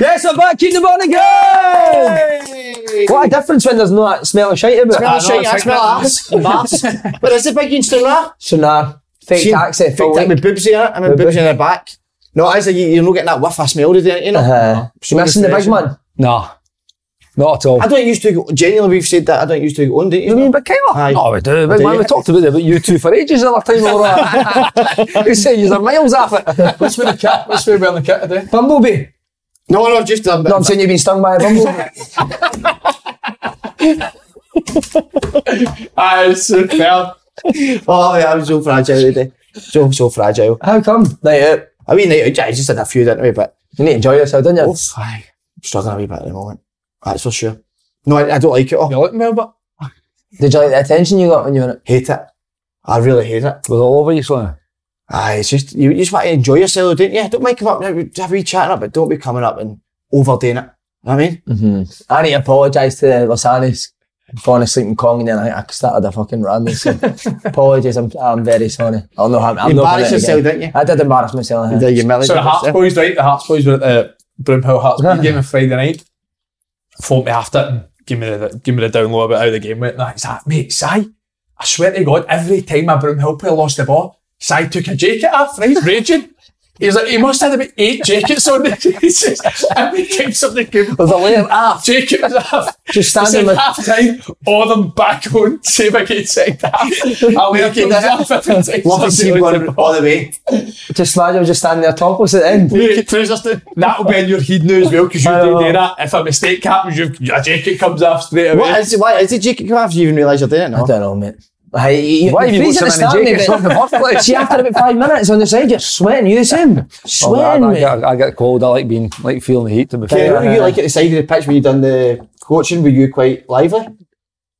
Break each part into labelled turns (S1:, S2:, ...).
S1: Yes, I'm back. Keep the morning going. What a difference when there's no that smell of shite about
S2: Smell
S1: it.
S2: of shit, I smell ass and baths. But is it big Easter that?
S1: So nah, fake taxi.
S2: Fake taxi. My boobs in it. I'm in
S1: With
S2: boobs
S1: boob-
S2: in the back. No, it is. You, you're not getting that whiff I smelled of it, you know.
S1: Uh,
S2: So
S1: missing the big
S2: refreshing.
S1: man? Nah, not at all.
S2: I don't used to, genuinely we've said that, I don't used to go on, don't you?
S1: I mean, but Kyler.
S2: Aye.
S1: No, we do. Big
S2: Do
S1: man,
S2: you?
S1: we talked about it, but you two for ages the other time we were on. You say you're miles off it. What's with the cat? What's with wearing the cat today? Bumblebee.
S2: no, no, just um,
S1: No, I'm saying you've been stung by a bumblebee.
S2: I am so proud. oh, yeah, I'm so fragile today. So, so fragile.
S1: How come? Night out.
S2: I mean, I just had a few, didn't we? But,
S1: You need to enjoy yourself, don't you?
S2: oh, aye. struggling a wee bit at the moment. That's for sure. No, I, I don't like it. Oh,
S3: You're looking well, but
S1: Did you like the attention you got when you were in it?
S2: hate it. I really hate it.
S1: Was it all over you, Slim?
S2: Aye, it's just you, you just want to enjoy yourself, don't you? Don't mind coming up now, have we chatting up, but don't be coming up and overdoing it. You know what I mean?
S1: Mm-hmm. I need to apologise to the Lasanis. Falling asleep in Kong and then I, I started a fucking run. So apologies, I'm, I'm very sorry. I'll know how I'm
S2: You
S1: not gonna
S2: embarrassed
S1: do it
S2: yourself,
S1: again.
S2: didn't you?
S1: I did embarrass myself.
S2: The humility.
S3: so the Hearts boys, right? The Hearts boys were at the Broomhill Hearts Boys game on Friday night. Phoned me after it and give me the give me the down low about how the game went. And he's like, mate, Si, I swear to God, every time a Broomhill player lost the ball, Si took a jacket off, right? Raging. He's like, he must have had about eight jackets on. He says, every time something came,
S1: With a layer off.
S3: jacket was off.
S1: Just
S3: He
S1: standing
S3: said,
S1: with
S3: half time, all them back on, save against second half. I'll make it off every time.
S2: Love
S3: somebody
S2: to see
S3: lost
S2: one all the way.
S1: just imagine just standing there topless at the end.
S3: That'll be in your head now as well because you
S1: I
S3: didn't
S1: know.
S3: do that. If a mistake happens, you've, a jacket comes off straight away.
S2: What is it? Why is it Jacob come after you even realise you're doing it?
S1: I
S2: No?
S1: don't know, mate. Why you,
S2: Why have you got
S1: freezing at
S2: so many
S1: the
S2: jackets
S1: start,
S2: on the
S1: mate. See, after about five minutes on the side, you're sweating. You the same? Sweating,
S4: Oh, I
S1: mate.
S4: get, I get cold. I like being like feeling the heat. To be fair,
S2: Okay, what were you like at the side of the pitch when you done the coaching? Were you quite lively?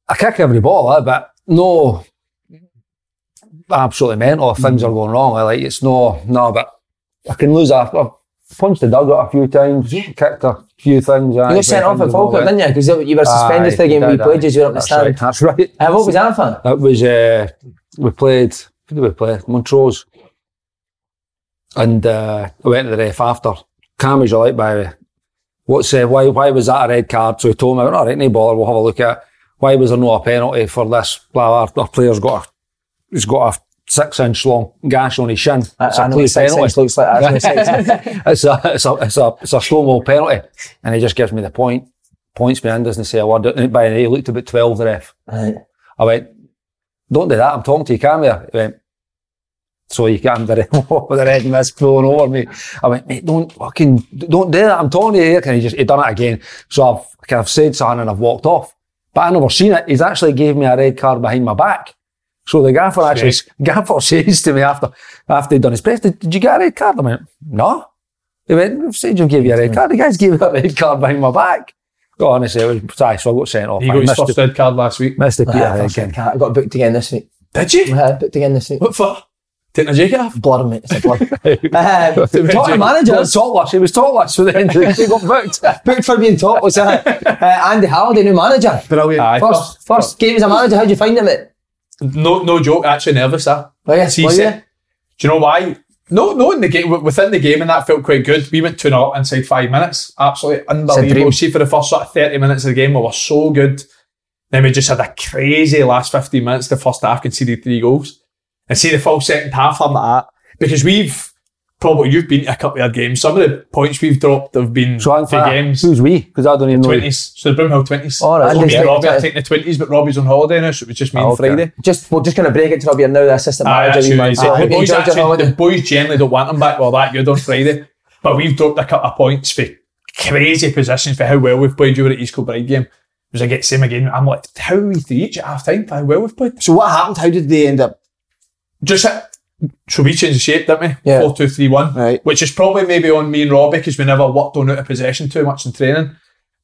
S4: I kick every ball, eh, but no, absolutely mental. If Things are going wrong. I like it's no, no. But I can lose after. I've punched the dugout a few times, kicked a few things.
S1: You got sent off at Falkirk, didn't you? Because you were suspended for the game we played, you were up the
S4: That's
S1: stand.
S4: right. That's right.
S1: Uh, what was that for?
S4: That was uh, we played. Who did we play? Montrose. And uh, I went to the ref after. Cam was like, by the way, what's uh, why? Why was that a red card? So he told me, I went, all right, no bother. We'll have a look at. it. Why was there no a penalty for this? Blah, blah. Our player's got a, he's got a six inch long gash on his shin.
S1: I,
S4: It's a
S1: I know
S4: clear
S1: what six
S4: penalty
S1: inch looks like. I know what six inch-
S4: it's a it's a it's a it's a Stonewall penalty, and he just gives me the point. Points me and doesn't say a word. And By the way, he looked about twelve. The ref.
S1: Right.
S4: I went, "Don't do that. I'm talking to you, camera." He went, "So you can't the red with the red mist flowing over me." I went, "Mate, don't fucking don't do that. I'm talking to you." And he just he done it e again. So I've kind of said something and I've walked off. But I never seen it. He's actually gave me a red card behind my back. So the gaffer actually, gaffer says to me after after he'd done his press, did, did you get a red card? I went, no. He went, I've said you gave you a red card. The guys gave me a red card behind my back. Oh, honestly, it was sorry, so I got sent off.
S3: He
S4: I
S3: got his
S4: missed
S3: first
S4: the,
S3: red card last week.
S4: missed the
S1: Yeah,
S4: penalty
S1: I
S4: again.
S1: fucking can't. I got booked again this week.
S3: Did you?
S1: Yeah, booked again this week.
S3: What for? Taking a jacket off?
S1: Blur, mate. It's a blur. um, talk to managers.
S4: Totless. He was totless for the end. He got booked.
S1: Booked for being topless. Uh, uh, Andy Halliday, new manager.
S2: Brilliant.
S3: Aye,
S1: First, first game as a manager, how'd you find him, mate?
S3: No, no joke. Actually nervous. Ah,
S1: Oh, yeah,
S3: See,
S1: were
S3: see-
S1: you?
S3: Do you know why? No, no, in the game, w- within the game, and that felt quite good. We went 2 0 inside five minutes. Absolutely unbelievable.
S1: dream.
S3: See, for the first sort of 30 minutes of the game, we were so good. Then we just had a crazy last 15 minutes, the first half, conceded three goals. And see the full second half, I'm like that. Because we've probably, you've been to a couple of games. Some of the points we've dropped have been
S4: So I'm
S3: the games.
S4: Who's we? Because I don't even know.
S3: Twenties. So the Broomhill twenties.
S1: All right.
S3: Robbie,
S1: Just take
S3: Robbie,
S1: the-
S3: I take the twenties, but Robbie's on holiday now, so it was just me on
S4: Oh, okay.
S3: Friday.
S1: Just we're just gonna break it to Robbie. You're now the assistant
S3: Aye,
S1: manager.
S3: that's
S1: you
S3: who it
S1: man.
S3: is.
S1: Aye,
S3: the,
S1: you're in
S3: boys
S1: charge of
S3: actually, the
S1: holiday.
S3: boys generally don't want him back. Well, that good on Friday, but we've dropped a couple of points for crazy positions for how well we've played during the East Kilbride game. It was like get same again. I'm like, how are we three each at half time? for How well we've played.
S2: So what happened? How did they end up?
S3: Just hit. So we changed the shape, didn't we?
S1: Yeah.
S3: Four, two, three, one.
S2: Right.
S3: Which is probably maybe on me and Robbie because we never worked on out of possession too much in training.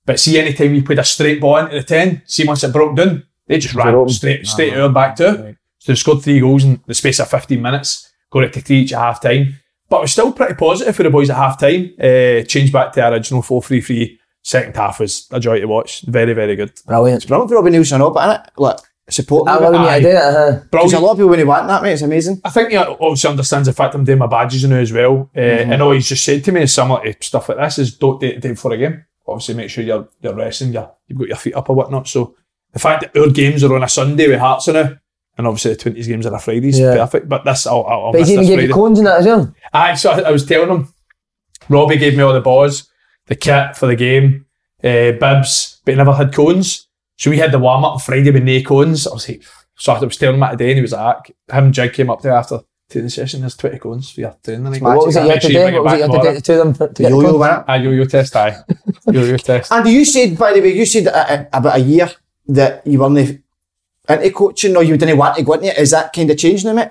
S3: But see, any time we played a straight ball into the ten, see once it broke down, they just ran
S4: open.
S3: straight straight out and back to it. So they scored three goals in the space of fifteen minutes, got it to three each at half time. But it was still pretty positive for the boys at half time. Uh, changed back to our original 4 3 3. Second half was a joy to watch. Very, very good.
S1: Brilliant.
S2: It's brilliant for Robbie Nielsen, all, but innit? Look, supporting
S1: That
S2: him.
S1: will
S3: Aye.
S1: need to do that, huh?
S2: Because
S3: Brilliant.
S2: a lot of people, when they want that, mate, it's amazing.
S3: I think he obviously understands the fact I'm doing my badges now as well. Uh,
S1: Mm-hmm.
S3: And all he's just said to me is similar to stuff like this is don't date the day before a game. Obviously make sure you're you're resting, you're, you've got your feet up or whatnot. So the fact that our games are on a Sunday with Hearts in it, and obviously the twenties games are a Friday is
S1: Yeah.
S3: perfect. But this I'll, I'll, I'll
S1: But
S3: miss
S1: he's even
S3: this
S1: gave
S3: Friday.
S1: you cones in that as well.
S3: Aye, so I, I was telling him, Robbie gave me all the balls, the kit for the game, uh, bibs, but he never had cones. So we had the warm up on Friday with no cones. I was like, so I was telling him that today, and he was like, "Ah," him and Jig came up there after training session. There's 20 cones for your training. Like,
S1: What was it you had to do? What was it you had to do to two of them for- to get the
S2: Yo-yo,
S1: cones?
S2: innit?
S3: Aye, yo-yo test, aye. yo-yo test.
S2: Andy, you said, by the way, you said uh, uh, about a year that you weren't into coaching or you didn't want to go into it. Is that kind of changed now, mate?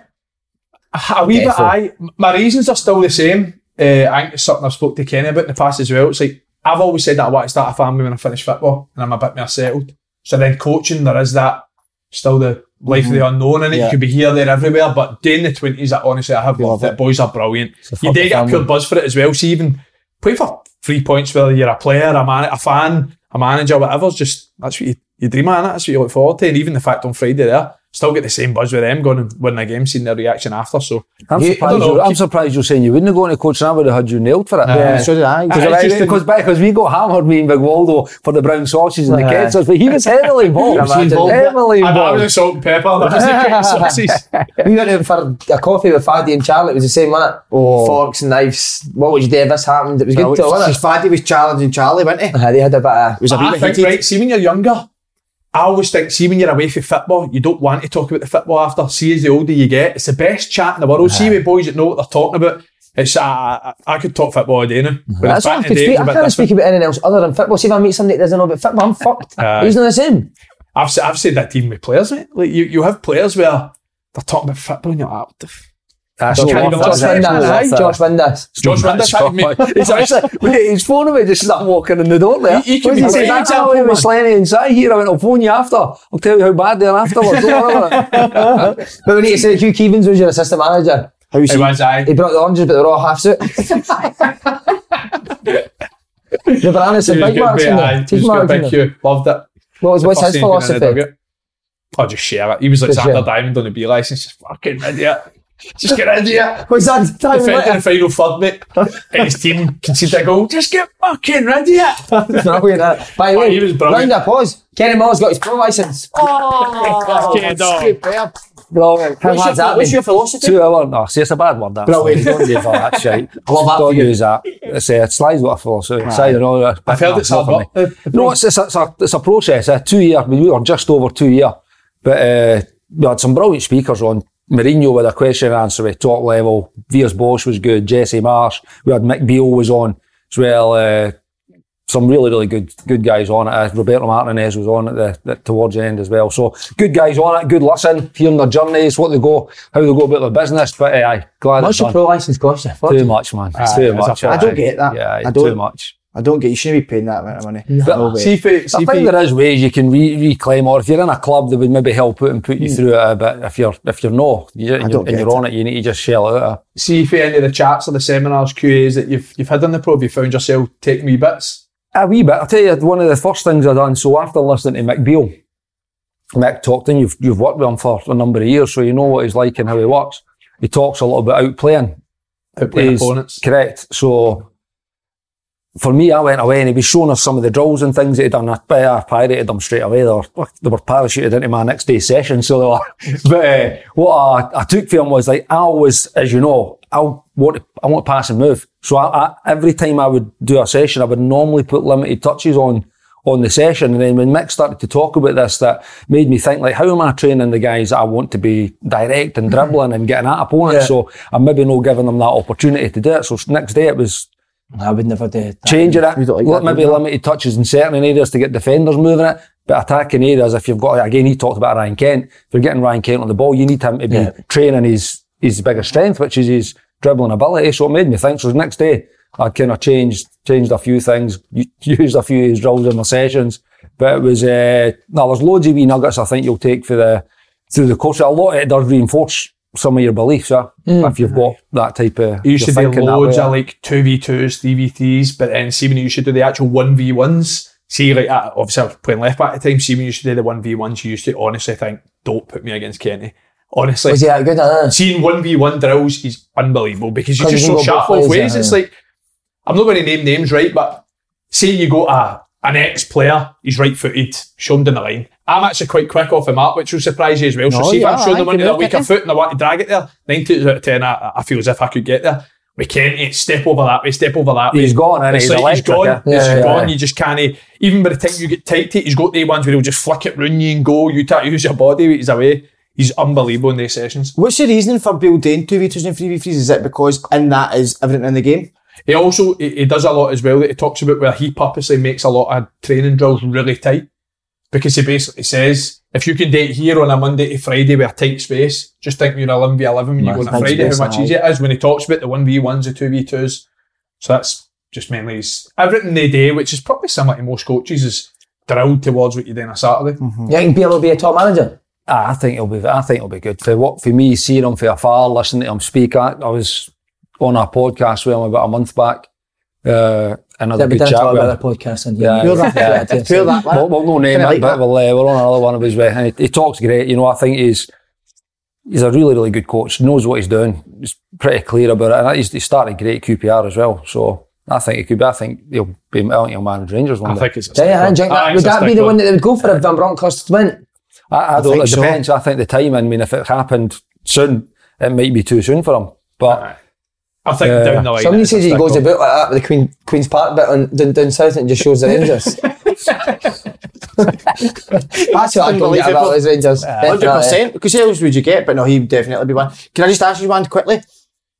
S3: A wee bit, aye. M- My reasons are still the same. Uh, I think it's something I've spoke to Kenny about in the past as well. It's like, I've always said that I want to start a family when I finish football, and I'm a bit more settled. So then coaching, there is that, still the life of the unknown, and it You could be here, there, everywhere, but doing the 20s, I honestly, I have loved it. Boys are brilliant. You do get a pure buzz for it as well. So even play for three points, whether you're a player, a, man- a fan, a manager, whatever, it's just, that's what you, you dream on, that's what you look forward to. And even the fact on Friday there, still get the same buzz with them going and winning a game, seeing their reaction after, so...
S4: I'm,
S3: You- I
S4: surprised
S3: don't know,
S4: you, I'm
S3: keep-
S4: surprised you're saying you wouldn't go into coaching. I would have had you nailed for it.
S3: Yeah.
S2: So did I.
S1: Uh,
S3: Aye. it's just-
S4: Because because we got hammered me and Big Waldo for the brown sausages and the
S1: Aye.
S4: ketzers, but he was heavily involved.
S1: Imagine.
S4: heavily
S3: I'm having the
S4: involved.
S3: salt and pepper. That was the quick sauces.
S1: we went out for a coffee with Faddy and Charlie. It was the same, wasn't it?
S2: Oh.
S1: Forks and knives. What would you do if this happened? It was good though, wasn't
S2: Because
S1: it?
S2: Faddy was challenging Charlie, wasn't he? It
S1: Aye, they had a bit of.
S2: was a wee
S3: I
S2: bit
S3: think,
S2: heated.
S3: right, see, when you're younger, I always think, see, when you're away from football, you don't want to talk about the football after. See, as the older you get, it's the best chat in the world. See, with boys that know what they're talking about, it's, I, I, I could talk football all day now.
S1: That's what I could speak. I can't speak about anything else other than football. See if I meet somebody that doesn't know about football, I'm fucked.
S3: Aye.
S1: He's not the same.
S3: I've, se- I've said that team with players, mate. Like, you, you have players where they're talking about football and you're like, what the f-
S4: That's
S3: Josh
S4: not
S3: Winder-
S4: worth
S1: Josh
S4: it.
S3: Winder-
S4: That's not
S1: Windass.
S4: worth it.
S1: Josh Windass.
S3: Josh Winder tagged me.
S4: He's actually, mate, he's phoning me just as I'm walking in the door there.
S3: He- he can
S4: What does
S3: be
S4: say?
S3: an
S4: "Ah,
S3: example,
S4: we were
S3: man."
S4: slanting inside here. I went, I'll phone you after. I'll tell you how bad they're afterwards. Don't worry about it."
S1: But we need to say Hugh Keevans was your assistant manager.
S2: How's
S3: It
S2: he?
S3: was I.
S1: He brought the oranges, but they were all half suit. the bananas and
S3: He was
S1: big
S3: good,
S1: marks
S3: mate,
S1: in
S3: aye.
S1: there.
S3: He
S1: Teeth
S3: was good,
S1: marks in
S3: thank
S1: there.
S3: you. Loved it.
S1: What was
S3: The
S1: what's his
S3: first thing you're gonna
S1: philosophy?
S3: do, I'll just share it. He was like
S1: Just
S3: Xander
S1: share.
S3: Diamond on the B license. Just fucking idiot. Just get rid of here.
S1: Was that time
S3: Defending the final third, mate. And his team conceded a goal. Just get fucking rid of here.
S1: Brilliant. that. By the way,
S3: he was brilliant.
S1: round of applause. Kenny Moore's got his pro license.
S3: Fucking dog.
S4: Brilliant.
S1: Oh. What's your- what's your
S4: philosophy? Two hour. No, see, it's a bad word. That.
S2: Brilliant.
S4: Don't use that. That's shite.
S2: I love that for
S4: Don't
S2: you.
S4: use that. It's a slide's what a philosophy. It's either or.
S3: I've heard it's
S4: not for
S3: hard
S4: me.
S3: work.
S4: No, it's, it's, a, it's, a, it's a process. A two year, we were just over two year, but uh, we had some brilliant speakers on. Mourinho with a question and answer at top level. Viers Bosch was good. Jesse Marsh. We had Mick Beale was on as well. Uh, some really, really good good guys on it. Uh, Roberto Martinez was on at the, the towards the end as well. So good guys on it. Good listen, hearing their journeys, what they go, how they go about their business. But uh, aye, glad
S1: What's
S4: it's
S1: your
S4: done.
S1: pro license cost you? Fuck.
S4: Too much, man. It's too
S3: it's a
S4: much.
S3: fault.
S2: I
S4: aye.
S2: don't get that.
S4: Yeah, aye,
S2: I don't.
S4: too much.
S2: I don't get. You shouldn't be paying that amount of money. No way.
S3: See if it, see
S4: I
S3: if
S4: think
S3: it,
S4: there is ways you can re- reclaim, or if you're in a club, they would maybe help out and put you through it a bit. If you're if you're not, you, and, you're,
S2: don't
S4: and
S2: get
S4: you're on it, you need to just shell it out.
S3: see if any of the chats or the seminars, QAs that you've you've had on the probe, you found yourself taking wee bits.
S4: A wee bit. I'll tell you, one of the first things I done, so after listening to Mick Beale, Mick Talkton, you've, you've worked with him for a number of years, so you know what he's like and how he works. he talks a lot about outplaying
S3: Outplaying
S4: is
S3: opponents.
S4: Correct. So for me, I went away and he was showing us some of the drills and things that he'd done. I, I pirated them straight away. They were, they were parachuted into my next day's session. So they were, but uh, what I, I took from him was like, I always, as you know, I want to, I want to pass and move. So I, I, every time I would do a session, I would normally put limited touches on on the session. And then when Mick started to talk about this, that made me think like, how am I training the guys that I want to be direct and dribbling and getting at opponents? So I'm maybe not giving them that opportunity to do it. So s- next day it was
S1: I would never do that.
S4: changing it,
S1: You don't like
S4: li-
S1: that,
S4: maybe
S1: do you?
S4: limited touches in certain areas to get defenders moving it. But attacking areas, if you've got again, he talked about Ryan Kent. If you're getting Ryan Kent on the ball, you need him to be
S1: Yeah.
S4: training his his bigger strength, which is his dribbling ability. So it made me think. So the next day, I kind of changed changed a few things, u- used a few of his drills in my sessions. But it was uh, no, there's loads of wee nuggets I think you'll take for the through the course. A lot of it does reinforce some of your beliefs, eh?
S1: Mm.
S4: if you've got that type of
S3: You
S4: your
S3: should do
S4: thinking that
S3: loads
S4: way, eh?
S3: of like two v twos, three v threes, but then see when you should do the actual one v ones. See, like I- obviously I was playing left back at the time. See when you should do the one v ones. You used to honestly think, don't put me against Kenny. Honestly,
S1: Was he that good? Uh,
S3: seeing one v one drills is unbelievable because you're
S1: 'Cause
S3: just
S1: you can go
S3: so sharp
S1: both
S3: both
S1: ways,
S3: ways.
S1: yeah,
S3: It's
S1: yeah.
S3: like I'm not going to name names, right? But say you go ah an ex player, he's right footed, show him down the line. I'm actually quite quick off him up, which will surprise you as well. So
S1: No,
S3: see
S1: you
S3: if I'm
S1: are,
S3: showing
S1: aye,
S3: them onto
S1: good
S3: their
S1: work,
S3: weaker
S1: aye.
S3: foot and I want to drag it there. Nine times out of ten, I, I feel as if I could get there. We can't eh, step over that way, step over that way.
S4: He's gone, and
S3: It's
S4: he's
S3: like
S4: electric.
S3: he's gone.
S4: eh?
S3: he's
S1: Yeah, yeah,
S3: gone.
S1: yeah.
S3: You just can't. eh, Even by the time you get tight to it, he's got the ones where he'll just flick it round you and go. You try to use your body, he's away. He's unbelievable in these sessions.
S2: What's the reasoning for Bill Dane 2v2s and 3v3s? Is it because in that is everything in the game?
S3: He also he, he does a lot as well that he talks about where he purposely makes a lot of training drills really tight because he basically says if you can date here on a Monday to Friday with a tight space, just think you're an 11 v 11 when you go on a
S1: Tight
S3: Friday, how
S1: space,
S3: much
S1: aye.
S3: easier it is when he talks about the 1v1s, the 2v2s. So that's just mainly his, everything they do, which is probably similar to most coaches, is drilled towards what you do on a Saturday.
S1: you think Beale will be a top manager?
S4: Ah, I think it'll be. I think it'll be good for what for me. Seeing him from afar, listening to him speak. I, I was on a podcast with him about a month back. Uh, another
S1: That'd be
S4: good
S1: done to
S4: chat
S1: all
S4: with
S1: the
S4: him.
S1: other podcasts on
S4: Yeah,
S1: here. Pure that-
S4: yeah.
S1: that-
S2: Pure that
S4: Well, well, no name
S2: Kinda
S4: it,
S2: like
S4: but
S2: that.
S4: we'll, uh, we're on another one of his. way. And he, he talks great. You know, I think he's he's a really, really good coach. Knows what he's doing. He's pretty clear about it. And he's, he started great at QPR as well. So I think he could be. I think he'll be. I think he'll manage Rangers one
S3: I
S4: day.
S3: think it's a
S1: Do you
S3: stick one.
S1: think that-
S3: I
S1: would
S3: think Oh, it's a
S1: that be
S3: stick
S1: the one that they would go for if Van Bronckhorst went?
S4: I, I don't.
S2: think
S4: it
S2: so.
S4: depends. I think the time. I mean, if it happened soon, it might be too soon for him. But
S3: I think
S4: Yeah.
S3: down the line.
S1: Somebody
S3: it's a
S1: says he
S3: stick
S1: goes
S3: one.
S1: about like that with the Queen, Queen's Park bit on, down, down south and just shows the Rangers. That's what I can get about those Rangers.
S2: Hundred
S1: Definitely.
S2: percent. Because who else would you get? But no, he'd definitely be one. Can I just ask you one quickly?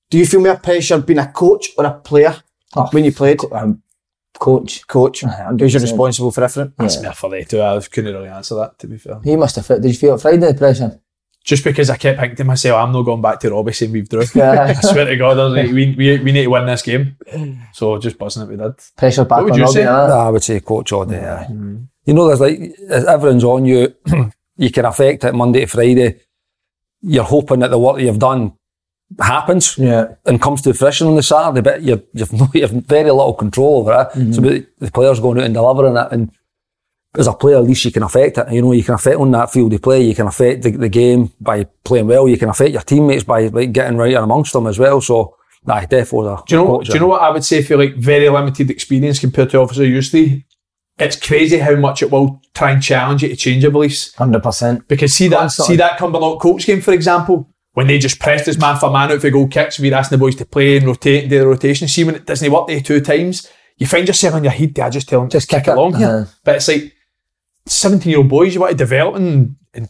S2: Do you feel more pressure being a coach or a player
S1: Oh,
S2: when you played?
S1: um, coach.
S2: Coach,
S1: Aye,
S2: because you're
S1: 100%.
S2: responsible for everything.
S3: That's me for later. I couldn't really answer that, to be fair.
S1: He must have felt. Did you feel it Friday the pressure?
S3: just because I kept thinking to myself, I'm not going back to Robbie saying we've drew. I
S1: Yeah.
S3: swear to God, I was like, we, we, we need to win this game. So just buzzing it, we did.
S1: Pressure back
S3: What would
S1: on
S3: you
S1: Robin.
S3: say?
S1: innit?
S4: I would say Ah, coach all day. aye.
S3: Mm-hmm.
S4: You know, there's like as everyone's on you. you can affect it Monday to Friday. You're hoping that the work that you've done happens
S1: Yeah.
S4: and comes to fruition on the Saturday, but you've you've, no, you've very little control over it.
S3: Mm-hmm.
S4: So the the players going out and delivering it, and as a player, at least you can affect it. You know, you can affect on that field of play. You can affect the, the game by playing well. You can affect your teammates by like, getting right in amongst them as well. So, nah, definitely.
S3: Do you know? Do you know what I would say for like very limited experience compared to Officer Usley? It's crazy how much it will try and challenge you to change your beliefs.
S1: 100%.
S3: Because see that
S1: Constantly.
S3: see that Cumberland Colts game for example, when they just pressed us man for man out for goal kicks, we're asking the boys to play and rotate and do the rotation. See when it doesn't work there two times, you find yourself on your head. I just tell them just kick it along
S1: Uh-huh.
S3: here. But it's like seventeen year old boys you want to develop and, and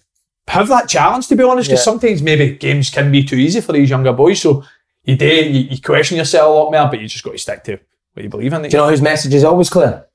S3: have that challenge to be honest. Because sometimes maybe games can be too easy for these younger boys. So you do you, you question yourself a lot more, but you just got to stick to what you believe in.
S1: Do you know whose message is always clear?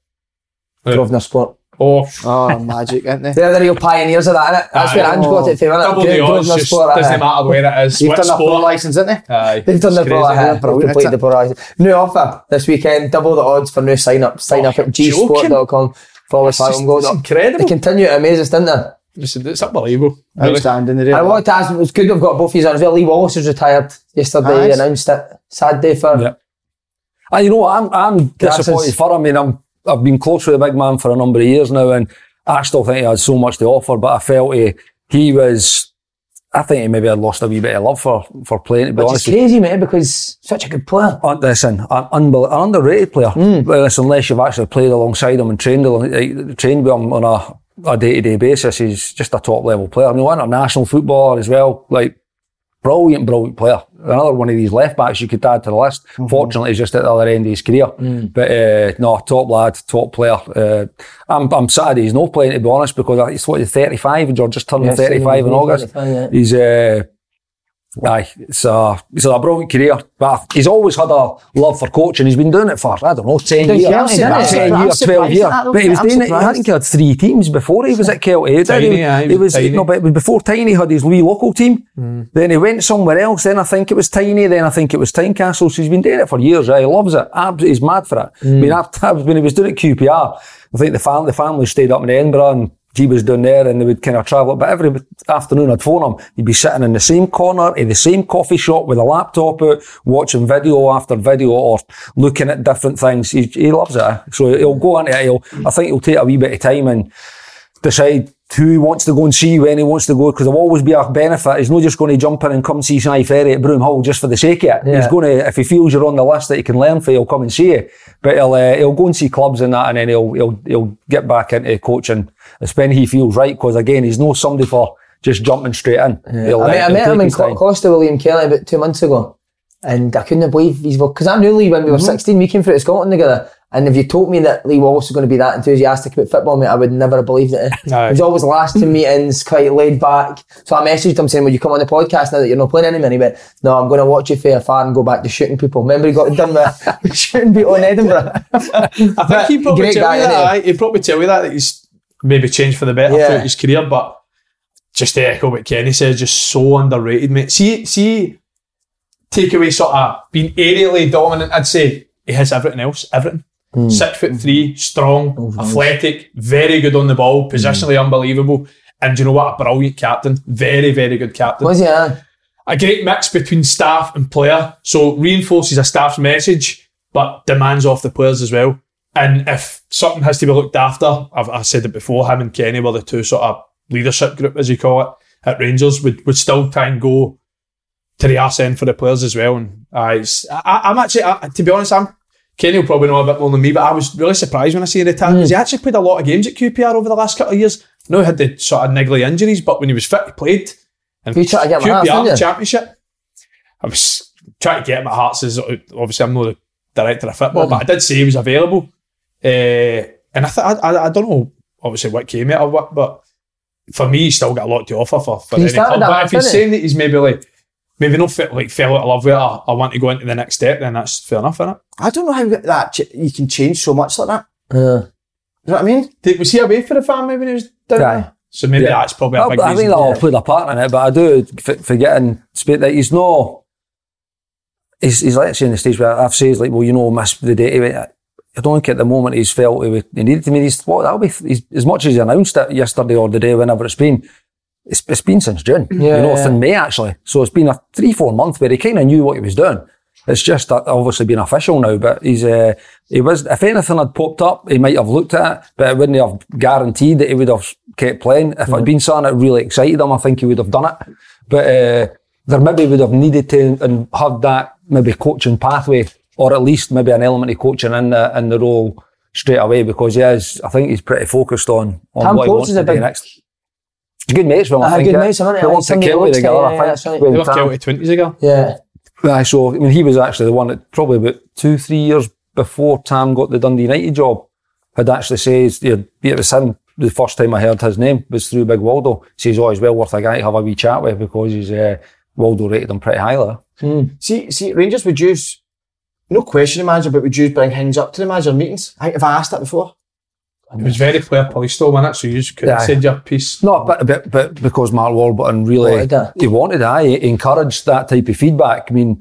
S1: Grosvenor Sport.
S3: oh,
S2: Oh, magic, isn't they?
S1: They're the real pioneers of that, innit? That's
S3: Aye.
S1: where Ange got it from, innit?
S3: Ah, double the
S1: Gro-
S3: odds.
S1: Grosvenor
S3: Just
S1: Sport, uh,
S3: doesn't
S1: aye.
S3: matter where it is.
S2: You've
S3: what
S2: done a pro
S3: sport.
S2: license, isn't they?
S3: Aye,
S1: They've done
S3: it's
S1: the
S3: crazy.
S1: ball
S2: yeah,
S1: ahead. They've
S2: brilliant,
S1: completed the
S2: isn't
S1: ball ahead. New offer this weekend. Double the odds for new sign up. Sign up at
S3: joking.
S1: gsport.com forward slash on goal.
S3: It's
S1: They
S3: incredible.
S1: continue to amaze us, didn't they?
S3: It's, it's unbelievable. Really.
S2: Outstanding. they really
S1: I
S2: are.
S1: wanted to ask, it was good we've got both these on as well. Lee Wallace was retired yesterday.
S2: Aye.
S1: He announced it. Sad day for
S4: Yeah. And you know, what, I'm I'm
S1: Glasses.
S4: disappointed for him. I mean, I'm I've been close with the big man for a number of years now, and I still think he had so much to offer. But I felt he he was I think maybe I lost a wee bit of love for, for playing, to be
S1: Which is
S4: honest. with you.
S1: crazy, mate, because such a good player.
S4: Un- Uh, Listen, an, unbel- an underrated player.
S1: Hmm.
S4: Well, Listen, unless you've actually played alongside him and trained along, like, trained with him on a, a day-to-day basis, he's just a top-level player. I mean, one international footballer as well. Like, brilliant, brilliant player. Another one of these left backs you could add to the list.
S1: Mm-hmm.
S4: Fortunately, he's just at the other end of his career.
S1: Hmm.
S4: But uh, no, top lad, top player. Uh, I'm, I'm sad he's not playing to be honest because I- he's what he's 35 and you're just turning
S1: Yes,
S4: 35 in
S1: he's
S4: August.
S1: 35, yeah.
S4: He's uh, aye, it's a it's a brilliant career. But he's always had a love for coaching. He's been doing it for I don't know 10
S1: Doing
S4: years,
S1: Chelsea, that's it.
S4: 10
S1: I'm
S4: years, 12
S1: surprised
S4: years.
S1: at that,
S4: But he was
S1: I'm
S4: doing it. He
S1: surprised.
S4: hadn't had three teams before he was at Kelty. He, did.
S3: Tiny,
S4: he,
S3: aye,
S4: he was
S3: tiny.
S4: no, but it was before Tiny had his wee local team. Then he went somewhere else. Then I think it was Tiny. Then I think it was Tynecastle. So he's been doing it for years. Right? He loves it. Abs- he's mad for it. I mean, after, when he was doing it at QPR, I think the, fam- the family stayed up in Edinburgh and he was down there and they would kind of travel. But every afternoon I'd phone him. He'd be sitting in the same corner in the same coffee shop with a laptop out, watching video after video or looking at different things. He, he loves it. eh? So he'll go into it. He'll, I think he'll take a wee bit of time and decide who he wants to go and see when he wants to go because there'll always be a benefit. He's not just going to jump in and come see Shy Ferry at Broomhall just for the sake of it. He's going to, if he feels you're on the list that he can learn for, he'll come and see you. But he'll, uh, he'll go and see clubs and that, and then he'll he'll he'll get back into coaching. It's when he feels right because again, he's no somebody for just jumping straight in. He'll,
S1: I met, I
S4: uh, he'll
S1: met
S4: take
S1: him in
S4: his
S1: Co-
S4: time.
S1: Costa with Liam Kelly about two months ago, and I couldn't believe he's because I knew Lee when we
S3: Mm-hmm.
S1: were 16. We came through to Scotland together, and if you told me that Lee was also going to be that enthusiastic about football, mate, I would never have believed it.
S3: Aye.
S1: He was always last to meetings, quite laid back. So I messaged him saying, "Will you come on the podcast now that you're not playing anymore?" And he went, "No, I'm going to watch you fair far and go back to shooting people." Remember, he got done with shooting people in Edinburgh.
S3: I think he probably
S1: Great
S3: tell
S1: guy,
S3: me that.
S1: innit?
S3: aye. He'd probably tell you that, that he's maybe changed for the better
S1: Yeah.
S3: throughout his career, but just to echo what Kenny says, just so underrated, mate. See, see, take away sort of being aerially dominant. I'd say he has everything else, everything.
S1: Hmm.
S3: Six foot three, strong, athletic, very good on the ball,
S1: Hmm.
S3: positionally unbelievable. And you know what? A brilliant captain, very, very good captain
S1: Was he? Uh,
S3: a great mix between staff and player. So reinforces a staff's message, but demands off the players as well. And if something has to be looked after, I've I said it before, him and Kenny were the two sort of leadership group, as you call it, at Rangers, would, would still try and go to the arse end for the players as well. And uh, it's, I- I, I'm actually, I, to be honest, I'm, Kenny will probably know a bit more than me, but I was really surprised when I seen the time
S1: Hmm.
S3: because he actually played a lot of games at QPR over the last couple of years. I know he had the sort of niggly injuries, but when he was fit, he played. And
S1: You tried to get him at Hearts,
S3: QPR
S1: didn't you?
S3: championship. I was trying to get him at Hearts. Is obviously I'm not the director of football, but I did say he was available. Uh, and I, th- I, I, I don't know, obviously what came out of what, but for me, he's still got a lot to offer for. for
S1: He
S3: any
S1: started
S3: club.
S1: at
S3: But
S1: Hearts,
S3: if
S1: didn't
S3: he's
S1: he?
S3: saying that he's maybe like maybe not fit, like fell out of love with it, or I want to go into the next step, then that's fair enough, isn't it?
S2: I don't know how that ch- you can change so much like that.
S1: uh,
S2: You know what I mean?
S3: Did, was he away for the family when he was down
S4: Aye.
S3: there? So maybe
S4: Yeah. Oh,
S3: that's probably a
S4: I,
S3: big
S4: I think
S3: reason.
S4: that all played a part in it, but I do f- forgetting spe- that he's not. He's, he's like saying the stage where I've said he's like, well, you know, miss the day. he went, I don't think at the moment he's felt he, would- he needed to. I mean, he's what that'll be he's, as much as he announced it yesterday or the day, whenever it's been. It's, it's been since June,
S1: Yeah,
S4: you know,
S1: yeah.
S4: it's in May actually. So it's been a three, four month where he kind of knew what he was doing. It's just that obviously been official now, but he's uh, he was if anything had popped up, he might have looked at it, but it wouldn't have guaranteed that he would have kept playing. If
S1: Mm-hmm.
S4: it had been something that really excited him, I think he would have done it. But uh, there maybe would have needed to and had that maybe coaching pathway, or at least maybe an element of coaching in the in the role straight away because he is, I think he's pretty focused on, on
S1: Tom
S4: what he
S1: Coates
S4: wants
S1: is
S4: to
S1: a
S4: do
S1: big-
S4: next. He's good mates with him, I
S1: Aye,
S4: think.
S1: good
S4: eh?
S1: mates, aren't they?
S4: They
S1: Aye,
S4: want to
S1: somebody
S4: kill
S1: looks
S4: together,
S1: like-
S4: I
S1: yeah,
S4: think.
S1: yeah, that's right.
S4: with
S3: They were
S4: Tam.
S3: Celtic twenties ago.
S1: yeah.
S4: Aye, so I mean, he was actually the one that probably about two, three years before Tam got the Dundee United job had actually says yeah, it was him. The first time I heard his name was through Big Waldo. Says, "Oh, he's well worth a guy to have a wee chat with because he's uh, Waldo rated him pretty highly."
S2: See, see, Rangers would use no question the manager, but would you bring Hings up to the manager meetings? I think if I asked that before,
S3: It was very player police though, wasn't it? So you just couldn't
S4: Aye.
S3: send your piece.
S4: No, but, but, but because Mark Warburton really
S1: Wanted that.
S4: he wanted that. He encouraged that type of feedback. I mean,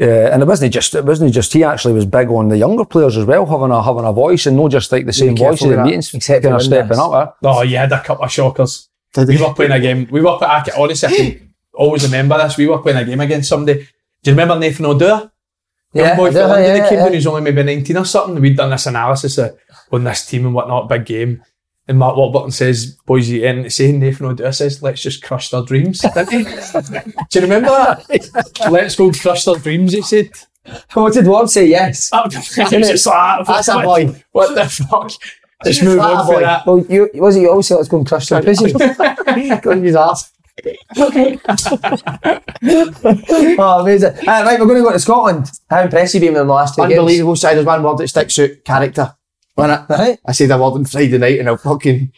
S4: uh, and it wasn't just it wasn't just he actually was big on the younger players as well, having a having a voice and not just like the same voice
S1: careful
S4: in
S1: with
S4: the
S1: that,
S4: meetings,
S1: except
S4: kind of
S1: for
S4: stepping
S1: Windass.
S4: up. eh?
S3: Oh, you had a couple of shockers. we were playing a game. We were at Ack- honestly, I can always remember this. We were playing a game against somebody. Do you remember Nathan O'Dea? Young
S1: Yeah,
S3: boy
S1: I
S3: from
S1: do,
S3: London
S1: yeah,
S3: that came
S1: yeah.
S3: when he was only maybe 19 or something. We'd done this analysis of, on this team and whatnot, big game. And Mark Warburton says, boys, you ain't saying nothing will do. I says, let's just crush their dreams, didn't he? do you remember that? let's go crush their dreams, he said.
S1: What did Ward say? Yes.
S3: Oh, just like,
S2: That's a boy.
S3: What the fuck? Just move
S2: That's
S3: on
S2: a
S3: for
S2: boy.
S3: that.
S1: Well, you was it you always say let's go and crush the pussy?
S2: Couldn't use arse.
S1: oh, amazing. Uh, right, we're going to go to Scotland. How impressive you been with the last two games?
S2: Unbelievable. Sorry, there's one word that sticks out character. When I,
S1: Right.
S2: I said a word on Friday night and I fucking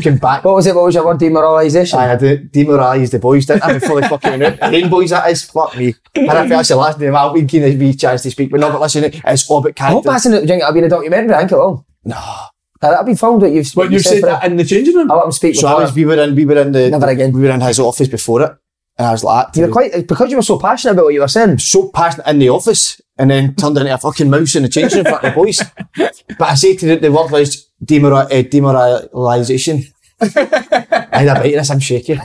S2: came back.
S1: What was it? What was your word? Demoralisation.
S2: I had to demoralise the boys, didn't I? Before they fucking went out. Rain boys, that is. Fuck me. And I feel that's the last name. I'll be keen a wee chance to speak. But no, but listen, it's all about
S1: I hope
S2: character.
S1: that's in the drink. That'll be in a documentary. I think it will. No. That'll be filmed. What you've
S3: But you said
S1: for Oh.
S3: that in the changing room.
S1: I'll let him speak.
S2: So I
S1: before.
S2: was, we were in, we were in the,
S1: Never again.
S2: we were in his office before it. And I was like, "Ah,
S1: you were quite because you were so passionate about what you were saying.
S2: so passionate in the office and then turned into a fucking mouse in the change room in front of the boys. But I say to the, the word was demora- uh, demoralisation. I had a bite of this, I'm shaking.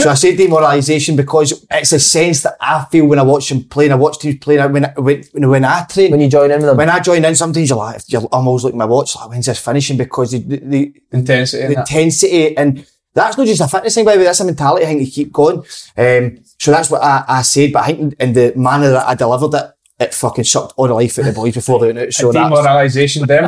S2: So I say demoralisation because it's a sense that I feel when I watch him playing. I watch teams playing. When I, when, when I train,
S1: When you join in with them,
S2: when I join in, sometimes you're like, you're, I'm always looking at my watch, like, when's this finishing? Because the, the, the
S3: Intensity. and
S2: the
S3: that.
S2: intensity and that's not just a fitness thing by the way that's a mentality thing to keep going um, so that's what I, I said but I think in the manner that I delivered it it fucking sucked all the life out of the boys before they went out so that's,
S3: Demoralisation, them.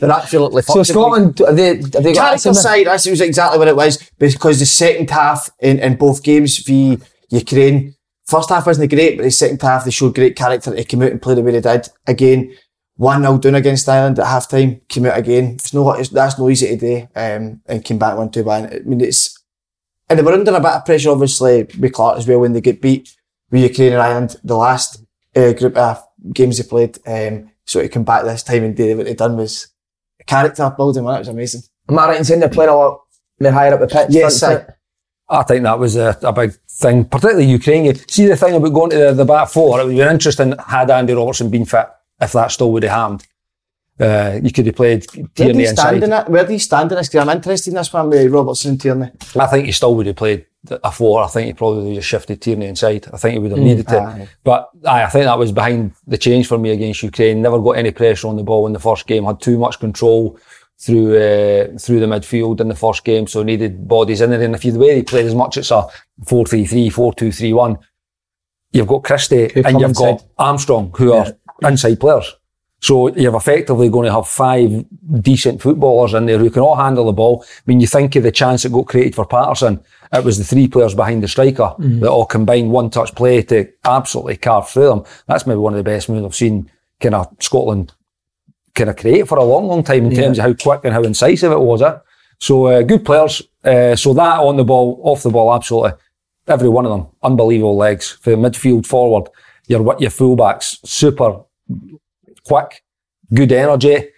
S2: they're absolutely
S1: so
S2: fucked.
S1: Scotland, have they, have they got
S2: character
S1: that
S2: side that's was exactly what it was because the second half in, in both games v Ukraine first half wasn't great but the second half they showed great character they came out and played the way they did again 1-0 down against Ireland at half time came out again it's no, it's, that's no easy to do um, and came back 1-2 I mean it's and they were under a bit of pressure obviously with Clark as well when they get beat with Ukraine and Ireland the last uh, group of games they played um, so to come back this time and do what they done was character building man it was amazing
S1: Am I right in saying they're playing a lot more higher up the pitch?
S2: Yes,
S1: front foot?
S4: I think that was a, a big thing, particularly Ukraine. You see the thing about going to the, the back four, it would have been interesting had Andy Robertson been fit, if that still would have happened. Uh, you could have played
S2: Where do
S4: Tierney
S2: you stand in
S4: inside.
S2: that? Where do you stand in this? 'Cause I'm interested in this one with Robertson and Tierney.
S4: I think he still would have played a four. I think he probably would have just shifted Tierney inside. I think he would have needed to. But aye, I think that was behind the change for me against Ukraine. Never got any pressure on the ball in the first game. Had too much control through uh, through the midfield in the first game, so needed bodies in there. And if you the way they played as much, it's a 4-3-3, 4-2-3-1. You've got Christie and
S1: come
S4: you've got
S1: inside.
S4: Armstrong, who are inside players. So you're effectively going to have five decent footballers in there who can all handle the ball. I mean, you think of the chance that got created for Patterson. It was the three players behind the striker that all combined one touch play to absolutely carve through them. That's maybe one of the best moves I've seen kind of Scotland kind of create for a long, long time in terms of how quick and how incisive it was. It. So uh, good players. Uh, so that on the ball, off the ball, absolutely. Every one of them, unbelievable legs. For the midfield forward, your, wi- your fullbacks, super quick, good energy,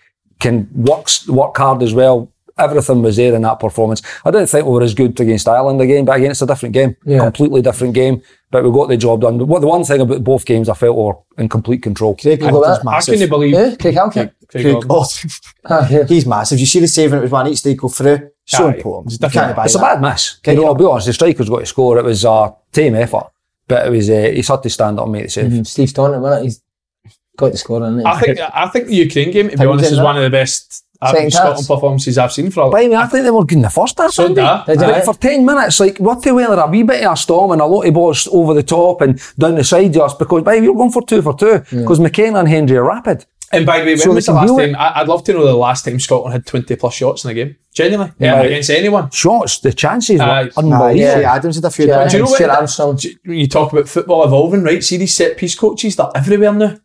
S4: can works work hard as well. Everything was there in that performance. I didn't think we were as good against Ireland again, but again, it's a different game,
S1: Yeah.
S4: completely different game. But we got the job done. But what the one thing about both games, I felt we were in complete control.
S2: Craig
S1: Go with
S2: Gordon's
S1: that.
S3: I
S2: massive.
S3: couldn't believe
S4: Eh?
S1: Yeah, Eh? Craig Halkett.
S3: Craig
S2: Craig
S3: Gordon.
S2: Gordon.
S1: Ah, yeah.
S2: He's massive. You see the saving it was one each they go through. So
S3: Aye.
S2: important.
S3: It's
S2: You can't
S3: definitely-
S2: buy
S4: It's a
S2: that.
S4: bad miss. You know, I'll be honest, the striker's got to score. It was a team effort, but it was uh, he's had to stand up and make the save.
S1: Steve Staunton, wasn't it? He's got the score in it.
S3: I think I think the Ukraine game, to be
S1: How
S3: honest,
S1: was
S3: is
S1: it?
S3: one of the best uh,
S1: Second
S3: Scotland
S1: half.
S3: performances I've seen for a
S4: By me, I think they were good in the first half.
S3: So
S4: Andy.
S3: did I.
S1: Did you?
S4: But for 10 minutes, like, what the weather, a wee bit of a storm and a lot of balls over the top and down the side just because, by you're going for two for two because McKenna and Hendry are rapid.
S3: And by the way, when
S4: So
S3: was
S4: they
S3: the
S4: can
S3: last
S4: do it.
S3: time? I, I'd love to know the last time Scotland had 20 plus shots in a game. Genuinely. Yeah,
S4: Right.
S3: against anyone.
S4: Shots, the chances were
S3: Aye.
S2: Aye,
S4: unbelievable.
S2: yeah. Adams had a few.
S1: Yeah.
S2: Yeah.
S3: Do you know what?
S1: Stuart Armstrong.
S3: Do you- when you talk about football evolving, right? See these set piece coaches, they're everywhere now.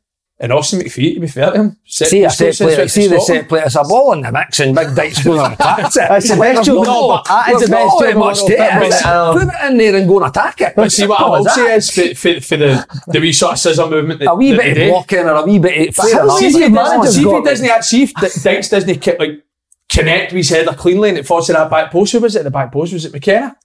S3: And Austin McPhee, to be fair to him, set
S4: See a
S3: piece
S4: set
S3: coaches
S4: player,
S3: in
S4: see the
S3: Scotland.
S4: set player, it's a ball in the mix and Big Dyke's going on attack it.
S1: That's the best job in the world. That is the best job in the
S4: much
S1: world.
S4: to it, is
S1: Football.
S4: it? Put it in there and go and attack it.
S3: But see what I
S4: Simple
S3: will
S4: as
S3: say
S4: that.
S3: is for, for, for the, the wee sort of scissor movement. That,
S4: A wee
S3: that they
S4: bit
S3: do.
S4: of walking or a wee bit of fair
S1: how
S4: enough.
S3: See if
S1: Easy
S3: he
S1: advantage
S3: doesn't-
S1: has
S3: see if he
S1: got
S3: doesn't act- see if D- Dykes doesn't ki- like connect with his header cleanly and it falls to that back post. Who was it? The back post was it McKenna?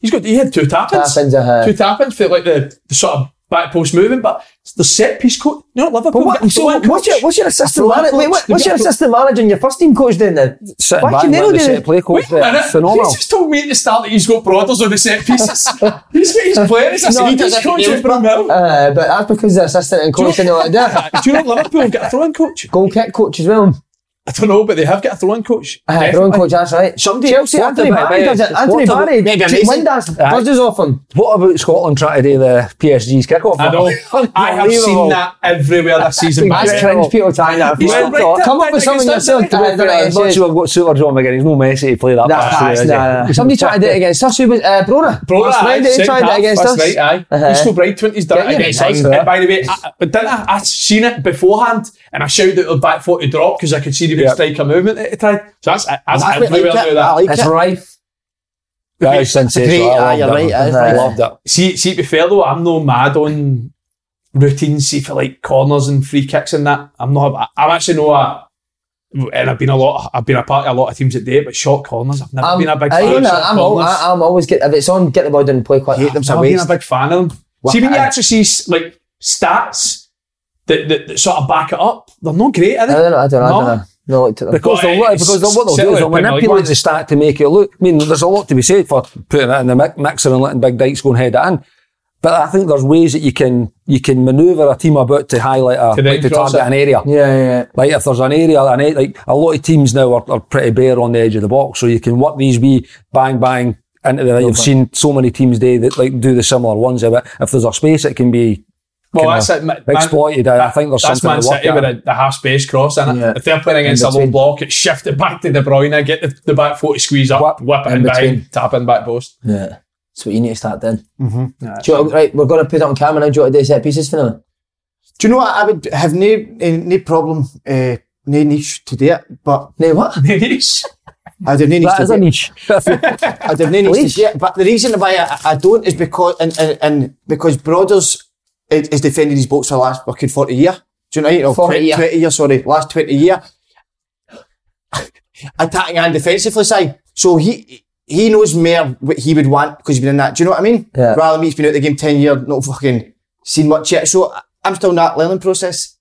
S3: He's got he had two tap-ins.
S1: Tap-ins, uh-huh.
S3: Two tap-ins for like the, the sort of back post movement, but the set piece coach. No, Liverpool.
S1: But what,
S3: get a
S1: so
S3: throw-in
S1: what's your,
S3: coach.
S1: what's your assistant
S3: Throw-in
S1: manager? Wait,
S3: coach.
S1: what,
S3: They've
S1: what's
S3: got
S1: your
S3: a throw-
S1: assistant manager and your first team coach doing then?
S4: Sitting
S1: Why
S4: back
S1: can
S4: and
S1: they not
S4: letting the
S1: do
S4: set
S1: that?
S4: play coach
S3: Wait a
S4: there.
S3: minute.
S4: Phenomenal.
S3: He's just told me at the start that he's got brothers on the set pieces. he's got his players. That's
S1: No,
S3: no,
S1: he
S3: he does
S1: doesn't
S3: coach
S1: do
S3: with Brownhill.
S1: Uh, but that's because the assistant and coach and all that.
S3: Do you know Liverpool get a throw-in coach?
S1: Goal kick coach as well.
S3: I don't know, but they have got a throwing coach.
S1: Aye, Ron Uh,
S3: Definitely.
S1: coach, that's right.
S2: Somebody-
S1: Chelsea,
S4: What
S1: Anthony
S4: about-
S1: Barry does it.
S4: what
S1: Anthony
S4: about-
S1: Barry,
S2: maybe
S1: Ch-
S2: amazing.
S1: Winders
S4: Aye.
S1: buzzes off him.
S4: What about Scotland trying to do the PSG's kickoff?
S3: I know. I have seen
S4: Unbelievable.
S3: that everywhere this season.
S1: That's
S3: Barry.
S1: cringe, people tying that.
S3: He's
S1: Well,
S3: not
S4: Uh,
S3: right there,
S1: Come up with
S3: I think
S1: something
S3: he's
S1: yourself.
S3: not right there.
S1: Aye, don't
S4: As much
S1: it?
S4: as I've got Suter John McGinn, he's no Messi to play that
S1: That's
S4: pass through,
S1: that's-
S4: is he?
S1: nah, nah. Somebody tried to do it against us. Who was uh, Brora?
S3: Brother,
S1: Last
S3: aye,
S1: Friday, he
S3: second
S1: tried it
S3: half,
S1: against
S3: that's
S1: us.
S3: right, aye.
S1: Uh-huh.
S3: Crystal Brightwenty's done
S1: Yeah,
S3: it
S1: yeah,
S3: against
S1: nice,
S3: us.
S1: yeah.
S3: And by the way, I, I- didn't I, I seen it beforehand and I shouted at the back foot to drop because I could see the big
S4: Yeah.
S3: striker movement at the time. So that's, that's
S2: I quite
S3: everywhere
S2: like
S3: now
S2: it. I
S3: that.
S2: like
S1: It's
S2: it.
S1: rife.
S4: That is sensational.
S2: Great, aye,
S4: I
S2: you're
S4: loved
S2: right,
S4: it.
S2: it is
S4: I
S2: nice.
S4: loved it.
S3: See, see, to be fair though, I'm no mad on routines, see for like corners and free kicks and that. I'm not, I'm actually no, a, and I've been a lot, I've been a part of a lot of teams that do it, but short corners, I've never
S1: I'm,
S3: been a big
S1: Um, I,
S3: fan
S1: you
S3: of
S1: know,
S3: short
S1: I'm, al-
S3: corners.
S1: I, I'm always get if it's on, get the ball down and play quick.
S2: Hate them
S3: I've
S2: so
S3: never been
S2: waste.
S3: a big fan of them. see, when you actually see s- like stats that, that, that sort of back it up, they're not great, are
S1: I
S3: they?
S1: don't know. I don't know. I don't
S3: No.
S1: know. No, look to them.
S4: Because,
S3: Well,
S4: they'll, look-
S3: it's
S4: because they'll, what they'll do
S3: certainly
S4: is they'll
S3: Premier League
S4: manipulate
S3: ones.
S4: the stat to make it look. I mean, there's a lot to be said for putting it in the mi- mixer and letting big dykes go and head it in. But I think there's ways that you can you can manoeuvre a team about to highlight a
S3: To then
S4: like to
S3: cross it.
S4: target an area.
S1: Yeah, yeah, yeah.
S4: Like if there's an area, an a- like a lot of teams now are, are pretty bare on the edge of the box, so you can work these wee bang bang into the. You've seen so many teams do that like do the similar ones. But if there's a space, it can be
S3: Well,
S4: kinda
S3: that's it. Man,
S4: exploited. and I think there's
S3: that's
S4: something
S3: Man
S4: to work
S3: City
S4: at.
S3: with a, the half space cross, and
S1: Yeah.
S3: if they're playing against a
S1: In
S3: low
S1: between.
S3: block, it's shifted back to De Bruyne, get the, the back foot to squeeze up, whip,
S4: Whip
S3: it
S1: in
S3: in,
S1: between.
S3: behind, tap in back post.
S1: Yeah. That's what you need to start doing. Mm-hmm. Do you, know- right, we're going to put it on camera now. Do you want to do set pieces finally?
S2: Do you know what? I would have no, eh, no problem, uh, no niche to do it, but
S1: Nay, what?
S2: I'd have no niche
S4: That
S2: to
S4: is
S2: do
S4: a
S2: it.
S4: niche.
S2: I'd have no niche to do it. But the reason why I, I don't is because, and, and, and because Brothers is, is defending his books for the last fucking 40 year. Do you know what I mean? Or
S1: 40
S2: 20,
S1: year.
S2: 20 year, sorry, last 20 year. Attacking and defensively side. So he, he knows more what he would want because he's been in that. Do you know what I mean?
S1: Yeah.
S2: Rather than me, he's been out the game 10 years, not fucking seen much yet. So I- I'm still in that learning process.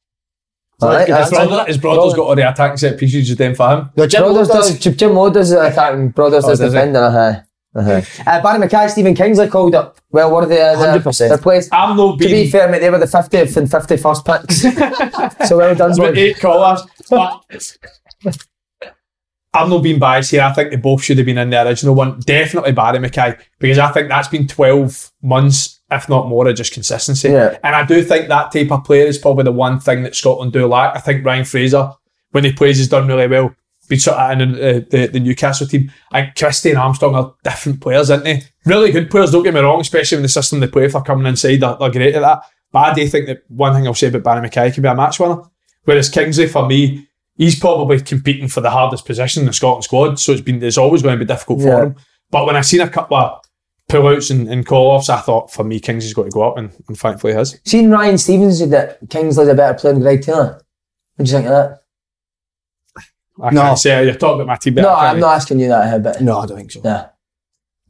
S1: All right,
S3: His
S1: that's
S3: brother, his brother's got all the attacking set pieces just then for him.
S2: No, Jim
S1: Brothers
S2: Lowe does-
S1: does, Jim Moore does the attacking, Brothers does
S3: does he?
S1: defending. Uh-huh. Uh-huh. Uh, Barry McKay, Stephen Kingsley called up. Well worthy of their,
S2: 100%.
S1: their place.
S3: I'm no
S1: To be
S3: being
S1: fair, mate, they were the 50th and 51st picks. so well done,
S3: with
S1: Spud.
S3: eight callers, but I'm not being biased here. I think they both should have been in the original one. Definitely Barry McKay, because I think that's been 12 months, if not more, of just consistency.
S1: Yeah.
S3: And I do think that type of player is probably the one thing that Scotland do lack. I think Ryan Fraser, when he plays, has done really well. Been sort of in uh, the, the Newcastle team. And Christie and Armstrong are different players, aren't they? Really good players, don't get me wrong, especially in the system they play. If they're coming inside, they're, they're great at that. But I do think that one thing I'll say about Barry McKay he can be a match winner. Whereas Kingsley, for me, he's probably competing for the hardest position in the Scotland squad, so it's been it's always going to be difficult
S1: Yeah.
S3: for him. But when I seen a couple of pullouts and, and call offs, I thought for me Kingsley's got to go up, and, and thankfully he has.
S1: Seen Ryan Stevens said that Kingsley's a better player than Greg Taylor. What do you think of that?
S3: I
S2: No.
S3: can't say you're talking about my team. but
S1: no,
S3: I can't
S1: I'm not asking you that here, but
S2: No, I don't think so.
S1: yeah.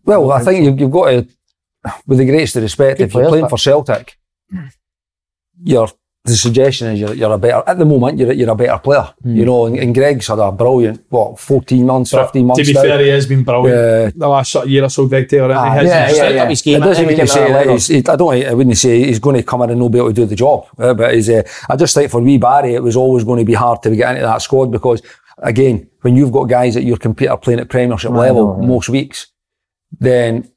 S4: Well, I think you've, you've got to, with the greatest of respect,
S2: Good
S4: if you're
S2: players,
S4: playing
S2: but-
S4: for Celtic, you're, the suggestion is you're, you're a better, at the moment, you're, you're a better player.
S2: Hmm.
S4: You know, and, and Greg's had a brilliant, what, 14 months,
S3: But
S4: 15 months
S3: To be
S4: now.
S3: fair, he has been brilliant.
S4: Yeah.
S3: The last sort of year or so, Greg Taylor, and
S2: Ah,
S3: he has
S1: yeah,
S3: He's
S1: yeah,
S3: stepped
S1: yeah.
S3: up his
S4: It
S2: Game
S4: doesn't
S2: at
S4: mean
S2: any
S4: to say
S2: level.
S4: like, he's, he, I don't. I wouldn't say he's going to come in and not be able to do the job. uh, but he's, uh, I just think for wee Barry, it was always going to be hard to get into that squad because, again, when you've got guys at your computer playing at Premiership level most weeks, then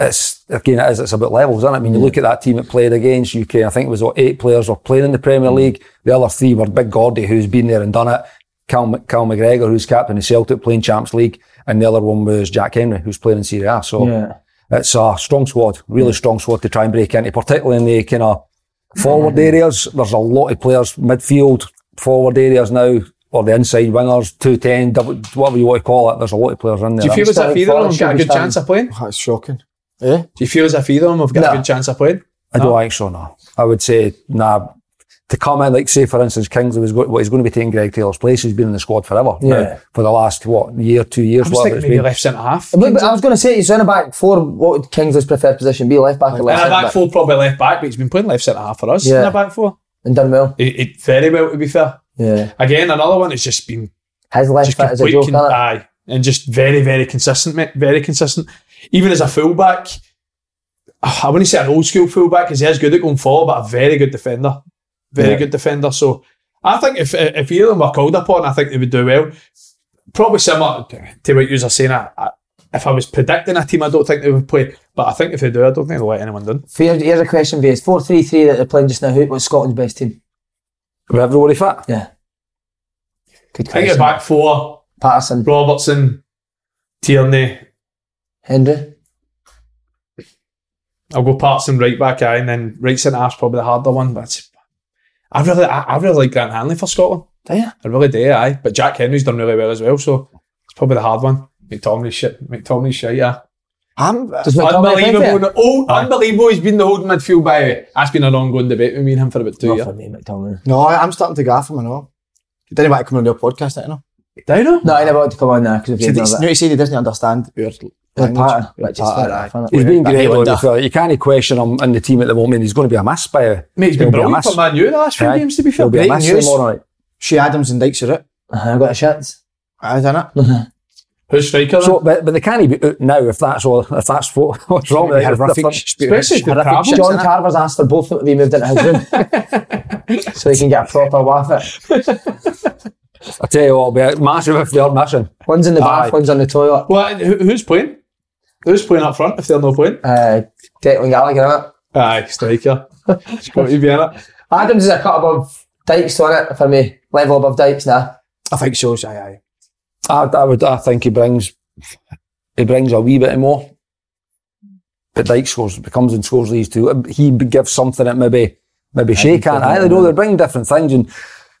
S4: it's again it is it's about levels, isn't it? I mean, you look at that team it played against UK. I think it was what, eight players were playing in the Premier
S1: Mm.
S4: League. The other three were Big Gordy, who's been there and done it. Cal, Cal McGregor, who's captain of Celtic, playing Champs League, and the other one was Jack Henry, who's playing in Serie A. So
S1: Yeah.
S4: it's a strong squad, really
S3: Hmm.
S4: strong squad to try and break into, particularly in the kind of
S3: Hmm.
S4: forward areas. There's a lot of players, midfield, forward areas now, or the inside wingers, 210, double, whatever you want to call it. There's a lot of players in there.
S3: Do you feel as if
S1: Starting
S3: either of them
S1: forward
S3: got a
S1: should
S3: good
S1: be
S3: chance of playing? Do
S2: That's shocking.
S3: you feel as if either of them have got a
S1: No.
S3: good chance of playing?
S4: I don't think so, no. I would say, nah. To come in, like say for instance, Kingsley was go- well, he's going to be taking Greg Taylor's place. He's been in the squad forever
S1: Yeah.
S4: now, for the last what year, two years,
S3: I was
S4: whatever
S3: thinking
S4: it's
S3: maybe
S4: been.
S3: left centre half.
S1: But, but I was going to say, he's in a back four. What would Kingsley's preferred position be? Left back or
S3: And
S1: left
S3: a back
S1: back?
S3: four, probably left back, but he's been playing left centre half for us.
S1: Yeah.
S3: In a back four,
S1: And done well.
S3: it, it very well to be fair.
S1: Yeah.
S3: Again, another one that's just been
S1: His left
S3: just
S1: foot is a
S3: complete
S1: joke,
S3: con-
S1: innit?
S3: aye, and just very, very consistent, mate. Very consistent. Even as a fullback, I wouldn't say an old school fullback because he is good at going forward, but a very good defender, very
S1: Yeah.
S3: good defender. So I think if if either of them were called upon, I think they would do well. Probably similar to what you were saying. I, I, if I was predicting a team, I don't think they would play. But I think if they do, I don't think they'll let anyone down.
S1: For here's, here's a question for you. It's 4 3 3 that they're playing just now. Who, what's Scotland's best team?
S4: With everybody fit.
S1: Yeah. Good
S3: I think it's
S1: question.
S3: back four:
S1: Patterson,
S3: Robertson, Tierney.
S1: Henry.
S3: I'll go Patson right back eye, and then right centre half's probably the harder one. But it's- I really, I, I really like Grant Hanley for Scotland.
S1: Do you?
S3: I really do, aye. But Jack Henry's done really well as well, so it's probably the hard one. McTominay's shit. McTominay's shit, yeah.
S2: I'm,
S1: Does McTominay play for
S3: Unbelievable. Oh, unbelievable. He's been the holding midfield by the way. That's been an ongoing debate with me and him for about two
S1: Not
S3: years.
S1: for me, McTominay.
S2: no, I- I'm starting to gaff him and all. He didn't want to come on your podcast, didn't he?
S3: Do you know?
S1: No, I never want to come on now because
S2: He
S1: we've
S2: said,
S1: done
S2: he-
S1: that.
S2: no, he said he doesn't understand our
S1: With Patton,
S2: language.
S1: which is
S2: Patter,
S1: fair
S2: aye.
S1: enough, isn't it?
S4: He's been
S2: Yeah,
S4: great,
S2: but he
S4: though, to
S2: wonder.
S4: be fair. You can't question him in the team at the moment. He's going to be a mess by a,
S3: Mate, he's been
S4: He'll be a
S3: brilliant for
S4: mass-
S3: Man U the last few
S4: Aye.
S3: games, to be fair.
S4: he'll be a
S2: Great
S4: mess
S2: news.
S4: tomorrow night.
S2: Shea Adams and Dykes are out.
S1: Uh-huh, I got a shit.
S2: Aye, done it.
S3: Who's striker
S4: So,
S3: then?
S4: but, but they can't be out now if that's all. If that's what, what's wrong with it. If
S2: Horrific,
S4: they're-
S3: Especially if they
S2: horrific
S3: travel.
S2: shit.
S1: John Carver's asked for both of them to be moved into his room so he can get a proper laugh at.
S4: I tell you what, it'll be a massive if they are missing.
S1: One's in the bath,
S3: Aye.
S1: one's on the toilet.
S3: Well, who, who's playing? Who's playing up front if they're not playing?
S1: Uh, Declan Gallagher, innit?
S3: Aye, striker. It's got to be in it.
S1: Adams is a cut above Dykes, on it, for me. Level above Dykes now.
S2: I think so, aye, aye.
S4: I, I would. I think he brings. He brings a wee bit more. But Dyke scores becomes and scores these two. Um, He gives something that maybe maybe Shea can't. I don't know. They're bringing different things and.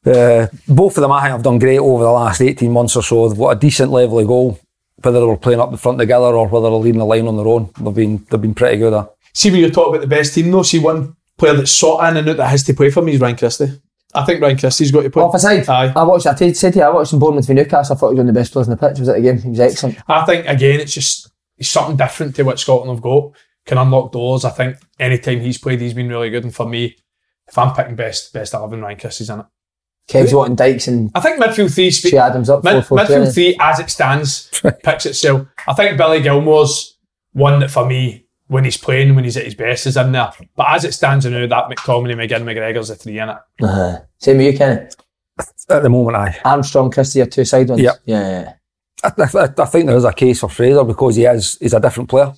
S4: Uh, both of them, I think, have done great over the last 18 months or so. They've got a decent level of goal, whether they were playing up the front together or whether they're leading the line on their own. They've been they've been pretty good at.
S3: See when you talk about the best team though, see one player that's sought in and out that has to play for me is Ryan Christie. I think Ryan Christie's got to play.
S1: Off side.
S3: Aye.
S1: I watched, I t- said to you, I watched him Bournemouth v Newcastle. I thought he was one of the best players on the pitch. He was at the game. He was excellent.
S3: I think again, it's just it's something different to what Scotland have got. Can unlock doors. I think any time he's played, he's been really good. And for me, if I'm picking best best eleven, Ryan Christie's in it.
S1: Kev's wanting Dykes and
S3: I think midfield three. Spe-
S1: Shea Adams up.
S3: mid-
S1: 4-4-2,
S3: midfield
S1: innit?
S3: three, as it stands, picks itself. I think Billy Gilmore's one that for me, when he's playing, when he's at his best, is in there. But as it stands now, that McTominay, McGinn, McGregor's the three in it.
S1: Uh-huh. Same with you, Kenny.
S4: At the moment, I
S1: Armstrong, Christie, your two side ones.
S4: Yep.
S1: Yeah, yeah.
S4: I, I, I think there is a case for Fraser because he is he's a different player.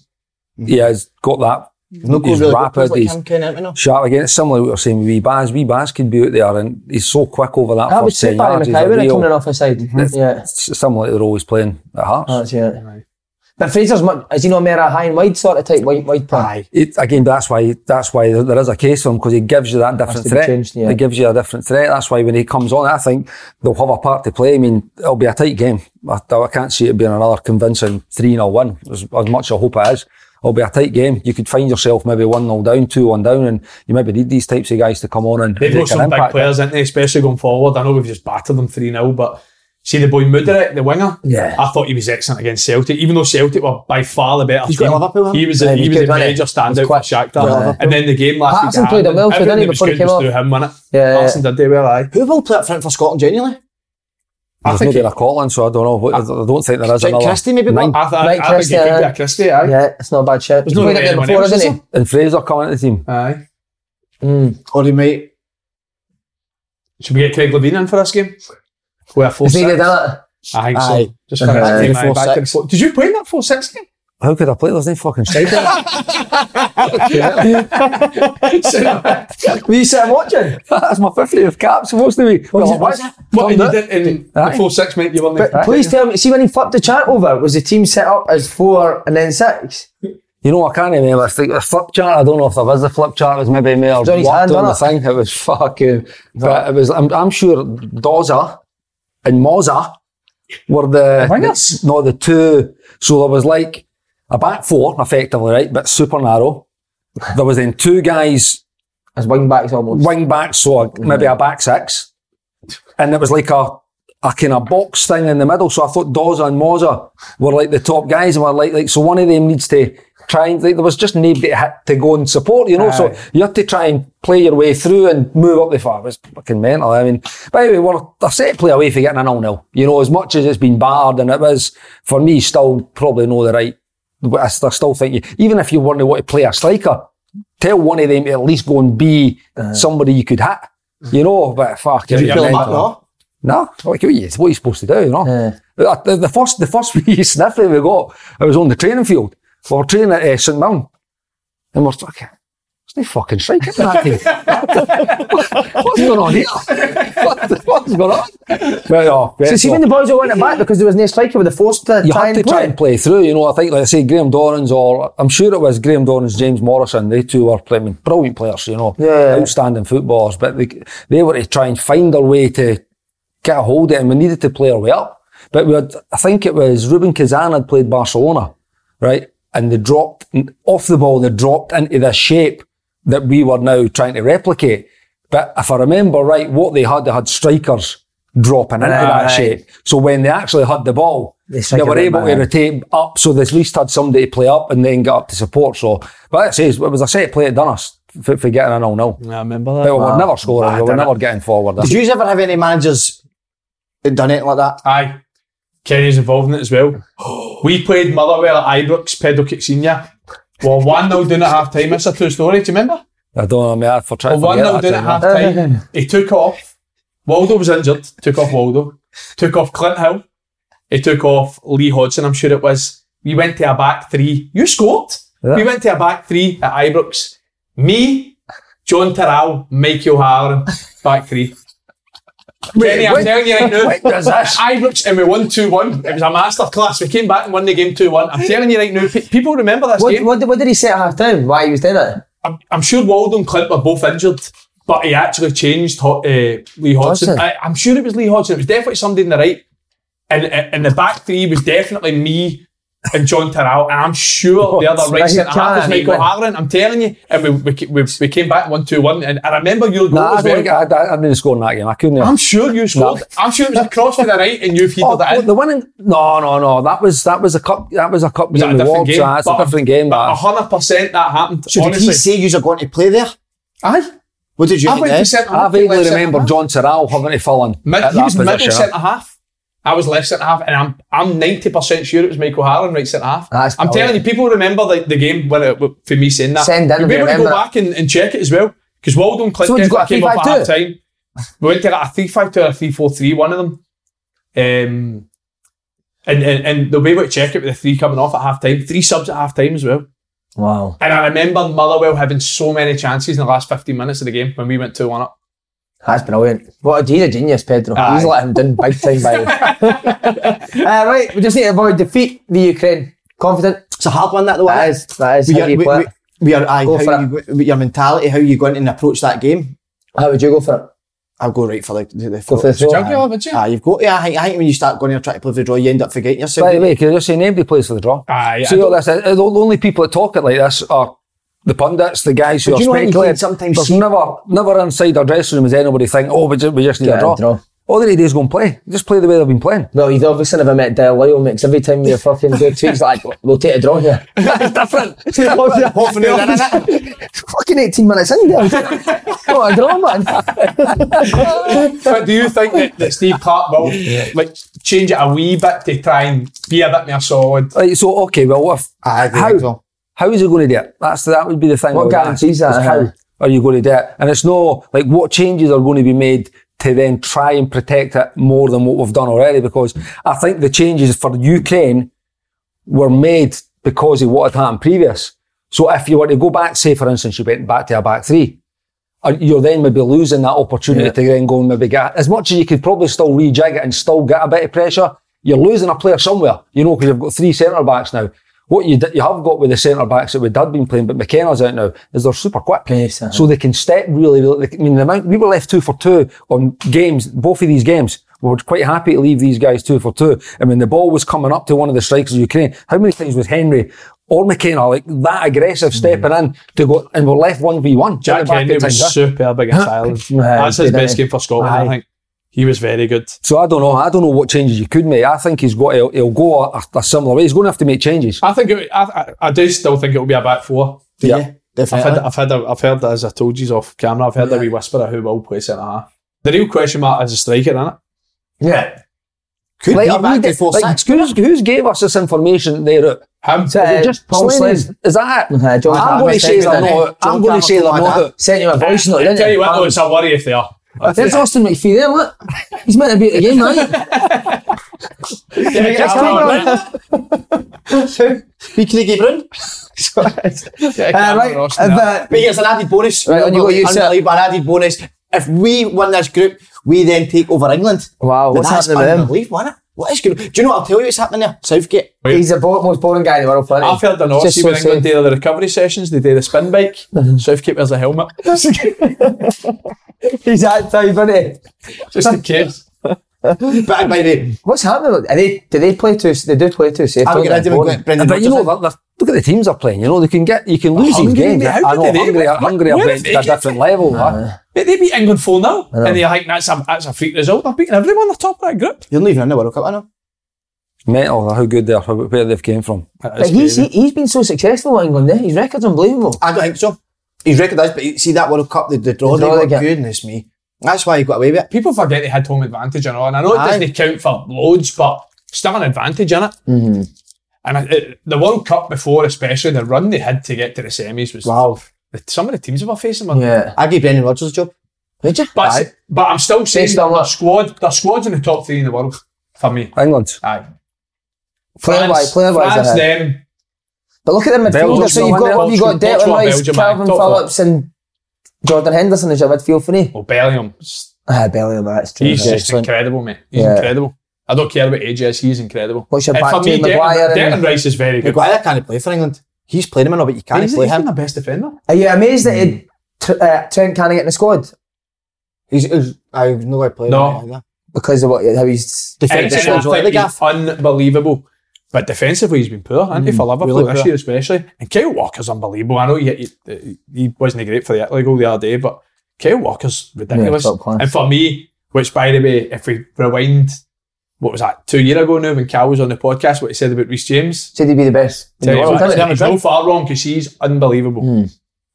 S4: He has got that.
S2: No,
S4: he's
S2: really
S4: rapid.
S2: good. Like
S4: he's
S2: him, Ken, ain't we, no?
S4: sharp again. It's similar to what we were saying with Wee Baz. Wee Baz could be out there and he's so quick over that
S1: That was
S4: first
S1: Sir
S4: ten
S1: Barry
S4: yards. He's a
S1: McKay, wasn't it,
S4: real-
S1: coming in off his side?
S3: Mhm.
S1: Yeah.
S4: it's similar to they're always playing at Hearts.
S1: That's it. But Fraser's much, is he not more a high and wide sort of type, wide, wide player?
S2: Aye.
S4: It- again, that's why that's why there- there is a case for him because he gives you that different
S1: to be
S4: threat.
S1: changed, yeah.
S4: He gives you a different threat. That's why when he comes on, I think they'll have a part to play. I mean, it'll be a tight game. I, I can't see it being another convincing 3 0 win, as, as much as I hope it is. It'll be a tight game. You could find yourself maybe 1 0 down, 2 1 down, and you maybe need these types of guys to come on and
S3: They've
S4: make
S3: got
S4: an
S3: some big
S4: impact.
S3: players, ain't they? Especially going forward. I know we've just battered them 3 0, but see the boy Muderick, the winger?
S1: Yeah.
S3: I thought he was excellent against Celtic, even though Celtic were by far the better
S2: He's
S3: team.
S2: got Liverpool, hasn't he?
S3: he was a,
S1: Yeah,
S3: he,
S1: he
S3: was
S1: could,
S3: a
S1: wasn't he?
S3: major standout
S1: He's
S3: for
S1: quick.
S3: Shakhtar.
S1: Yeah.
S3: And then the game last
S1: Patterson
S3: week. at
S1: played
S3: Hampden,
S1: well for, didn't he,
S3: everything that was
S1: before he
S3: good
S1: came
S3: was
S1: off?
S3: through him, wasn't it?
S1: Yeah, yeah.
S3: Patterson did do well, aye.
S2: Who will play up front for Scotland genuinely?
S4: There's
S3: think
S4: no been
S3: he-
S4: a Colin, so I don't know. I, I don't think there is
S2: Jake
S4: another.
S2: Christie maybe
S4: nine.
S3: I, th-
S1: Mike
S3: I think
S1: Christie,
S3: it could be
S1: aye.
S3: a Christie, aye.
S1: Yeah, it's not a bad shit.
S3: There's
S1: He's
S3: no
S1: played
S3: way
S1: it there
S3: anyone
S1: before,
S3: else
S1: isn't
S3: is
S1: he?
S4: And Fraser coming into the team.
S3: Aye.
S1: Mm.
S2: Or he might.
S3: Should we get Craig Levine in for this game? We're 4
S1: He's needed
S3: 6.
S1: done
S3: I think
S2: Aye.
S3: so. Just for that
S2: Aye.
S3: game,
S2: Four
S3: aye, back to the
S2: six.
S3: four- Did you play in that 4 6 game?
S4: How could I play? There's no fucking striker.
S1: it. Were you sitting watching?
S4: That's my 50th cap, supposed to be. Well,
S1: What's
S4: what?
S3: What
S4: Done
S3: you
S4: it.
S3: did in the
S4: Aye.
S3: 4 6, mate, you won the.
S1: But please tell me, see when he flipped the chart over, was the team set up as four and then six?
S4: You know, I can't remember. It's like the flip chart. I don't know if there was a flip chart. It was maybe me or
S1: Johnny's
S4: walked
S1: hand,
S4: on the
S1: wasn't
S4: thing. It was fucking. But it was. I'm, I'm sure Dawza and Moza were the
S3: Wingers?
S4: No, the two. So there was like a back four, effectively, right? But super narrow. There was then two guys
S1: As wing backs almost.
S4: wing backs, so maybe a back six, and it was like a a kind of box thing in the middle. So I thought Dawza and Moza were like the top guys, and were like like so one of them needs to try and like, there was just nobody to, hit to go and support, you know. So you had to try and play your way through and move up the far. It was fucking mental. I mean, by the way, we're a set play away for getting an all nil. You know, as much as it's been barred, and it was for me still probably no the right. but I st- I still think you, even if you
S1: Uh-huh.
S4: weren't to want to play a striker, tell one of them to at least go and be somebody you could hit. You know, but fuck.
S3: Did you
S4: it
S3: kill
S4: was
S3: him
S4: mental. No, like, what are you, what are you supposed to do, you know?
S1: Yeah.
S4: The, uh, the- the first, the first wee sniff that we got, it was on the training field. We were training at uh, St Mirren, and we're like, "There's no fucking striking that team. what's going on here? What, what's going on?" But, uh,
S1: So see when the boys all went back because there was no striker, were they forced to
S4: you
S1: try
S4: had
S1: and
S4: to try
S1: play?
S4: and play through. You know, I think, like I say, Graham Dorans or I'm sure it was Graham Dorans, James Morrison. They two were I mean, brilliant players. You know,
S1: Yeah.
S4: outstanding footballers. But they, they were to try and find their way to get a hold of it, and we needed to play our way up. But we had, I think it was Ruben Kazan had played Barcelona, right? And they dropped off the ball. They dropped into the shape that we were now trying to replicate. But if I remember right, what they had, they had strikers dropping into that
S1: Right.
S4: shape. So when they actually had the ball,
S1: They
S4: they,
S1: strike
S4: were
S1: it right
S4: able
S1: back.
S4: to rotate up, so they at least had somebody to play up and then get up to support. So, but like I say, it was a set play at done us for, for getting an all nil.
S3: I remember
S4: But
S3: that.
S4: we were never scoring. we were never getting forward.
S2: Did you ever have any managers that done anything like that?
S3: Aye. Kenny's involved in it as well. we played Motherwell at Ibrox, Pedro Kick Senior. Well, 1 0 down at half time. That's a true story, do you remember?
S4: I don't know. I mean, I for
S3: Well,
S4: trying to
S3: one
S4: forget
S3: nil down at half
S4: that.
S3: time. He took off. Waldo was injured. Took off Waldo. Took off Clint Hill. He took off Lee Hodgson. I'm sure it was. We went to a back three. You scored. We went to a back three at Ibrox. Me, John Terrell, Mikey O'Halloran, back three. Kenny, I'm
S4: when-
S3: telling you right now.
S4: when was this?
S3: Ibrox and we won 2 1. It was a masterclass. We came back and won the game 2 1. I'm telling you right now, pe- people remember this
S1: What,
S3: game.
S1: what, did- what did he say at half time? Why he was doing it?
S3: I'm, I'm sure Waldo and Clint were both injured, but he actually changed Ho- uh, Lee Hodgson.
S1: Hodgson.
S3: I, I'm sure it was Lee Hodgson. It was definitely somebody in the right. And, and and the back three was definitely me and John Terrell. And I'm
S4: Oh,
S3: sure the other right
S1: Right,
S3: centre half was
S1: can't
S3: Michael
S4: eh?
S1: even.
S3: Halloran. I'm telling you. And we, we, ca- we, we came back 1 2 1. And I remember your goal
S4: Nah, I,
S3: as
S4: don't,
S3: well.
S4: I, I, I didn't score in that game. I couldn't. have-
S3: I'm sure you scored. I'm sure it was a cross to the right and you've heated
S4: Oh,
S3: that
S4: oh,
S3: in.
S4: the winning? No, no, no. That was that was a cup. That was a cup
S3: Was
S4: game.
S3: that
S4: with Wolves. Ah, It's a
S3: But-
S4: different game.
S3: But
S4: That.
S3: 100% that happened.
S2: So did
S3: honestly.
S2: he say you were going to play there?
S3: Aye.
S2: What did you
S3: I
S2: think
S3: went
S2: then?
S3: to centre
S4: I
S3: half, left
S4: vaguely
S3: centre
S4: remember
S3: half.
S4: John Terrell having to fill in.
S3: Mid-
S4: at
S3: he
S4: that
S3: was middle
S4: position.
S3: centre half. I was left centre half, and I'm I'm ninety percent sure it was Michael Harlan right centre half.
S1: That's
S3: I'm telling you, people remember the, the game when it, for me saying that.
S1: Send in if
S3: we
S1: you
S3: were to go
S1: remember that.
S3: back and, and check it as well because Waldo and Clint
S1: So you got a
S3: definitely came up at
S1: 3-5-2?
S3: half time. We went to like a three five two or a three four three, one of them. Um, and, and and the way we check it with the three coming off at half time, three subs at half time as well.
S1: Wow.
S3: And I remember Motherwell having so many chances in the last fifteen minutes of the game when we went two one up.
S1: That's brilliant. What a, he's a genius, Pedro.
S3: Aye.
S1: He's let him down big time by uh, Right, we just need to avoid defeat the Ukraine. Confident.
S2: It's a hard one that though.
S1: That
S2: eh?
S1: is, that is.
S2: We
S1: How,
S2: are,
S1: do you
S2: we,
S1: play
S2: we,
S1: it?
S2: we are aye,
S1: Go for
S2: how you, go- with your mentality, how you going to approach that game?
S1: how would you go for
S2: I'll go right for the, the, the
S1: it? Go for the throw.
S3: Junkie, haven't you?
S2: Ah, you've got. Yeah, I think, I think when you start going to try to play for the draw, you end up forgetting yourself.
S4: By the way, can I just say nobody plays for the draw?
S3: Aye, I
S4: See all this. uh, The the only people that talk it like this are the pundits, the guys who
S2: But
S4: are
S2: do you know what you can
S4: speculating.
S2: sometimes
S4: There's
S2: see-
S4: never, never inside our dressing room is anybody think, oh, we just, we just need
S1: Get
S4: a
S1: a
S4: draw.
S1: draw.
S4: All they need to do is go and play. Just play the way they've been playing.
S1: Well, you've obviously never met Dale Lyle, makes every time you're fucking doing tweets like, we'll take a draw here.
S4: it's different. It's
S1: yeah.
S4: different.
S2: Hopefully they're in it.
S1: fucking 18 minutes in there. what a draw, man.
S3: but do you think that, that Steve Clark will like change it a wee bit to try and be a bit more solid?
S4: Right, so, okay, well, if,
S2: I think
S4: how,
S2: so.
S4: how is he going to do it? That's, that would be the thing.
S1: What
S4: I would
S1: guarantees
S4: ask,
S1: that,
S4: is
S1: huh?
S4: How are you going to do it? And it's no, like, what changes are going to be made to then try and protect it more than what we've done already? Because I think the changes for Ukraine were made because of what had happened previous. So if you were to go back, say, for instance, you went back to a back three, uh, you're then maybe losing that opportunity to then go and maybe get as much as you could probably still rejig it and still get a bit of pressure. You're losing a player somewhere, you know, because you've got three centre backs now. What you d- you have got with the centre backs that we had been playing, but McKenna's out now, is they're super quick,
S1: Yes, uh-huh.
S4: so they can step really. really I mean, the amount we were left two for two on games, both of these games. We were quite happy to leave these guys two for two. And when the ball was coming up to one of the strikers of Ukraine, how many times was Henry or McKenna like that aggressive stepping in to go and we're left one v one?
S3: Hmm. Jack Henry was superb against Ireland.
S1: Aye,
S3: That's his
S1: didn't
S3: best
S1: he? eh?
S3: game for Scotland, I
S1: Aye.
S3: think. He was very good.
S4: So I don't know. I don't know what changes you could make. I think he's got. He'll, he'll go a, a similar way. He's going to have to make changes.
S3: I think it, I, I, I do still think it will be a back four.
S2: Yeah,
S3: I've had,
S2: definitely.
S3: I've had, a, I've heard as I told you off camera. I've heard a wee whisper of who will play centre half. The real question mark is a striker, isn't it?
S1: Yeah.
S2: Could
S4: Like,
S2: be
S4: are we
S2: back
S4: de-
S2: before
S4: like,
S2: six.
S4: who's, who's gave us this information there? At,
S3: Him.
S1: So, uh,
S4: just
S1: Paul
S4: Slaney?
S1: Slade.
S4: is, is that it?
S1: Uh, John
S4: I'm
S1: Clark
S4: going
S1: was
S4: to say
S1: second,
S4: they're
S1: didn't he?
S4: not. out.
S2: John
S4: I'm going
S2: Clark
S4: to say
S2: was
S4: they're
S2: second,
S4: not.
S2: didn't
S4: out.
S1: Sent you Um, a voice note,
S3: I
S1: didn't
S3: tell
S1: he?
S3: you what, though,
S1: Pardon.
S3: it's a worry if they are.
S1: There's Austin McPhee there, look. He's meant to be at the game, right?
S2: Be Craigie Brown.
S1: Uh, right, uh,
S2: But here's an added bonus.
S1: Right, on you go, you
S2: Unbelievable, An added bonus. If we win this group, we then take over England.
S1: Wow,
S2: But
S1: what's
S2: that's
S1: happening with them?
S2: unbelievable, isn't it? What is going? Do you know what I'll tell you? What's happening there? Southgate.
S1: but he's the bo- most boring guy in the world, funny.
S3: I've heard an
S1: It's just
S3: Aussie
S1: so
S3: when England
S1: safe. Uh-huh.
S3: do the recovery sessions, they do the spin bike. Southgate wears a helmet,
S1: He's that type, isn't
S3: just in case.
S2: But by the
S1: he? What's happening? Are they, do they play too, they do play too safe.
S2: I'll
S1: don't
S2: get
S1: they?
S2: ready with Brendan.
S4: but you know,
S2: Rodgers.
S4: they're, they're- look at the teams they're playing. You know, they can get, you can lose these
S3: Hungary,
S4: games.
S3: mate, how
S4: I
S3: did
S4: know
S3: they-
S4: Hungary, are- Hungary are
S3: where Uh,
S4: playing
S3: did
S4: at a
S3: they get
S4: different
S3: it?
S4: level. huh?
S3: They, they beat England 4 0, and they're like, that's a, that's a freak result. They're beating everyone at the top of that group.
S2: You're not even in the World Cup, I know.
S4: Mental, how good they are, how- where they've came from. Er
S1: But he's, he, he's been so successful with England, eh? His record's unbelievable.
S2: I don't think so. He's recognised, but you see that World Cup, the, the draw,
S1: The draw
S2: they
S1: they
S2: got,
S1: get.
S2: goodness me. That's why he got away with it.
S3: People forget they had home advantage and all, and I know it
S2: Aye.
S3: doesn't count for loads, but still an advantage in it. Mm-hmm. And I, it, the World Cup before, especially the run they had to get to the semis was
S2: Wow.
S3: some of the teams they were facing were
S1: Yeah.
S2: I gave Brendan Rodgers a job.
S1: Did you?
S3: But, but I'm still saying
S1: Based
S3: that
S1: on
S3: their
S1: what?
S3: squad, their squad's in the top three in the world for me.
S4: England.
S3: Aye.
S1: Player wise, player wise,
S3: France,
S1: ahead.
S3: them.
S1: But look at the
S4: Belgium,
S1: midfield. So you've got what have you got
S3: Belgium,
S1: Declan Rice,
S3: Belgium,
S1: Calvin
S3: top four.
S1: Phillips, and Jordan Henderson as your midfield for me.
S3: Well, Oh, Bellingham.
S1: Ah, Bellingham, that's true.
S3: He's
S1: yeah.
S3: just incredible, mate. He's
S1: Yeah.
S3: incredible. I don't care about ages. He's incredible.
S1: What's your
S3: and
S1: back
S3: for
S1: to
S3: me,
S1: Maguire
S3: Declan,
S1: and-
S3: Declan Rice is very good.
S2: Maguire can't play for England. He's playing him, I know, but you can't
S3: He's,
S2: play
S3: he's
S2: him.
S3: been the best defender.
S1: Are you amazed that he, tr uh, Trent can't get in the squad
S2: He's, he's, I have no way playing
S3: No.
S2: him.
S1: because of what how he's?
S3: And, and
S2: Defensive
S3: I
S2: squad's like the
S3: think
S2: gaff.
S3: he's unbelievable. But defensively, he's been poor, hasn't he, for Liverpool
S2: really
S3: this
S2: poor.
S3: year especially. And Kyle Walker's unbelievable. I know he, he, he wasn't great for the Italy goal the other day, but Kyle Walker's ridiculous.
S1: top class.
S3: and for me, which by the way, if we rewind, what was that, two years ago now when Cal was on the podcast, what he said about Reece James,
S1: Said he'd be the best. in
S3: Tell
S1: the
S3: you
S1: world,
S3: what,
S1: didn't
S3: he's
S1: he?
S3: no far wrong because he's unbelievable.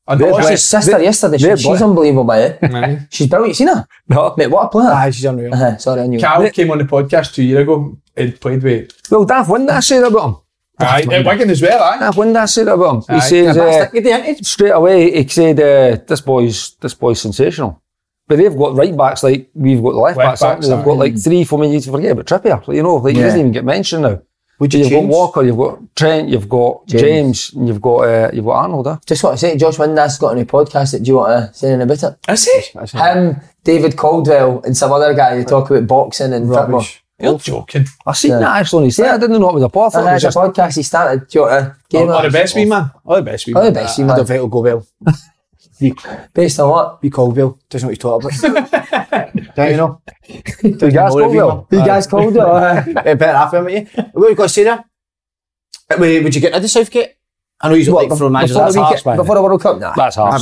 S3: And
S1: Watched
S3: honestly,
S1: his sister yesterday. She,
S4: they're
S1: she's
S4: black.
S1: unbelievable, man.
S3: man,
S1: She's brilliant. You seen her?
S4: No.
S1: Mate, what a player.
S2: Aye, she's unreal.
S1: Uh-huh, sorry, I knew.
S3: Cal came on the podcast two years ago and played with
S4: Well, Daft, when did I say that about him?
S3: aye, at Wigan as well, aye.
S4: Daft, when did I say that about him? He
S3: Aye.
S4: says,
S2: Yeah, but
S4: uh,
S2: stick with the United.
S4: straight away, he said, uh, this boy's this boy's sensational. But they've got right backs like we've got the left,
S3: Left
S4: backs. haven't
S3: backs,
S4: they?
S3: aye.
S4: They've got like three, four minutes. You forget about Trippier. Like, you know, like he
S1: Yeah.
S4: doesn't even get mentioned now.
S2: Would you
S4: You've got
S2: change?
S4: Walker, you've got Trent, you've got James, and you've got uh, you've got Arnold. Eh?
S1: Just want to say, Josh Windass got on a podcast. That do you want to say anything about it?
S3: Is he?
S1: Him, David Caldwell, and some other guy. They talk about boxing and football.
S2: Rubbish.
S3: You're joking.
S4: I seen that actually. on his thing. I didn't know it was a paw. I thought it
S1: Uh,
S4: was
S1: the
S4: just
S1: podcast he started. Do you want to give
S3: Or the
S1: it?
S3: best wee man. Or the best wee
S1: Oh,
S3: man.
S1: the best, you
S2: I
S1: man.
S2: don't think it'll go well.
S1: Based on what?
S2: Be Caldwell. Doesn't know what he's talking about. don't you know?
S4: the gas
S2: know if he
S4: Caldwell.
S1: You guys called it? uh,
S2: Eh, better half of him, aren't you? What have you got to say there? Eh, Would would you get rid of Southgate? I know he's
S1: what,
S2: like from Manchester.
S1: before, the
S2: That's
S1: weekend-
S2: harsh, man.
S1: before the World Cup? Nah.
S4: That's half.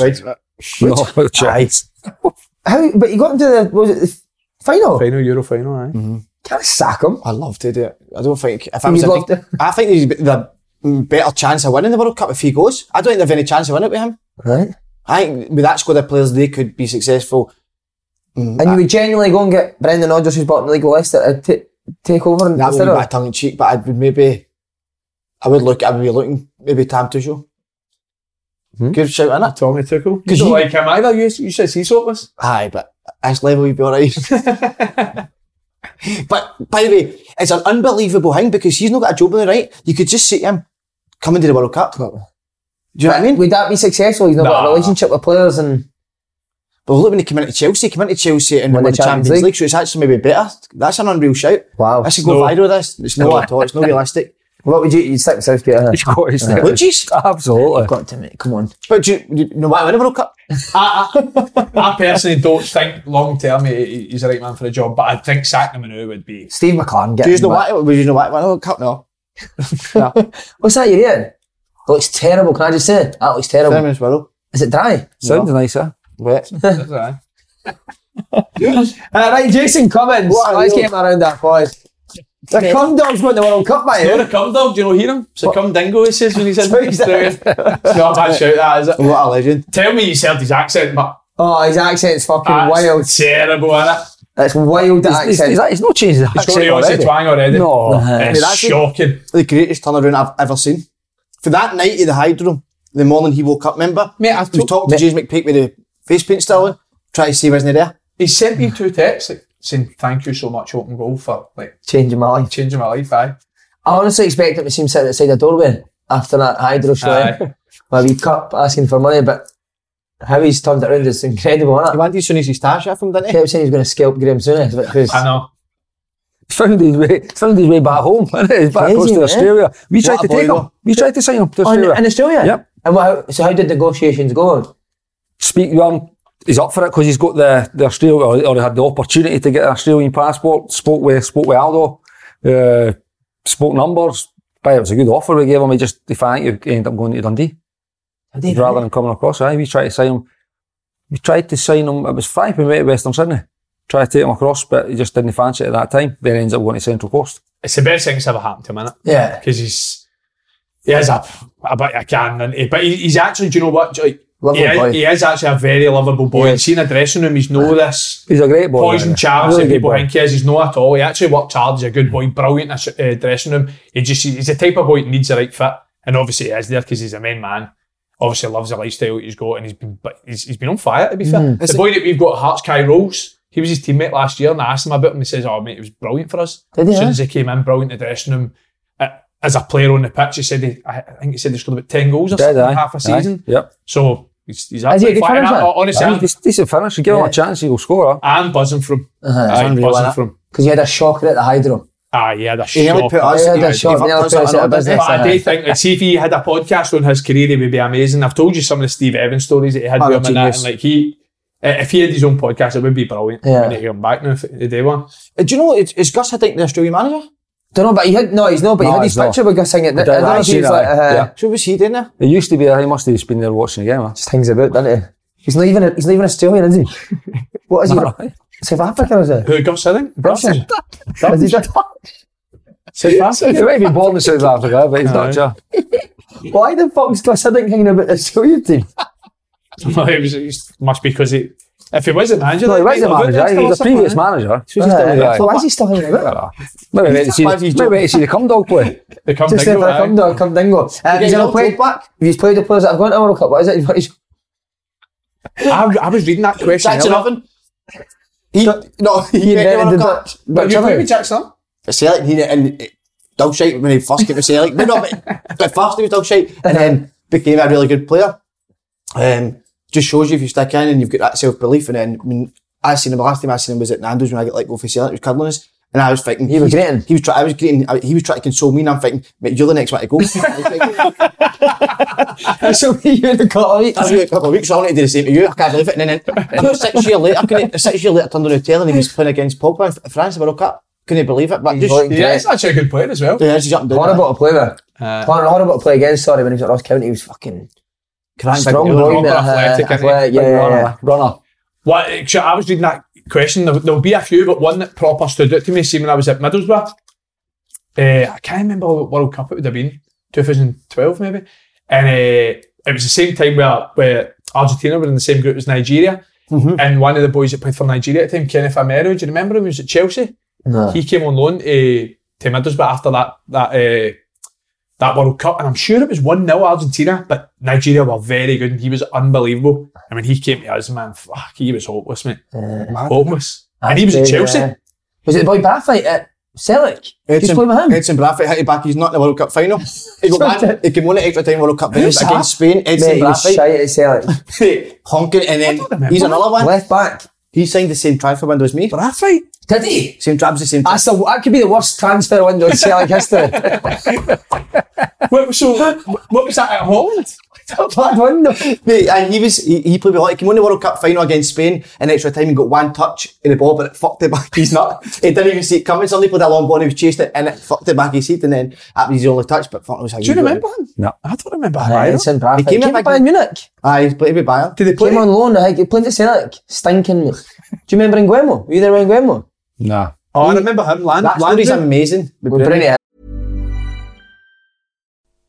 S4: No,
S2: Aye.
S1: How, but he got into the, was it the f- final?
S3: Final Euro final,
S1: eh?
S3: aye.
S1: Can't sack him.
S2: I love to do it. I don't think if I
S1: You'd
S2: was a
S1: love
S2: big,
S1: to.
S2: I think there's the better chance of winning the World Cup if he goes. I don't think they've any chance of winning it with him.
S1: Right.
S2: I think with that squad of players, they could be successful.
S1: And you would genuinely go and get Brendan Rodgers, who's bought in the league of Leicester, to t- take over and
S2: That would be
S1: instead of-
S2: my tongue in cheek, but I would maybe, I would look, I would be looking maybe Tam Tuchel. Good shout, innit?
S3: Tommy Tuchel. You
S2: Cause
S3: don't
S2: you-
S3: like him either. You, you said he's hopeless.
S2: Aye, but at this level, you'd be alright. but by the way, it's an unbelievable thing because he's not got a job in the right. You could just see him coming to the World Cup. Do you know what I mean?
S1: Would that be successful? He's not got a
S3: Nah.
S1: relationship with players and
S2: But look, when he came into Chelsea, he came into Chelsea and won the Champions League. so it's actually maybe better. That's an unreal shout.
S1: wow.
S2: I should go
S3: No.
S2: viral this. It's not at all. It's not realistic.
S1: What would you? You'd stick with Southgate. huh?
S4: He's got his
S2: But jeez,
S4: "Ah, Absolutely.
S1: Got to mate. Come on.
S2: but do you, you know why I win the World Cup?
S3: I personally don't think long term he, he- he's the right man for the job, but I think sacking him now would be.
S1: Steve McLaren.
S2: Do
S1: Get
S2: you
S1: him
S2: know
S1: back.
S2: why? Would you know why I won the World Cup? No.
S1: What's that you're eating? Looks terrible. Can I just say that looks terrible?
S2: Same as well.
S1: Is it dry?
S4: Sounds nice, eh?
S2: Wait.
S3: That's all right.
S1: Uh, right, Jason Cummins.
S2: What a
S1: Let's
S2: real-
S1: get him around that pause. The cum dog's won the World Cup, mate.
S3: You're a cum dog, do you know hear him? It's a cum dingo, he says when he's in.
S1: Who's
S3: it's not a bad shout, that is it?
S2: What a legend.
S3: Tell me you heard his accent, but
S1: Oh, his accent's fucking
S3: that's
S1: wild.
S3: terrible, isn't it?
S1: That's wild that
S4: He's,
S1: accent.
S4: he's, he's not changed his
S3: It's got the
S4: accent
S3: Aussie
S4: already.
S3: twang already.
S4: No.
S3: It's
S2: that's it.
S3: shocking.
S2: The greatest turnaround I've ever seen. For that night in the hydro, the morning he woke up, remember?
S3: Mate, I've
S2: we
S3: told-
S2: talked to James McPeak with the face paint still on, try to see wasn't he there.
S3: He sent me two texts like, saying thank you so much, open goal for like
S1: Changing my life.
S3: changing my life. Aye,
S1: I honestly expect him to seem sitting outside the doorway after that hydro show.
S3: aye.
S1: My wee cup asking for money, but how he's turned it around is incredible,
S2: He
S1: isn't it?
S2: went as soon as he started with him, didn't he?
S1: kept saying he's going to scalp Graham Souness, which was
S3: I know.
S4: Found his way, found his way back home, innit? He's back
S1: Crazy,
S4: across to
S1: man.
S4: Australia. We tried
S2: a
S4: to take
S2: boy,
S4: him. We tried to sign him to
S1: on,
S4: Australia.
S1: in Australia.
S4: Yep.
S1: And what, so how did negotiations go?
S4: speak to him. He's up for it because he's got the the Australian or, or he had the opportunity to get an Australian passport. Spoke with spoke with Aldo, uh, spoke numbers. But it was a good offer we gave him. He just he thanked you. He ended up going to Dundee
S1: Did
S4: rather than coming across. Aye, we tried to sign him. We tried to sign him. It was five we met at Western Sydney. Tried to take him across, but he just didn't fancy it at that time. Then he ends up going to Central Coast.
S3: It's the best thing that's ever happened to him, innit?
S1: Yeah.
S3: Because he's he is a a bit of a can, isn't he? but he, he's actually. Do you know what? Like,
S1: Lovely
S3: he, is-
S1: boy.
S3: he is actually a very lovable boy. He's seen a dressing room. He's no this.
S4: He's a great boy.
S3: poison
S4: man.
S3: Charles
S4: Really
S3: that
S4: good
S3: people
S4: boy.
S3: think he is. He's not at all. He actually worked hard. He's a good boy, brilliant in the sh- uh, dressing room. He just he's the type of boy that needs the right fit, and obviously he is there because he's a main man. Obviously loves the lifestyle he's got, and he's been but he's, he's been on fire to be fair.
S1: Mm-hmm.
S3: The boy that we've got at Hearts, Kai Rolls. He was his teammate last year, and I asked him about him. He says, "Oh mate, it was brilliant for us."
S1: Did he,
S3: As soon
S1: eh?
S3: as he came in, brilliant in the dressing room. Uh, as a player on the pitch, he said he, I I think he said he scored about ten goals or
S4: Dead,
S3: something
S4: aye.
S3: in half a
S4: Aye.
S3: season.
S4: Yep.
S3: So he's
S1: Is
S3: he's
S1: he a
S3: absolutely
S1: good
S3: fine. And I-
S1: finisher?
S3: Honestly,
S4: Aye,
S3: I'm,
S4: he's a decent finisher. Give him a chance, he'll score. huh?
S3: I'm buzzing from.
S1: Uh-huh.
S3: I'm
S1: unreal,
S3: buzzing
S1: innit?
S3: from.
S1: Because he had a shocker at the hydro.
S3: Ah, yeah, that's
S2: He nearly
S3: shocking.
S2: put us
S1: Yeah,
S2: he-
S1: that
S2: he
S1: shot,
S2: fucked
S1: nearly
S2: us
S1: put us out of
S2: another
S1: business.
S2: business.
S3: But I do think, like, see if he had a podcast on his career, he would be amazing. I've told you some of the Steve Evans stories that he had
S2: Oh,
S3: with him and that,
S2: genius.
S3: and like he, eh, if he had his own podcast, it would be brilliant.
S1: Yeah.
S3: We need to hear him back now for the day one.
S2: Uh, Do you know, is, is Gus Hiddink the Australian manager?
S1: Don't know, but he had no, he's not. But
S4: No,
S1: he had
S4: he's
S1: his
S4: not.
S1: picture with Gus singing. I
S4: don't
S1: don't know
S4: know,
S1: if he's
S4: I've
S1: like
S4: seen it, aye.
S1: uh,
S4: Yeah.
S2: So was he doing there?
S4: He used to be there. He must have just been there watching the game. Huh?
S1: just hangs about, doesn't he? He's not even a, he's not even Australian, is he? What is he? South African, is he?
S3: Who Gus Hiddink? Russian.
S1: Is he just,
S4: He might be born in South Africa, but he's
S3: Aye.
S4: not sure.
S1: why the fuck's Gus Hiddink hanging about the Australian team?
S3: Well, it was, it was- must be because he, if he was the manager,
S4: No, he
S3: then
S4: was the
S3: might not
S4: manager.
S3: have been
S4: He was
S3: still
S4: a previous
S3: something,
S4: manager.
S1: Uh, so
S4: Aye.
S1: why is he still hanging about?
S4: Maybe wait to see,
S2: Sometimes he's
S4: maybe wait to see the cum dog play.
S3: eh? They come
S1: Just
S3: down,
S1: if I
S3: aye.
S1: come down, come dingo. Uh, he's ever played.
S2: back.
S1: He's played the players that have gone to the World Cup. What is it? What is-
S3: I, I was reading that question.
S2: Jackson
S3: earlier.
S2: Oven. He, no, he, he
S1: invented
S2: invented
S1: that.
S2: that.
S1: But
S3: Have you
S1: Trevor-
S3: played with Jackson?
S2: Celtic, he, and dog shite when he first came to Celtic. no, no, but, but first he was dog shite and then became a really good player. Um, just shows you if you stick in and you've got that self belief. And then, I mean, I seen him, the last time I seen him was at Nando's when I got like go for Celtic, he was cuddling us. And I was thinking,
S1: He was
S2: he's-
S1: greeting.
S2: He was trying. I was greeting. I- He was trying to console me, and I'm thinking, mate, you're the next one to go. I
S1: So you in the cup, right?
S2: was here a couple of weeks. I wanted to do the same to you. I can't believe it. And then, and then six years later, I couldn't, six years later, I turned on the telly and he was playing against Pogba in F- France in the World Cup. Couldn't believe it. But just,
S1: like-
S3: Yeah, he's actually a good player as well.
S2: yeah, he's up and down.
S1: Horrible to play with.
S3: Uh,
S1: Hor- horrible to play against. Sorry, when he was at Ross County, he was fucking
S2: Crank,
S1: strong
S2: but-
S1: boy,
S3: proper
S1: mate, uh,
S3: athletic, isn't he?
S1: athletic, yeah, yeah, yeah.
S4: runner.
S3: What actually, I was reading that question. There, there'll be a few, but one that proper stood out to me. See, when I was at Middlesbrough, uh, I can't remember what World Cup it would have been, 2012 maybe, and uh, it was the same time where where Argentina were in the same group as Nigeria, and one of the boys that played for Nigeria at the time, Kenneth Amero, do you remember him? He was at Chelsea.
S1: No.
S3: He came on loan to, to Middlesbrough after that that uh, that World Cup, and I'm sure it was one 0 Argentina, but Nigeria were very good, and he was unbelievable. And when he came to us, man, fuck, he was hopeless, mate, hopeless. And he was at
S1: That's
S3: Chelsea.
S1: crazy, yeah. Was it the boy Bathfight at Celtic? Did you
S2: Edson,
S1: play with him?
S2: Edson Brathwaite hit it back. He's not in the World Cup final. He got banned. He came on at extra time World Cup final
S1: Who's
S2: against
S1: that?
S2: Spain.
S1: Mate,
S2: Edson
S1: he was
S2: Brathwaite
S1: shite at Celtic.
S2: honking, and then
S3: remember
S2: he's another one.
S1: Left back.
S2: He signed the same transfer window as me.
S3: Brathwaite.
S1: Did he?
S2: Same transfer, same.
S1: That's the, that could be the worst transfer window in Celtic history.
S3: Wait, so what was that at Holland?
S1: Bad window.
S2: Mate, and he was he, he played with like he won the World Cup final against Spain in extra time and got one touch in the ball, but it fucked it back his nut. he didn't even see it coming. Somebody played a long ball and he was chasing it and it fucked it back his head and then that was his only touch, but fuck knows how
S3: Do you remember him?
S4: No.
S3: I don't remember.
S1: Aye,
S3: him.
S1: Edson Brathwaite.
S2: He
S1: He
S2: came
S1: came
S2: in
S1: to
S2: back-
S1: Bayern Munich.
S2: Aye, he's played with Bayern.
S3: Did they play?
S1: Came on loan. I think he played at Celtic. Stinking me. Do you remember Nguemo? Were you there with Nguemo?
S4: Nah.
S3: oh, I remember him. Land,
S2: That story's
S3: Landry.
S2: amazing.
S1: Brilliant.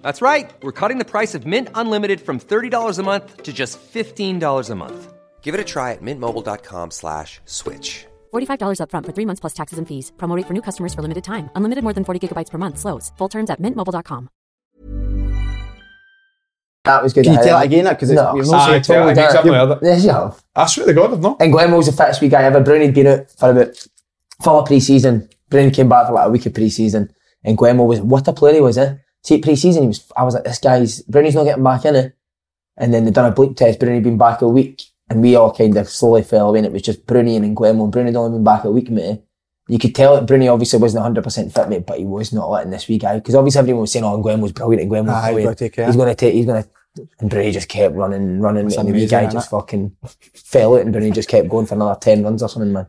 S5: That's right. We're cutting the price of Mint Unlimited from $30 a month to just $15 a month. Give it a try at mintmobile.com slash switch.
S6: $45 upfront for three months plus taxes and fees. Promo rate for new customers for limited time. Unlimited more than 40 gigabytes per month. Slows. Full terms at mintmobile.com.
S1: That was good.
S2: Can you
S1: I-
S2: tell it again? Because
S1: No.
S2: we've
S3: Aye,
S2: not seen
S3: Ah, tell it
S2: it
S3: again,
S2: totally
S3: something
S2: done.
S3: like that.
S1: Yes, you have.
S3: I swear to God, I've not.
S1: And Glenn was the fittest wee guy ever. Brownie'd been out for about full of pre-season. Brownie came back for like a week of pre-season. And Glenmo was, what a player he was, eh? See, pre-season, he was, I was like, this guy's, Brownie's not getting back in it. And then they done a bleep test, Brownie had been back a week. And we all kind of slowly fell away and it was just Brownie and Glenmo. And Brownie'd only been back a week, mate. You could tell that Brownie obviously wasn't 100% fit, mate, but he was not letting this wee guy, because obviously everyone was saying, oh, Glenmo's brilliant, and Glenmo's
S2: Aye,
S1: brilliant.
S2: gotta take care.
S1: He's going to take, he's going to, and Brownie just kept running and running, mate, and the wee
S2: amazing,
S1: guy
S2: innit?
S1: just fucking fell out and Bruni just kept going for another 10 runs or something, man.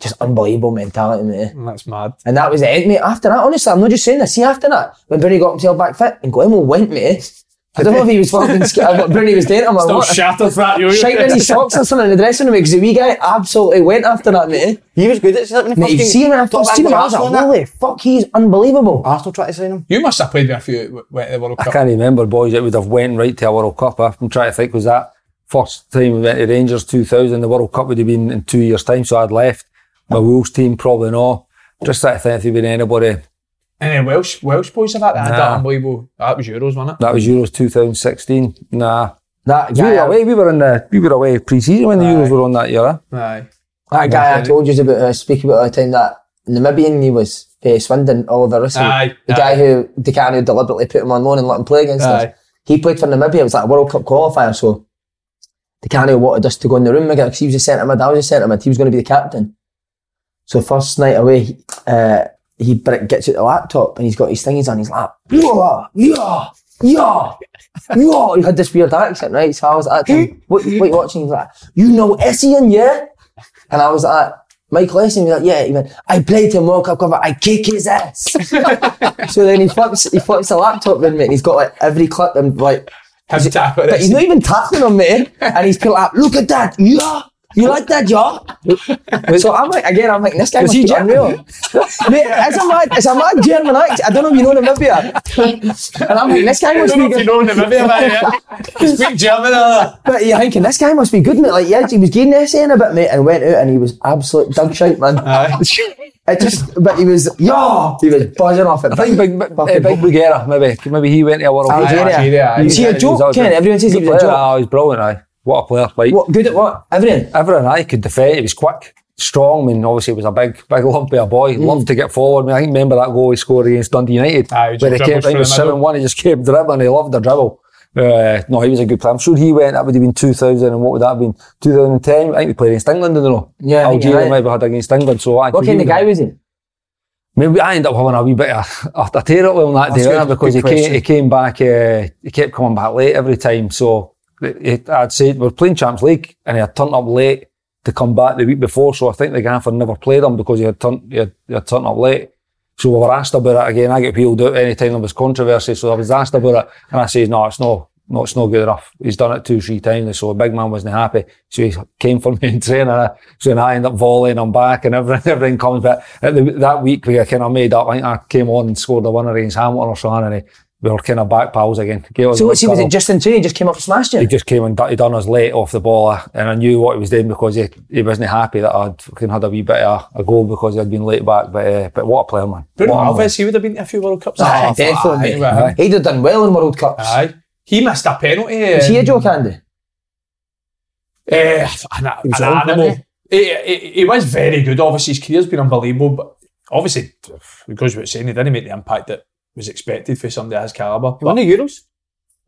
S1: Just unbelievable mentality, mate.
S3: That's mad.
S1: And that was the end, mate. After that, honestly, I'm not just saying this. See, after that, when Bruni got himself back fit and Glenwell went, mate. I don't know if he was fucking scared what Bruni was doing to him or
S3: Still
S1: what.
S3: shattered for that, yo.
S1: Shite in his socks or something in the dressing room because the wee guy absolutely went after that, mate.
S2: He was good at something. in the
S1: Mate,
S2: first
S1: you
S2: game.
S1: see him after
S2: Top
S1: see him,
S2: angle
S1: I was like,
S2: Arsenal, innit? Ah,
S1: holy fuck, he's unbelievable.
S2: Arsenal tried to sign him.
S3: You must have played with a few that went to the World
S4: I
S3: Cup.
S4: can't remember, boys, it would have went right to a World Cup. I'm trying to think, was that first time we went to Rangers 2000? The World Cup would have been in two years' time, so I'd left. My Wolves team, probably not. Just that thing, if there'd been anybody.
S3: And then Welsh, Welsh boys have had that.
S4: Nah.
S3: That unbelievable. That was Euros, wasn't it?
S4: That was Euros 2016. Nah.
S1: That
S4: We
S1: guy,
S4: were away, we were, in the, we were away pre-season when the Euros were on that year. eh?
S3: Aye.
S1: that guy I told you about, uh, speak about all the time, that Namibian he was, uh, Swindon, Oliver Russell.
S3: Aye,
S1: the
S3: aye.
S1: guy who, the guy who deliberately put him on loan and let him play against us.
S3: Aye.
S1: he played for Namibia. It was like a World Cup qualifier, so the Canary wanted us to go in the room again because he was a centre mid. I was a centre mid. He was going to be the captain. So first night away, he- uh, he br- gets out the laptop and he's got his thingies on. He's like, yeah, yeah, yeah, yeah. He had this weird accent, right? So I was like, what, what you watching? He's like, you know Essien, yeah? And I was like, Michael Essien, he was like, yeah. He went, I played him World Cup cover. I kick his ass. so then he flips, he flips the laptop in, mate. And he's got like every clip and like
S3: Him tap
S1: but he's
S3: it.
S1: not even tackling him, mate. And he's still like, look at that, yeah. You like that, yeah? so I'm like, again, I'm like, this guy
S4: Was
S1: must
S4: he
S1: be
S4: German?
S1: unreal. mate, it's a mad, it's a mad German accent. I don't know if you know Namibia. and I'm like, this guy
S3: I
S1: must
S3: don't know
S1: be
S3: if you
S1: good.
S3: know Namibia, man. yeah. Speak German, uh.
S1: But you're thinking, this guy must be good, mate. Like, yeah, he was getting this in a bit, mate, and went out and he was absolute dog shite, man.
S3: Aye.
S1: It just, but he was, yeah, he was buzzing off it.
S4: I think Big, big,
S1: Fucking-
S4: eh, big Bugera, maybe. Maybe he went to a World Cup.
S1: Algeria.
S3: Algeria, aye.
S1: You see a
S3: He's
S1: joke, Ken? Everyone says he was a joke.
S4: Oh, he's brilliant, aye. What a player. Like,
S1: What, good at what? Everything.
S4: everything I could defend. He was quick, strong. I mean, obviously, he was a big, big lumpy a boy.
S3: Hmm.
S4: Loved to get forward. I, mean, I think remember that goal he scored against Dundee United,
S3: Aye, he just
S4: where he
S3: dribbled
S4: came
S3: through
S4: into
S3: the middle.
S4: seven one. He just kept dribbling. He loved the dribble. Uh, no, he was a good player. I'm sure he went, that would have been 2000, and what would that have been? 2010? I think we played against England, I don't know.
S1: Yeah, I think you're
S4: Algeria
S1: right.
S4: maybe had against England, so I
S1: What kind of guy was he?
S4: Maybe I ended up having a wee bit of a, a tear up with him that
S2: That's
S4: day
S2: good.
S4: eh,
S2: Good
S4: because he came,
S2: question.
S4: he came back, uh, he kept coming back late every time. So it, it, I'd say we're playing Champions League and he had turned up late to come back the week before. So I think the gaffer never played him because he had turned, he had, he had turned up late. So we were asked about it again. I get peeled out any time there was controversy. So I was asked about it and I says, no, it's no, no, it's not good enough. He's done it two, three times. So the big man wasn't happy. So he came for me in training. eh. So then I end up volleying him back and everything, everything comes back. At the- That week we kind of made up. I think I came on and scored a winner against Hamilton or something and he, we were kind of back pals again. Gave us
S1: So
S4: a
S1: what's he, was
S4: cuddle.
S1: it just in training? Just came up and smashed you?
S4: He just came and d- he done us late off the ball, eh, and I knew what he was doing because he, he wasn't happy that I'd fucking had a wee bit of a goal because I'd been late back. But uh, but what a player, man!
S3: Bruno
S4: What a man.
S3: Alves, he would have been to a few World Cups.
S1: Ah,
S3: I thought, aye,
S1: definitely.
S3: about him.
S1: He'd have done well in World Cups.
S3: Aye. He missed a penalty.
S1: Was he a
S3: and-
S1: joke, Andy?
S3: Eh, an, an
S1: was old,
S3: animal.
S1: wasn't
S3: He, he, he was very good. Obviously, his career's been unbelievable, but obviously, because we're saying he didn't make the impact that was expected for somebody of his calibre.
S2: Won
S3: But
S2: the Euros.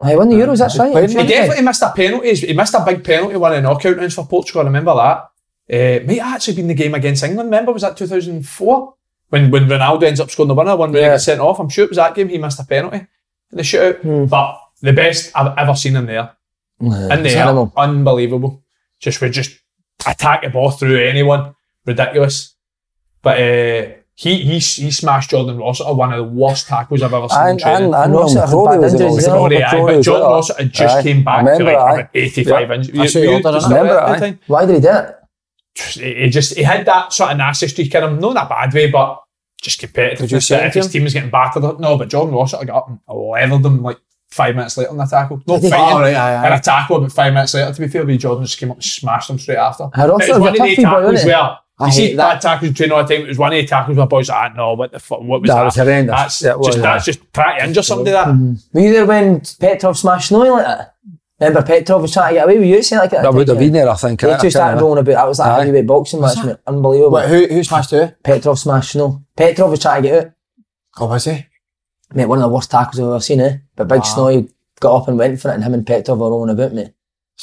S1: He won the Euros, that's right.
S2: He
S3: he definitely missed a penalty. He missed a big penalty one in knockout rounds for Portugal. I remember that. Uh, might have actually been the game against England. Remember, was that 2004? When, when Ronaldo ends up scoring the winner, one when he
S4: Yeah.
S3: gets sent off. I'm sure it was that game he missed a penalty in the shootout.
S4: Hmm.
S3: But the best I've ever seen him there. in
S1: It's
S3: the air.
S1: animal.
S3: Unbelievable. Just would just attack the ball through anyone. Ridiculous. But uh, he, he he smashed Jordan Rossiter, one of the worst tackles I've ever seen in
S4: And
S3: training.
S4: and and
S1: Ross had
S4: Ross
S1: had
S4: Crowley
S1: bad
S4: was in
S1: injuries, yeah.
S4: it.
S3: Sorry, aye, but
S4: Crowley was
S3: John
S4: out.
S3: Rossiter just
S4: Aye.
S3: came back
S4: I remember
S3: to like
S4: aye.
S3: about 85
S4: Yeah.
S3: inches.
S2: I see
S3: Were
S2: all that,
S3: just
S2: I
S3: there
S4: remember
S3: at the
S4: aye.
S3: time?
S1: Why did he do it?
S3: Just- He he just he had that sort of nasty streak in him, not in a bad way, but just competitive.
S2: Did you see it
S3: If his
S2: again?
S3: team was getting battered, no, but John Rossiter got up and leathered them like five minutes later in the tackle. No
S1: Did he?
S3: fighting.
S2: Oh, right, aye, aye.
S3: And a tackle about five minutes later, to be fair, but Jordan just came up and smashed him straight after.
S1: How
S3: But
S1: Rossiter's
S3: it was
S1: a
S3: one of the
S1: toughy boy,
S3: tackles
S1: isn't he?
S3: where
S2: I hate
S3: you see
S2: that.
S3: bad tackles in training all the time. It was one of the tackles where boys are, ah, no, what the fuck, what was that?
S4: That was horrendous.
S3: That's,
S4: It was,
S3: just, that's
S4: aye.
S3: just trying to injure somebody that.
S1: Were you there when Petrov smashed Snowy like that? Remember Petrov was trying to get away with you? It seemed like it at
S4: That
S1: the
S4: would have
S1: time.
S4: been there, I think.
S1: They
S4: eh, I
S1: two started
S4: can't
S1: rolling about. That was that
S4: Aye.
S1: heavyweight boxing match, mate. Unbelievable.
S2: But who, who smashed who?
S1: Petrov smashed Snow. Petrov was trying to get out.
S2: Oh, was he?
S1: Mate, one of the worst tackles I've ever seen, eh? But Big Snowy got up and went for it, and him and Petrov were rolling about, mate.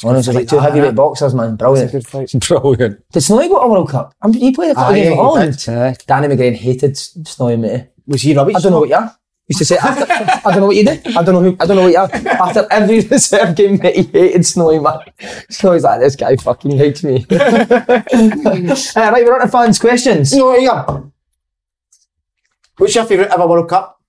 S1: Honestly, it was like two
S2: that,
S1: heavyweight
S2: innit?
S1: boxers, man. Brilliant.
S2: Good fight.
S4: remember. Brilliant.
S1: Did Snowy go to World Cup? I mean, he played a couple
S2: Aye,
S1: games
S2: he
S1: with Holland.
S4: Aye.
S1: Danny McGrain hated Snowy, mate.
S2: Was he rubbish?
S1: I don't know what you are. Used to say after, I don't know what you did. I don't know who. I don't know what you are. After every reserve game, mate, he hated Snowy man. Snowy's like this guy fucking hates me. uh, right, we're on to fans' questions.
S2: No, yeah. What's your favourite ever World Cup?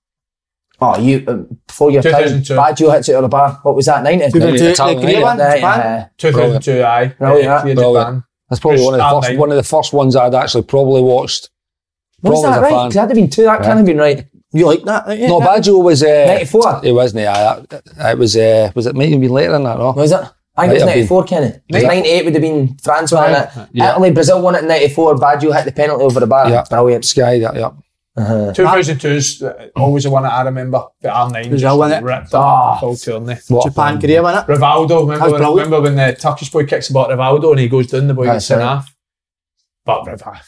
S1: Oh, you um, before your time,
S3: 2002.
S1: Baggio hits it out of the bar. What was that? Ninety.
S4: Brilliant.
S2: The-
S4: Italian,
S2: the grey
S4: yeah.
S2: one,
S1: Nah,
S2: Japan?
S1: yeah.
S3: 2002, aye.
S1: Brilliant,
S3: Uh, clear
S4: brilliant.
S3: Japan.
S4: That's probably
S3: Just
S4: one of the
S3: that
S4: first
S3: night.
S4: one of the first ones I'd actually probably watched.
S1: Was
S4: Probably
S1: that
S4: as a
S1: right?
S4: fan.
S1: Because that'd have been two. That can't have been right.
S2: You like that? don't you?
S4: No, Baggio was uh,
S1: 94?
S4: It wasn't. Yeah, that, it was. Uh, was it? Might have been later than that. No,
S1: Was it? I think it was
S4: Might have been.
S1: 94, Kenny.
S4: Was it?
S1: 98 would have been France winning it.
S4: Yeah.
S1: Italy, Brazil won it in 94. Baggio hit the penalty over the bar.
S4: Yeah.
S1: Brilliant.
S4: Sky. Yeah, yeah.
S3: 2002 is uh, always the one that I remember. The R9 just
S2: Brazil won it.
S3: ripped off the full tourney.
S2: eh? Ah. Japan, Korea, won it?
S3: Rivaldo, remember
S2: That's
S3: when,
S2: brilliant.
S3: remember when the Turkish boy kicks the ball at Rivaldo and he goes down, the boy
S1: That's
S3: gets sent
S1: right.
S3: off. But Rivaldo.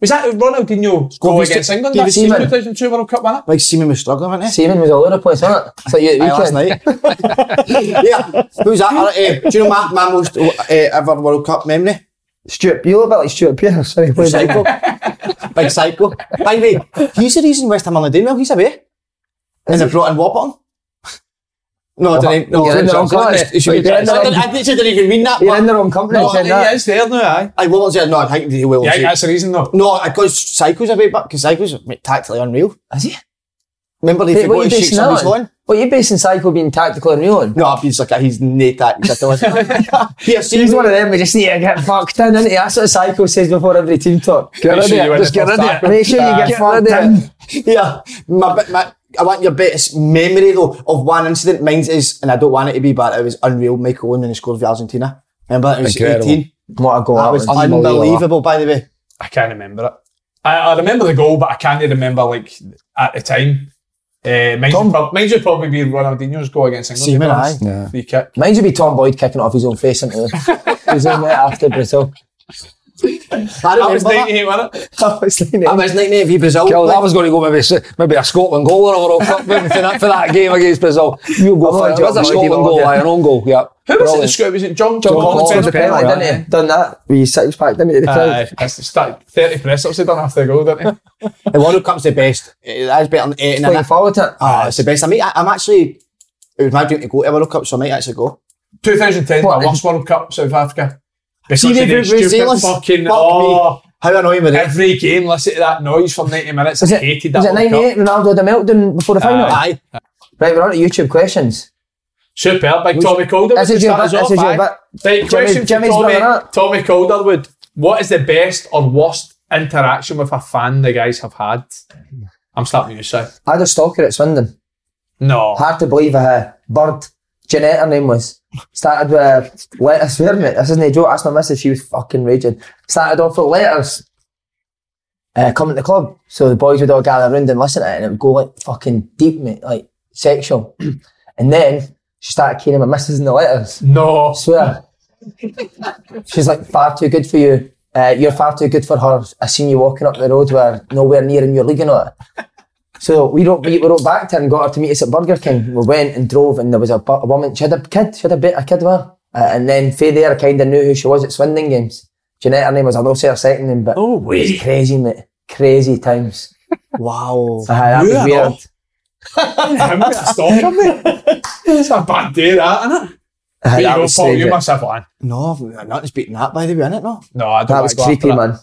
S3: Was that Ronaldinho goal
S2: used to-
S3: against England?
S2: David
S3: That's the
S2: Seaman.
S3: 2002 World Cup winner?
S2: Like Seaman was struggling, wasn't he?
S1: Seaman was all over the place, wasn't it? It's like you at the
S2: Aye, last
S1: weekend.
S2: night. eh? yeah. Who's that? Uh, eh, do you know my, my most uh, ever World Cup memory?
S1: Stuart, you look a bit like Stuart Pearce. Sorry,
S2: Big psycho. Big psycho. By the way, he's the reason West Ham are doing well. He's away. And they brought in Warburton. No, I didn't. No,
S1: You're in the
S2: no,
S1: wrong
S2: I
S1: company.
S2: didn't- eh? it should be-
S1: You're
S2: I
S1: in the wrong-
S2: didn't I didn't even mean that.
S1: You're in
S2: But
S1: the wrong company.
S3: No,
S1: saying
S3: he
S1: that.
S3: is there now, aye.
S2: I Warburton's there. No, I think he will.
S3: Yeah,
S2: see.
S3: that's the reason though.
S2: No, I because Psycho's away back because Psycho's mate, tactically unreal.
S1: Is he?
S2: Remember if
S1: Wait,
S2: you
S1: what
S2: go
S1: are you
S2: and shake
S1: basing that
S2: somebody's
S1: on?
S2: horn?
S1: What are you basing Psycho being tactical and real on?
S2: No, I've been like he's nae tactics. Here, see,
S1: He's one of them, we just need to get fucked in, isn't he? That's what Psycho says before every team talk.
S4: Get
S3: Make
S4: rid
S3: sure
S4: of
S3: you
S4: it.
S3: win
S4: Just
S3: the
S4: get rid
S3: first
S4: of
S3: half.
S4: it.
S1: Make sure you get,
S4: Get
S1: fucked
S4: rid of
S1: in.
S2: Yeah, my, bit- my, I want your best memory though of one incident. Mine's is, and I don't want it to be, but it was unreal. Michael Owen when he scored for Argentina. Remember, it was
S4: Incredible.
S2: 18.
S1: What a goal
S2: That was
S4: unbelievable.
S2: unbelievable, by the way.
S3: I can't remember it. I, I remember the goal, but I can't remember like at the time. Uh, mine's,
S1: Tom-
S3: prob- mine's would probably be Ronaldinho's goal against England.
S2: Seaman,
S3: to be honest.
S2: aye.
S4: Yeah.
S3: Free kick.
S1: Mind you be Tom Boyd kicking off his own face into his own net after Brazil.
S2: I
S3: I
S2: don't
S3: was
S2: remember that.
S3: 98, wasn't it?
S1: I was like,
S2: I was 98 v Brazil.
S4: Kill, that
S2: Like,
S4: was going to go maybe s- maybe a Scotland goal or a World Cup maybe for, that, for that game against Brazil. You go
S1: I'm not
S4: for it. It was
S1: joking, I'm
S4: a Scotland
S1: not
S4: goal,
S1: joking.
S4: aye, an own goal.
S3: Who
S4: Yeah.
S3: was it that
S4: Brilliant.
S3: scored? Was it John
S4: John
S3: Collins?
S4: Collins,
S3: Penalty,
S4: penalty,
S3: right?
S4: didn't he?
S1: Done that. We six pack, didn't we? at The
S3: Aye,
S1: crowd.
S3: that's the start. 30 press ups he done after the goal, didn't he?
S2: the World Cup's the best. Eh, That's better than 8
S1: Looking
S2: and
S1: forward to it.
S2: Ah, it's the best. I mean, I, I'm actually. It was my dream to go to a World Cup, so I might actually go.
S3: 2010, my
S1: What,
S3: worst World Cup, South Africa.
S2: See,
S3: Because
S2: they
S3: of the
S2: beat New
S3: stupid
S2: Zealand.
S3: fucking,
S2: Fuck
S3: oh,
S2: me. How annoying were they?
S3: every game, listen to that noise for 90 minutes.
S1: Was
S3: I
S1: it,
S3: hated that
S1: was it
S3: World Cup.
S1: 98 Ronaldo had a meltdown before the final?
S2: Aye.
S1: Right, we're on to YouTube questions.
S3: Superb. Big Tommy Calderwood.
S1: This
S3: to
S1: is your
S3: start
S1: bit,
S3: us
S1: this
S3: off,
S1: is your
S3: aye.
S1: bit.
S3: Right,
S1: Jimmy-
S3: question
S1: Jimmy's
S3: for
S1: running
S3: Tommy,
S1: up.
S3: Tommy Calderwood. What is the best or worst interaction with a fan the guys have had? I'm starting with you, Si.
S1: I had a stalker at Swindon.
S3: No.
S1: Hard to believe uh, Bird. Jeanette, her name was. Started with let us swear, mate. This isn't a joke. That's not message. She was fucking raging. Started off with letters. Uh, coming to the club. So the boys would all gather around and listen to it and it would go like fucking deep, mate, like sexual. and then she started carrying my missus in the letters.
S3: No.
S1: I swear. She's like far too good for you. Uh, you're far too good for her. I seen you walking up the road where nowhere near in your league or not. So we wrote, we wrote back to her and got her to meet us at Burger King. We went and drove and there was a, bu- a woman, she had a kid, she had a bit a kid with her. Uh, and then Faye there kind of knew who she was at Swindon games. Jeanette, her name was, I'll not say her second name, but
S4: Oh,
S1: it was crazy, mate. Crazy times.
S2: Wow.
S1: Aye, that was
S4: Yeah.
S1: weird.
S3: Him with a stalker, mate. It's a bad day, that, isn't it?
S1: Aye,
S3: There you
S1: Uh, that
S3: go,
S1: was
S3: Paul.
S1: strange,
S3: You
S1: mate.
S3: must have one.
S2: No, nothing's beating that, by the way, innit? No.
S3: No, I don't
S1: That
S3: like
S1: was
S3: to go after
S1: creepy,
S3: that.
S1: man.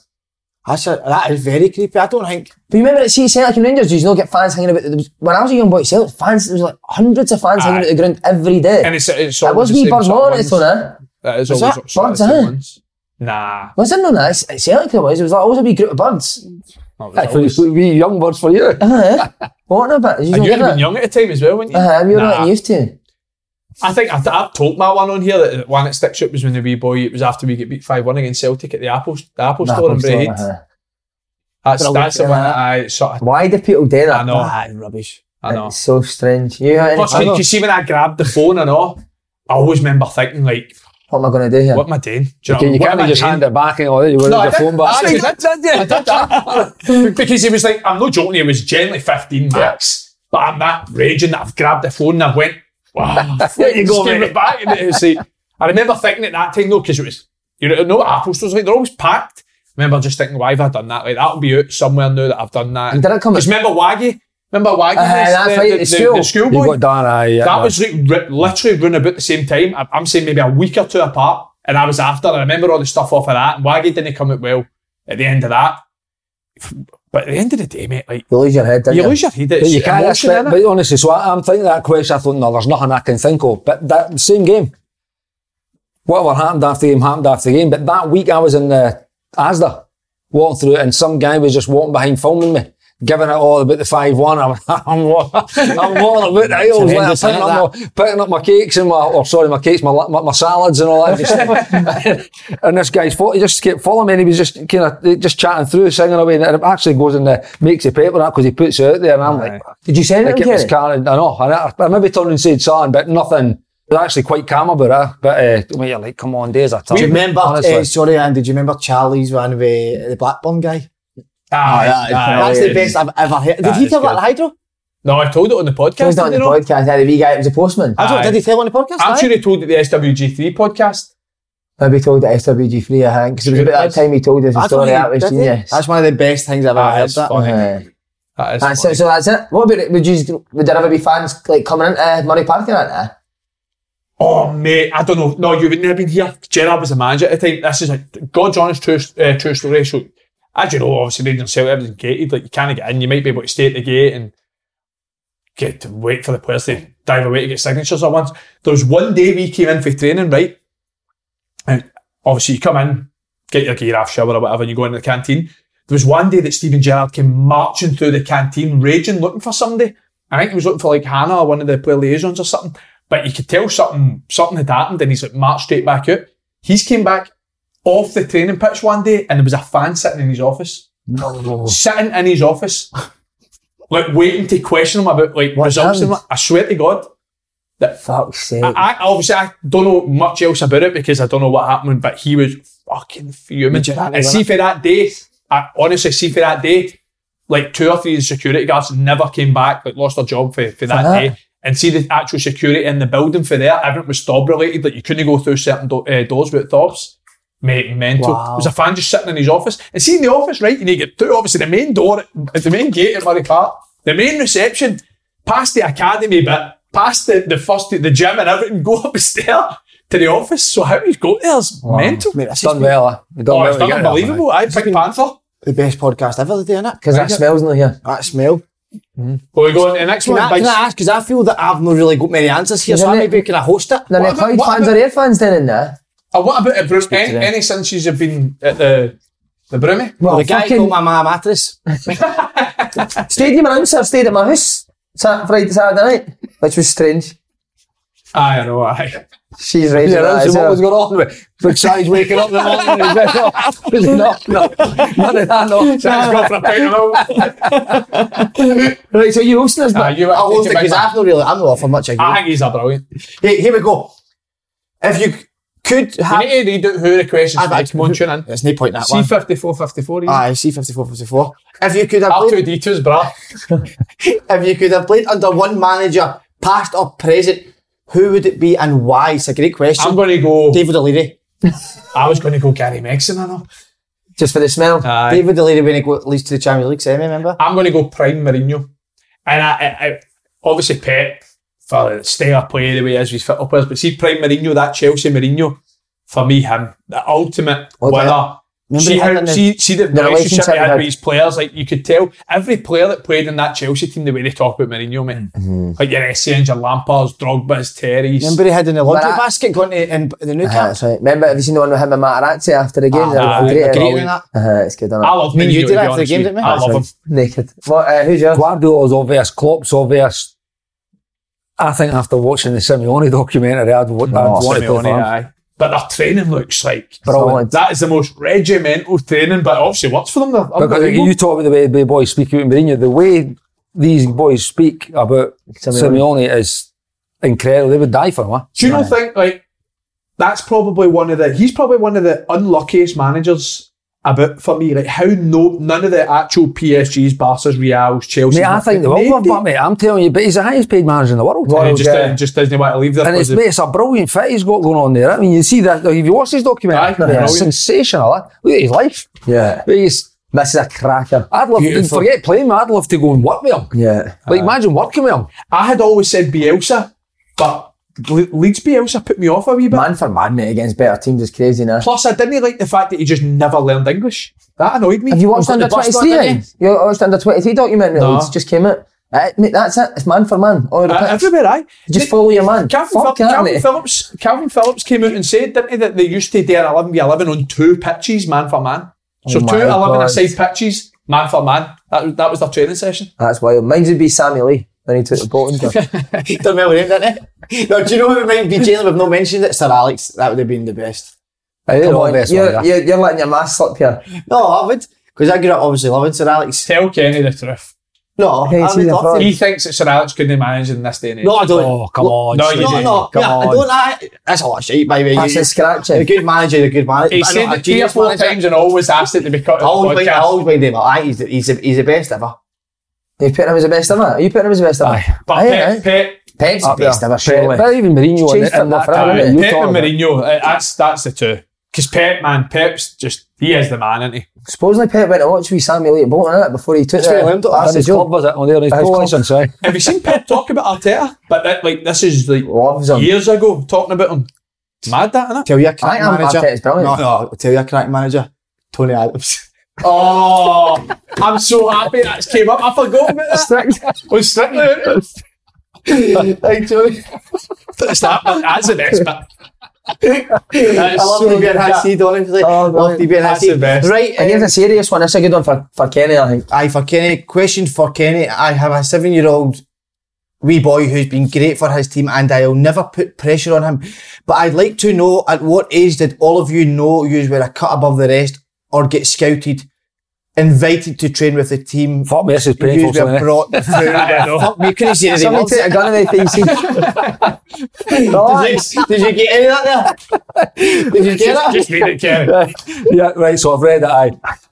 S2: That's a, that is very creepy. I don't think.
S1: But you remember at City Celtic and Rangers, you know, get fans hanging about. There was, when I was a young boy, Celtic fans, there was like hundreds of fans hanging
S3: Aye.
S1: about the ground every day.
S3: And it's, it's
S1: that was
S3: always the
S1: wee
S3: same
S1: Burns
S3: sort of
S1: on
S3: ones.
S1: it, though, eh?
S3: That is
S1: Was
S3: always
S1: that
S3: sort of
S1: Burns,
S3: the same
S1: eh?
S3: ones. Nah.
S1: Was it no nice? At Celtic, it was. It was like always a wee group of birds.
S3: not
S4: Aye,
S3: really.
S4: for you- we young birds for you.
S1: Uh-huh. what about it? You don't
S3: And you would
S1: get
S3: have been
S1: that.
S3: young at the time as well, weren't you?
S1: Uh-huh, we were
S3: Nah.
S1: not used to.
S3: I think I've, I've told my one on here that the one that sticks out was when the wee boy, it was after we get beat 5 1 against Celtic at the Apple, the Apple
S1: Nah,
S3: Store in
S1: I'm sorry,
S3: Braid.
S1: uh-huh.
S3: That's,
S2: Brilliant,
S3: that's the
S2: yeah.
S3: one that I sort of,
S1: Why do people do that?
S3: I know,
S2: Ah, rubbish.
S3: I know.
S1: It's so strange. You had any,
S3: Plus, you, you see, when I grabbed the phone and all, I always remember thinking, like,
S1: what am I going to do here?
S3: what am I doing? Do you know,
S4: You
S3: what am
S4: can't
S3: I
S4: just
S3: doing?
S4: hand it back and all that. You were
S3: No,
S4: no,
S3: I
S4: your
S3: did-
S4: phone back.
S3: I did- I did that. because he was like, I'm not joking, he was generally 15 max, but I'm that raging that I've grabbed the phone and I went, wow,
S4: There you go,
S3: Just gave
S4: mate.
S3: it back. And it was like, I remember thinking at that time though, because it was, you know, no Apple stores, like, they're always packed. I remember just thinking, why have I done that? Like, that'll be out somewhere now that I've done that.
S1: And did it come
S3: Because
S1: at-
S3: remember Waggy? Remember Waggy?
S1: Aye,
S3: was
S1: that's right, at
S3: the,
S1: school.
S3: the school
S4: You
S3: boy?
S4: got done, aye. yeah,
S3: That
S4: man.
S3: was like ri- literally run about the same time. I- I'm saying maybe a week or two apart, and I was after. And I remember all the stuff off of that. And Waggy didn't come out well at the end of that. But at the end of the day, mate, like
S1: You lose your head, don't
S3: you
S1: you?
S3: lose your head.
S4: But
S3: It's
S4: you can't
S3: emotion,
S4: expect,
S3: innit?
S4: but honestly, so I, I'm thinking that question. I thought, no, there's nothing I can think of. But that same game, whatever happened after the game happened after the game. But that week, I was in the ASDA walking through, it, and some guy was just walking behind, filming me, giving it all about the five one. I'm, I'm, wa- I'm walking about the aisles, like, I'm
S2: Horrendous,
S4: picking,
S2: isn't
S4: up my, picking up my cakes and my, or sorry, my cakes, my my, my salads and all that. stuff. and this guy's fo- he just kept following me, and he was just kind of just chatting through, singing away, and it actually goes in the makes the paper up because he puts it out there, and I'm like.
S1: Did you send
S4: I
S1: it to
S4: kept his
S1: him?
S4: car, and I know, and I, I maybe turned and said something, but nothing. They're actually quite calm about it, but uh, when you're like, come on, days, I tell
S2: Do you
S4: you.
S2: remember?
S4: honestly.
S1: uh,
S2: eh, sorry, Andy. Do you remember Charlie's one with the Blackburn guy?
S3: Aye,
S2: that is
S3: aye,
S2: that's Ah, the
S3: it Ah, is.
S2: best I've ever heard. Did
S3: That
S2: he
S3: is
S2: tell that
S3: good.
S2: at Hydro?
S3: No, I told it on the
S1: It
S3: podcast.
S1: was not on
S3: didn't
S1: the
S3: I?
S1: podcast. I had a wee guy, it was a postman.
S2: I
S3: Aye.
S2: don't, did he tell on the podcast?
S3: I'm
S2: Aye.
S3: sure he told it the SWG3 podcast.
S1: Maybe told at SWG3, I think, because it was about that time he told us the
S2: I don't
S1: story.
S2: think
S1: That
S2: he
S1: was
S2: did it.
S1: genius.
S2: That's one of the best things I've ever
S3: Aye,
S2: heard.
S3: that's
S2: Ah, That.
S3: funny.
S1: Uh,
S3: That is
S1: That's
S3: funny.
S1: it. So that's it. What about it? Would you would there ever be fans like coming into Murray Park uh? and that?
S3: Oh mate, I don't know. No, you wouldn't have been here. Gerard was the manager at the time. This is a God's honest true uh, true story. So, as you know, obviously Rangers and Celtic everything's gated. Like you can't get in. You might be able to stay at the gate and get to wait for the players to dive away to get signatures or once. There was one day we came in for training, right? And obviously you come in, get your gear off, shower or whatever, and you go into the canteen. There was one day that Stephen Gerrard came marching through the canteen, raging, looking for somebody. I think he was looking for like Hannah or one of the player liaisons or something. But you could tell something something had happened, and he's like marched straight back out. He's came back off the training pitch one day, and there was a fan sitting in his office,
S4: No.
S3: sitting in his office, like waiting to question him about like
S1: What
S3: results.
S1: happened?
S3: And what. I swear to God,
S1: Fuck's sake.
S3: I, I obviously I don't know much else about it because I don't know what happened, but he was fucking fuming.
S2: Would you rather
S3: And see
S2: win
S3: for that day, I honestly see for that day, like two or three security guards never came back, like lost their job for, for that
S1: that?
S3: day. And see the actual security in the building for there, everything was stob related, like you couldn't go through certain do- uh, doors without thobs. Mate, mental.
S2: Wow.
S3: There was a fan just sitting in his office. And see in the office, right, you need to get through, obviously, the main door, at the main gate at Murray Park, the main reception, past the academy bit, past the, the first, the gym and everything, go up the stair to the office. So how he's got there is mental.
S2: Mate, that's
S4: Done well, eh? We've done
S3: Oh,
S4: well
S3: it's
S4: to get it
S3: done
S4: up,
S3: unbelievable. I Pink Panther.
S2: the best podcast ever, the day, innit?
S1: Because that smells in the here.
S2: That smell.
S3: Well, we go on to the next
S2: Can
S3: one.
S2: I,
S3: Big
S2: can I ask? Because I feel that I've not really got many answers here, so
S1: Isn't
S2: I
S1: it-
S2: maybe can I host it?
S1: Now,
S3: What
S1: the
S3: about-
S1: Clyde
S3: what
S1: fans
S3: about-
S1: are air fans then in there.
S3: Uh, what about the Broom? Any,
S2: them.
S3: any since you've been at the the Broomy?
S1: Well,
S2: the guy
S1: fucking
S2: called my ma a mattress.
S1: stadium announcer stayed at my house Sat Friday, Saturday night, which was strange.
S3: Aye, I know. Aye.
S1: She's right.
S4: Yeah, that's what was
S1: Yeah,
S4: going on with. But Charlie's waking up in the morning and he's like, no, there's no, no, none of that, no.
S3: So it's gone for a pint of milk.
S1: right, so you hosting this,
S3: Aye,
S1: but
S3: you were
S2: I loved it
S3: taking
S2: because
S3: back.
S2: I've not really, I'm not offering much.
S3: I
S2: Again.
S3: think he's a brilliant.
S2: Hey, here we go. If you could
S3: You
S2: have,
S3: need to redo who the questions
S2: I've
S3: for next month, tune in.
S2: there's no point in that one.
S3: C54, 54. even.
S2: Aye, C fifty four fifty four. If you could have played,
S3: R2D2's bra.
S2: if you could have played under one manager, past or present, who would it be and why? It's a great question.
S3: I'm going to go.
S2: David O'Leary.
S3: I was going to go Gary Megson, I know.
S1: just for the smell.
S2: David O'Leary when he go, leads to the Champions League semi, remember?
S3: I'm going to go Prime Mourinho. And I, I, I obviously Pep for the style of play the way as he's fit up as, but see Prime Mourinho, that Chelsea Mourinho, for me, him, the ultimate
S1: Well,
S3: winner.
S2: Remember
S3: See,
S2: he had
S3: how,
S2: in the-
S3: see, see the,
S1: the
S3: relationship
S1: relationship
S3: he had
S1: he had.
S3: with his players. Like you could tell every player that played in that Chelsea team the way they talk about Mourinho, man. Like your Essien, your Lampards, Drogba's, Terry's.
S2: Mm-hmm. Remember he had in the laundry
S1: But I-
S2: basket going to in the new
S1: Uh,
S2: camp?
S1: that's right. Remember, have you seen the one with him and Matarazzi after the game?
S2: Ah,
S1: They were
S3: aye,
S1: great.
S2: Agree with that?
S1: Uh-huh, it's good.
S3: I love
S2: mean,
S3: Mourinho.
S2: you
S3: to
S2: did
S3: be
S2: after the
S3: honest
S2: game,
S3: with you.
S2: didn't we?
S3: I love him.
S1: Naked. What, uh, who's yours?
S4: Guardiola's obvious, Klopp's obvious. I think after watching the Simeone documentary, I'd, wa- I'd want to play for
S3: Simeone,
S4: him.
S3: aye. But their training looks like
S1: Brilliant.
S3: that is the most regimental training, but obviously works for them. They're
S4: Because
S3: unbelievable.
S4: uh, you talk about the way the boys speak about Mourinho, the way these boys speak about Simeone,
S1: Simeone.
S4: is incredible. They would die for him. eh?
S3: Do you not think like that's probably one of the he's probably one of the unluckiest managers about for me like how no none of the actual PSGs, Barca's, Real's, Chelsea.
S4: Mate, I think they will love him, mate. I'm telling you, but he's the highest paid manager in the world.
S3: And
S1: Well,
S3: he just, uh,
S1: yeah.
S3: just doesn't want to leave there.
S4: And it's,
S3: 'cause
S4: mate, it's a brilliant fit he's got going on there. I mean, you see that, if you watch this
S3: Aye,
S4: documentary,
S3: brilliant.
S4: it's sensational. eh? Look at his life.
S1: Yeah.
S4: He's,
S1: This is a cracker.
S4: I'd love to,
S3: Beautiful.
S4: forget playing, man, I'd love to go and work with him.
S1: Yeah.
S4: Like, imagine working with him.
S3: I had always said Bielsa, but Le- Leeds Bielsa put me off a wee bit.
S1: Man for man, mate, against better teams is crazy now.
S3: Plus, I didn't like the fact that he just never learned English. That annoyed me.
S1: Have you watched
S3: I've got
S1: Under
S3: the bus
S1: 23
S3: done,
S1: then?
S3: didn't
S1: You watched Under 23 documentary?
S3: No.
S1: It's just came out. Uh, mate, that's it. It's man for man. Oh,
S3: I?
S4: Ah.
S3: Uh, everywhere, aye.
S1: Just
S3: They-
S1: follow your man.
S3: Calvin,
S1: Fuck
S3: Phil-
S1: that,
S3: Calvin
S1: mate.
S3: Phillips. Calvin Phillips came out and said, didn't he, that they used to do an 11 v 11 on two pitches, man for man. So two
S1: Oh my
S3: 11
S1: God.
S3: aside pitches, man for man. That, was- that was their training session.
S1: That's wild. Mine would be Sammy Lee when he took the bottom. but-
S2: Done well with him, didn't he? No, do you know who it might be? Jalen, we've not mentioned it. Sir Alex, that would have been the best.
S4: Aye,
S1: Come
S4: they're
S1: on,
S4: the best
S1: you're,
S4: one, yeah.
S1: you're, you're letting your mask slip here.
S2: No, I would. Because I grew up obviously loving Sir Alex.
S3: Tell Kenny the truth.
S2: No,
S1: Okay,
S2: I
S1: see
S2: would
S1: the
S2: love to.
S3: He thinks that Sir Alex couldn't manage in this day and age.
S2: No, I don't.
S4: Oh, come on.
S3: No, you
S2: no,
S3: do.
S2: no.
S4: Come
S2: yeah, I
S4: on.
S2: don't. I, that's a lot of shit, by the way.
S1: That's
S2: You-
S1: a
S2: You're a
S1: scratching.
S2: good manager, you're a good manager.
S3: he
S2: but I
S3: said
S2: know, a
S3: it three or
S2: genius
S3: four
S2: manager.
S3: times and always asked it to be cut
S2: I
S3: out of
S2: always,
S3: the
S2: bring, I
S3: podcast.
S2: always bring him up. Aye, he's, the- he's, the, he's the best ever.
S1: You putting him as the best ever? Are you putting him as the best ever?
S4: Aye.
S3: But
S1: Aye,
S3: Pep,
S1: aye.
S3: Pep,
S1: Pep's the
S4: Up
S1: best
S4: there.
S1: ever, surely.
S4: But even Mourinho in,
S1: Changed
S4: in
S1: football
S4: that
S1: forever,
S4: time.
S3: aye,
S1: mate.
S4: you
S3: Pep
S4: talk
S3: and
S4: about-
S3: Mourinho, uh, that's, that's the two. Because Pep, man, Pep's just, he is the man, isn't he?
S1: Supposedly Pep went to watch wee Sammy Lee at Bolton innit, before he took
S2: That's
S1: the...
S2: what I learned,
S1: That's
S4: That's
S1: the
S4: his club,
S1: joke.
S4: was it? On there on his
S1: That's his
S4: goal
S1: club.
S4: license, aye.
S3: Have you seen Pep talk about Arteta? But that, like, this is like
S1: Loves him.
S3: years ago, talking about him. Mad that, innit?
S2: Tell you a
S1: I
S2: crack
S1: am
S2: manager.
S1: Arteta's
S2: No,
S1: brilliant.
S2: no, tell you a crack manager. Tony Adams.
S3: Oh, I'm so happy that's came up. I forgot about that. Was strictly
S2: Hey, Tony.
S3: that's that. one. That's the next bit.
S2: I love
S3: so
S2: to be in
S3: good.
S2: that seat, honestly.
S1: Oh,
S2: love to be in that
S3: That's
S2: seat.
S3: the best.
S2: Right,
S1: And here's a serious one. That's a good one for, for Kenny, I think.
S2: Aye, for Kenny. Question for Kenny. I have a seven year old wee boy who's been great for his team and I'll never put pressure on him. But I'd like to know at what age did all of you know you were a cut above the rest or get scouted? invited to train with the team.
S4: Fuck me, this is
S2: You
S4: painful. eh?
S2: used to
S4: isn't
S2: have
S4: it?
S2: brought through. Fuck me, you couldn't see anything
S1: Somebody
S2: else.
S1: take a gun in their faces. Right.
S2: Did you, did you get any of that there? Did you get that?
S3: Just read it, Karen.
S4: yeah, right. So I've read it. I,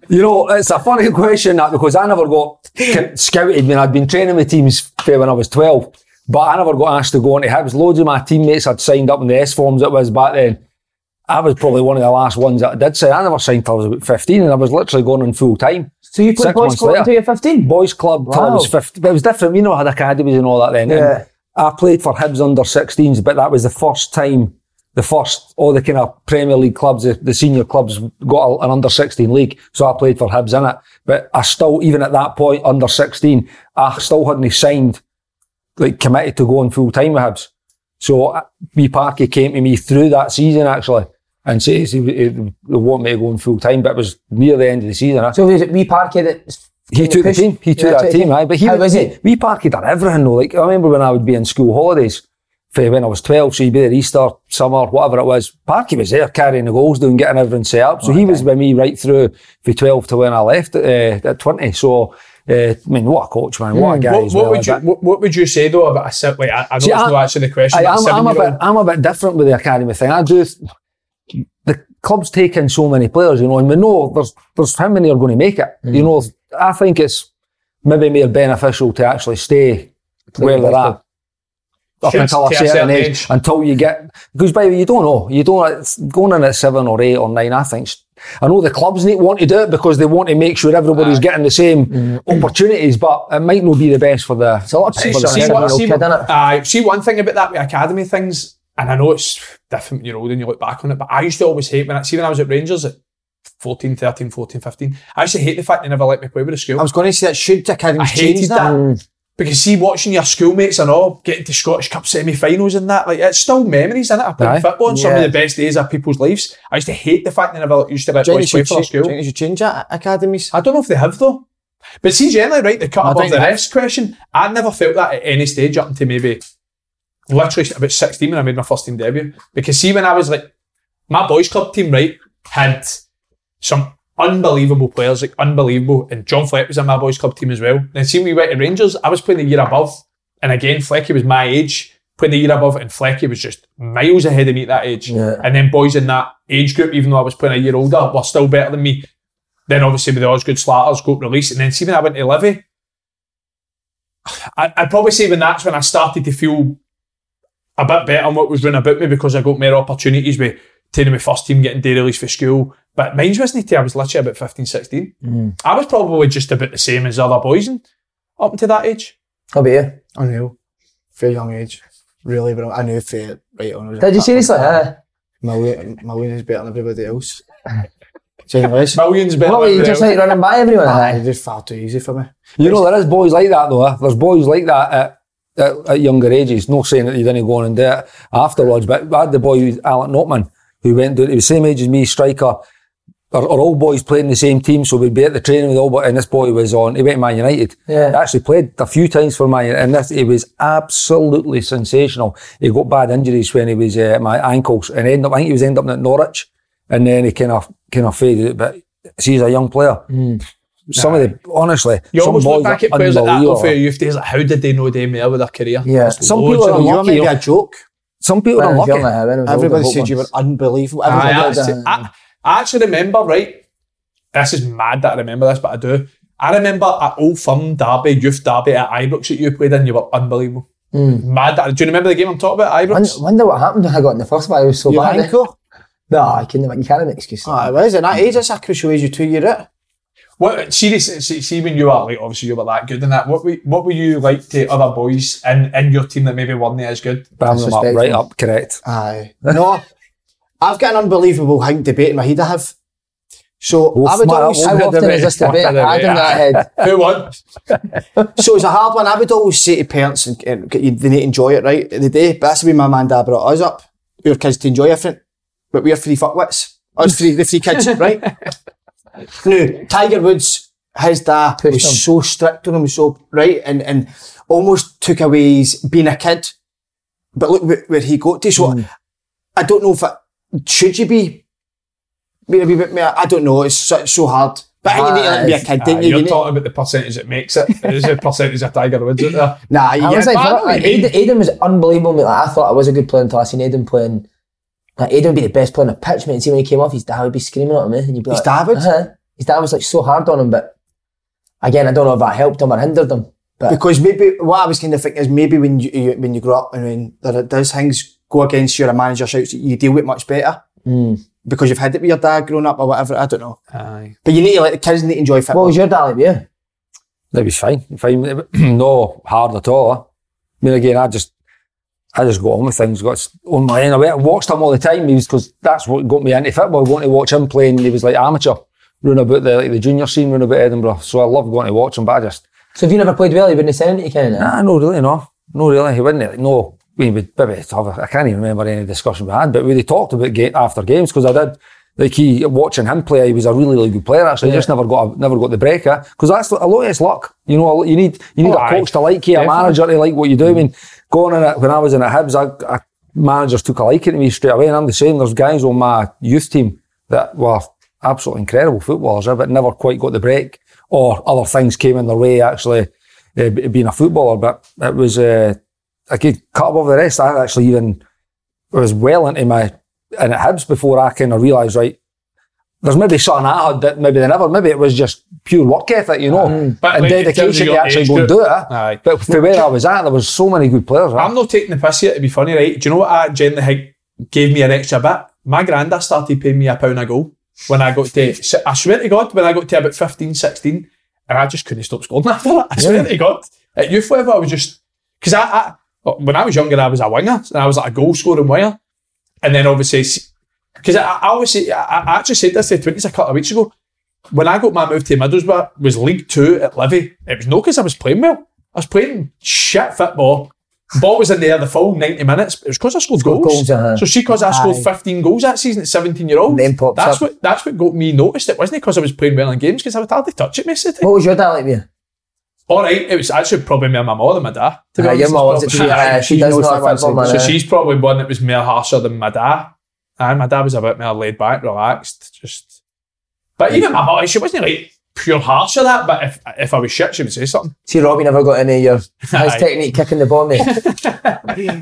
S4: you know, it's a funny question that because I never got c- scouted when I'd been training with teams f- when I was twelve, but I never got asked to go into Hibs. Loads of my teammates had signed up in the S forms it was back then. I was probably one of the last ones that did say I never signed till I was about fifteen, and I was literally going on full time.
S1: So you played
S4: Six
S1: boys
S4: months
S1: club
S4: later.
S1: until you're 15?
S4: Boys club till I was
S1: Wow.
S4: 15. But it was different. We know had academies and all that then. And
S1: Yeah.
S4: I played for Hibs under 16s, but that was the first time, the first, all the kind of Premier League clubs, the, the senior clubs got a, an under 16 league. So I played for Hibs in it. But I still, even at that point, under 16, I still hadn't signed, like committed to going full time with Hibs. So uh, me Parky came to me through that season actually and said he, he, he wanted me to go on full time, but it was near the end of the season. I-
S1: So was it wee parky that
S4: he took the team. He took that team, aye. But he
S1: How was it?
S4: We parked on everything though. Like I remember when I would be in school holidays for when I was twelve, so you'd be there Easter, summer, whatever it was. Parky was there carrying the goals down, getting everything set up. So he was with me right through for twelve to when I left uh, at twenty. So uh, I mean, what a coach, man! What a guy!
S3: What,
S4: as
S3: what
S4: well,
S3: would you
S4: but-
S3: what, what would you say though about a si- like I, I know
S4: See,
S3: it's
S4: I-
S3: not actually the question. but
S4: I,
S3: a
S4: am I'm a
S3: seven-year-old-
S4: bit, I'm a bit different with the academy thing. I do. The clubs take in so many players, you know, and we know there's there's how many are going to make it.
S3: Mm.
S4: You know, I think it's maybe more beneficial to actually stay where they're at. Up
S3: Sure,
S4: until a
S3: to a
S4: certain
S3: certain
S4: age,
S3: age.
S4: until you get because by the way, you don't know, you don't it's going in at seven or eight or nine. I think I know the clubs need want to do it because they want to make sure everybody's getting the same
S3: Mm.
S4: opportunities, but it might not be the best for the.
S1: It's a lot of
S4: for
S3: See,
S1: pressure
S4: the
S1: on
S3: see,
S1: an
S4: seven-year-old
S3: what,
S1: old
S3: see,
S1: kid,
S3: what,
S1: innit?
S3: aye, see one thing about that with academy things, and I know it's different when you're old and you look back on it, but I used to always hate when I see when I was at Rangers at 14, 13, 14, 15, I used to hate the fact they never let me play with the school.
S2: I was going to say that should
S3: I
S2: academies change
S3: hated
S2: that?
S3: that. Because see, watching your schoolmates and all getting to Scottish Cup semi-finals and that, like it's still memories in it. I played
S4: Aye.
S3: football and some of
S2: Yeah.
S3: the best days of people's lives. I used to hate the fact they never used to let
S2: Do you think they
S3: boys play
S2: should
S3: for their
S2: change- do you
S3: school.
S2: think they should change that academies?
S3: I don't know if they have though. But see, generally, right, the cut
S2: I
S3: above
S2: think
S3: the
S2: they have.
S3: refs question, I never felt that at any stage up until maybe literally about 16 when I made my first team debut. Because see, when I was like, my boys' club team, right, had some unbelievable players, like unbelievable. And John Fleck was in my boys' club team as well. Then see, we went to Rangers, I was playing the year above. And again, Flecky was my age, playing the year above, and Flecky was just miles ahead of me at that age. And then boys in that age group, even though I was playing a year older, were still better than me. Then obviously with the Osgood Slatters, go up release, and then see when I went to Livy, I, I'd probably say when that's when I started to feel a bit better on what was run about me because I got more opportunities with taking my first team, getting day release for school. But mine's wasn't it, I was literally about 15, 16.
S4: Mm.
S3: I was probably just about the same as the other boys and up until that age.
S1: How about you?
S2: Unreal. Fair young age. Really, but I knew fair right on.
S1: Did you seriously? Uh,
S2: Million, million is better than everybody else. Genuinely.
S3: Millions better.
S1: what were you
S3: than
S1: just
S3: everyone
S1: like running by everyone?
S2: Aye,
S1: Aye.
S2: it's just far too easy for me.
S4: You know, there is boys like that though. eh? There's boys like that at, at, at younger ages. Not saying that you didn't go on and do it afterwards, but I had the boy who's Alan Notman, who went down, he was same age as me, striker. Our, our old boys played in the same team, so we'd be at the training with all, but and this boy was on, he went to Man United.
S1: Yeah.
S4: He actually played a few times for Man United, and this, he was absolutely sensational. He got bad injuries when he was uh, at my ankles, and ended up, I think he was ended up at Norwich, and then he kind of, kind of faded it, but see, he's a young player. Some of the, honestly,
S3: You
S4: some
S3: always
S4: boys
S3: look back at
S4: are
S3: players like that though
S4: unbelievable.
S3: for your youth days, like how did they know them there with their career?
S1: Yeah.
S3: There's
S4: Some
S3: loads
S4: people
S3: of
S4: are
S2: You
S3: them.
S2: were
S4: unlucky.
S2: maybe
S4: you know.
S2: a joke.
S4: Some people
S1: When
S4: are
S1: I was young
S4: unlucky.
S1: like that, when I was
S2: Everybody
S1: older,
S2: said you were
S1: hopeless.
S2: unbelievable.
S3: I,
S2: Everybody "Uh, did.
S3: actually, I, I actually remember, right? This is mad that I remember this, but I do. I remember at Old Firm Derby, Youth Derby at Ibrox that you played in, you were unbelievable.
S2: Hmm.
S3: Mad that. Do you remember the game I'm talking about, Ibrox?
S1: Wonder- Wonder what happened when I got in the first one. I was so
S2: Your
S1: bad. eh?
S2: ankle?
S1: No, I couldn't. You can't have an excuse.
S2: Ah, it was. And that age, that's a crucial age. You're two year out.
S3: What seriously? See, see, when you were like, obviously you were that good in that. What were what were you like to other boys in, in your team that maybe weren't as good?
S4: Bam them up,
S1: Disrespectful.
S4: right up, correct.
S2: Aye. No, I've got an unbelievable hang debate in my head. I have. So I would
S4: man,
S2: always.
S4: I
S1: How
S4: would-
S1: often is this debate? I don't know. Head.
S3: Who won?
S2: so it's a hard one. I would always say to parents, and, and you- they need to enjoy it, right? At the day, but that's the way my man and dad brought us up. Your kids to enjoy everything, but we're free fuckwits. Us free, the free kids, right? now, Tiger Woods, his dad
S1: Pushed
S2: was
S1: him.
S2: so strict on him, so right, and and almost took away his being a kid. But look where, where he got to. So
S1: Hmm.
S2: I don't know if it, should you be being a wee bit more. I don't know. It's so, it's so hard. But But I think you need to let him be a
S1: Aye,
S2: kid,
S3: Aye,
S2: didn't you?
S3: Uh, you're
S2: You need-
S3: talking about the percentage that makes it. There's a percentage of Tiger Woods out there.
S2: Nah, you
S1: I was like,
S2: get-
S3: but I know
S1: for-
S3: what
S1: like,
S3: you mean.
S1: Aiden, Aiden was unbelievable. Mate. Like, I thought I was a good player until I seen Aiden playing. Like Aiden would be the best player on the pitch, mate. And see when he came off, his dad would be screaming at him, eh, and you'd be
S2: His
S1: like,
S2: dad would?
S1: uh-huh. His dad was like so hard on him, but again, I don't know if that helped him or hindered him. But
S2: Because maybe what I was kind of thinking is maybe when you, you when you grow up and when there, those things go against you or a manager shouts, at you you deal with it much better
S1: Mm.
S2: because you've had it with your dad growing up or whatever. I don't know,
S3: Aye.
S2: but you need to let the kids need to enjoy
S1: what
S2: football.
S1: was your dad like? with you?
S4: It was fine, fine. no hard at all. eh. I mean, again, I just, I just got on with things. Got s- on my end. I went- I watched him all the time. He was because that's what got me into football. Going to watch him playing. He was like amateur, running about the like the junior scene, running about Edinburgh. So I love going to watch him. But I just,
S1: So if you never played well, you wouldn't have said anything, kind of.
S4: nah, no, really, no, no, really. He wouldn't. Like, no, we would maybe have. A, I can't even remember any discussion we had. But we talked about game, after games because I did. Like he watching him play, he was a really, really good player. Actually, he just never got a, never got the breaker because that's a lot of it's luck. You know, you need you need
S3: Oh,
S4: a
S3: aye.
S4: coach to like you, a
S3: Definitely.
S4: manager to like what you do. I mean, going in it, when I was in the Hibs, I, I, managers took a liking to me straight away, and I'm the same. There's guys on my youth team that were absolutely incredible footballers, eh, but never quite got the break, or other things came in their way. Actually, eh, b- being a footballer, but it was uh, I could cut above the rest. I actually even was well into my in at Hibs before I kind of realised right. There's maybe something I had that maybe they never. Maybe it was just pure work ethic, you know,
S3: But
S4: and
S3: like, in terms of
S4: dedication to
S3: your
S4: actually
S3: age
S4: go and do
S3: group-
S4: it.
S3: Aye.
S4: But for where I was at, there was so many good players. eh?
S3: I'm not taking the piss here to be funny, right? Do you know what I generally think gave me an extra bit? My granda started paying me a pound a goal when I got to, I swear to God, when I got to about 15, 16, and I just couldn't stop scoring after that. I swear to God. At youth level, I was just, because I, I, when I was younger, I was a winger, and I was like a goal scoring winger. And then obviously, because I, I obviously, I, I actually said this to the 20s a couple of weeks ago. When I got my move to Middlesbrough, it was League Two at Livy. It was no because I was playing well. I was playing shit football. Ball was in there the full 90 minutes, but it was because I scored goals.
S1: goals, uh-huh.
S3: So see, because I scored
S1: Aye.
S3: 15 goals that season at 17 year old,
S1: Then pops
S3: that's
S1: up.
S3: what that's what got me noticed. It wasn't because I was playing well in games, because I would hardly touch it most of the time.
S1: What was your dad like? with you?
S3: All right, it was actually probably me and my mum than my dad. to be
S1: Uh, your
S3: honest.
S1: mum was
S3: It's
S1: a-
S3: probably-
S1: uh, she
S3: She
S1: does
S3: knows
S1: know
S3: that
S1: about
S3: one, so-
S1: football,
S3: So
S1: uh.
S3: she's probably one that was more harsher than my dad. And my dad was a bit more laid back, relaxed, just. But even my mum, she wasn't like pure harsh of that. But if if I was shit, she would say something.
S1: See, Robbie never got any of your his
S3: Aye.
S1: technique kicking the ball, mate.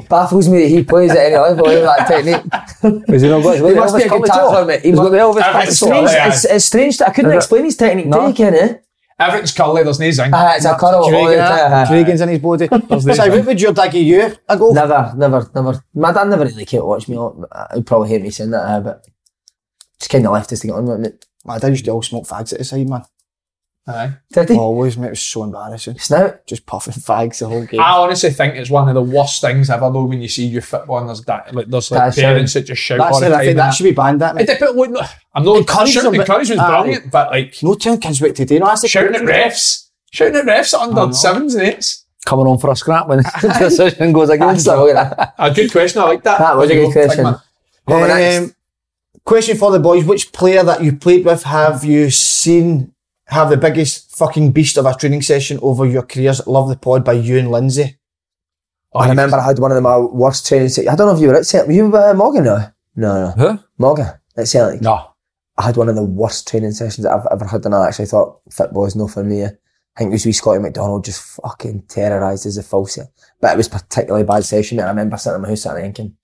S1: Baffles me that he plays at any level with that technique.
S4: Has he not got,
S1: He must be a good tackler, mate. He
S4: He's
S1: must-
S4: got the Elvis
S3: Aye,
S4: touch.
S1: It's
S3: Sort of,
S1: strange.
S3: aye.
S1: It's, it's strange that I couldn't
S4: Is it?
S1: explain his technique,
S4: No.
S1: no. did he, Kenny?
S3: Everything's curly. There's no zing.
S2: Uh,
S1: Ah, it's a curl. all the time, aye.
S2: Reagan's uh, in his body. so what would your dad give you a goal?
S1: Never, never, never. My dad never really came to watch me. I'd probably hear me saying that, uh, but just kind of left us to get on with it.
S2: My dad used to all smoke fags at his side, man.
S3: Aye.
S1: Did he?
S2: Always, mate. It was so embarrassing.
S1: Snout?
S2: Just puffing fags the whole game.
S3: I honestly think it's one of the worst things ever though when you see your football and there's that like there's like
S1: That's
S3: parents that just shout all
S2: That's
S3: the
S2: it.
S3: time.
S2: I think
S3: and
S2: that should be banned. That
S3: It
S2: mate.
S3: depends. well, no, I'm not
S2: Encourage
S3: encouraging.
S2: them, but-
S3: Encouragement's
S2: aye.
S3: brilliant, but like
S2: No telling kids what to do. No, that's the
S3: shouting at refs, shouting at refs at under sevens and eights.
S4: Coming on for a scrap when the decision goes against him.
S3: A good question. I like that.
S1: That was a good
S3: Thank
S1: question.
S3: man.
S1: Robin,
S2: Um, question for the boys: Which player that you played with have you seen have the biggest fucking beast of a training session over your careers? Love the pod by you and Lindsay.
S3: Oh,
S1: I remember I had one of my worst training sessions. I don't know if you were at Celtic. Were you with uh, Morgan? No. No, no.
S4: Who?
S1: Morgan at Celtic.
S4: No.
S1: I had one of the worst training sessions that I've ever had, and I actually thought football is not for me. I think it was wee Scotty McDonald just fucking terrorised as a falset. But it was particularly bad session, and I remember sitting in my house Saturday thinking,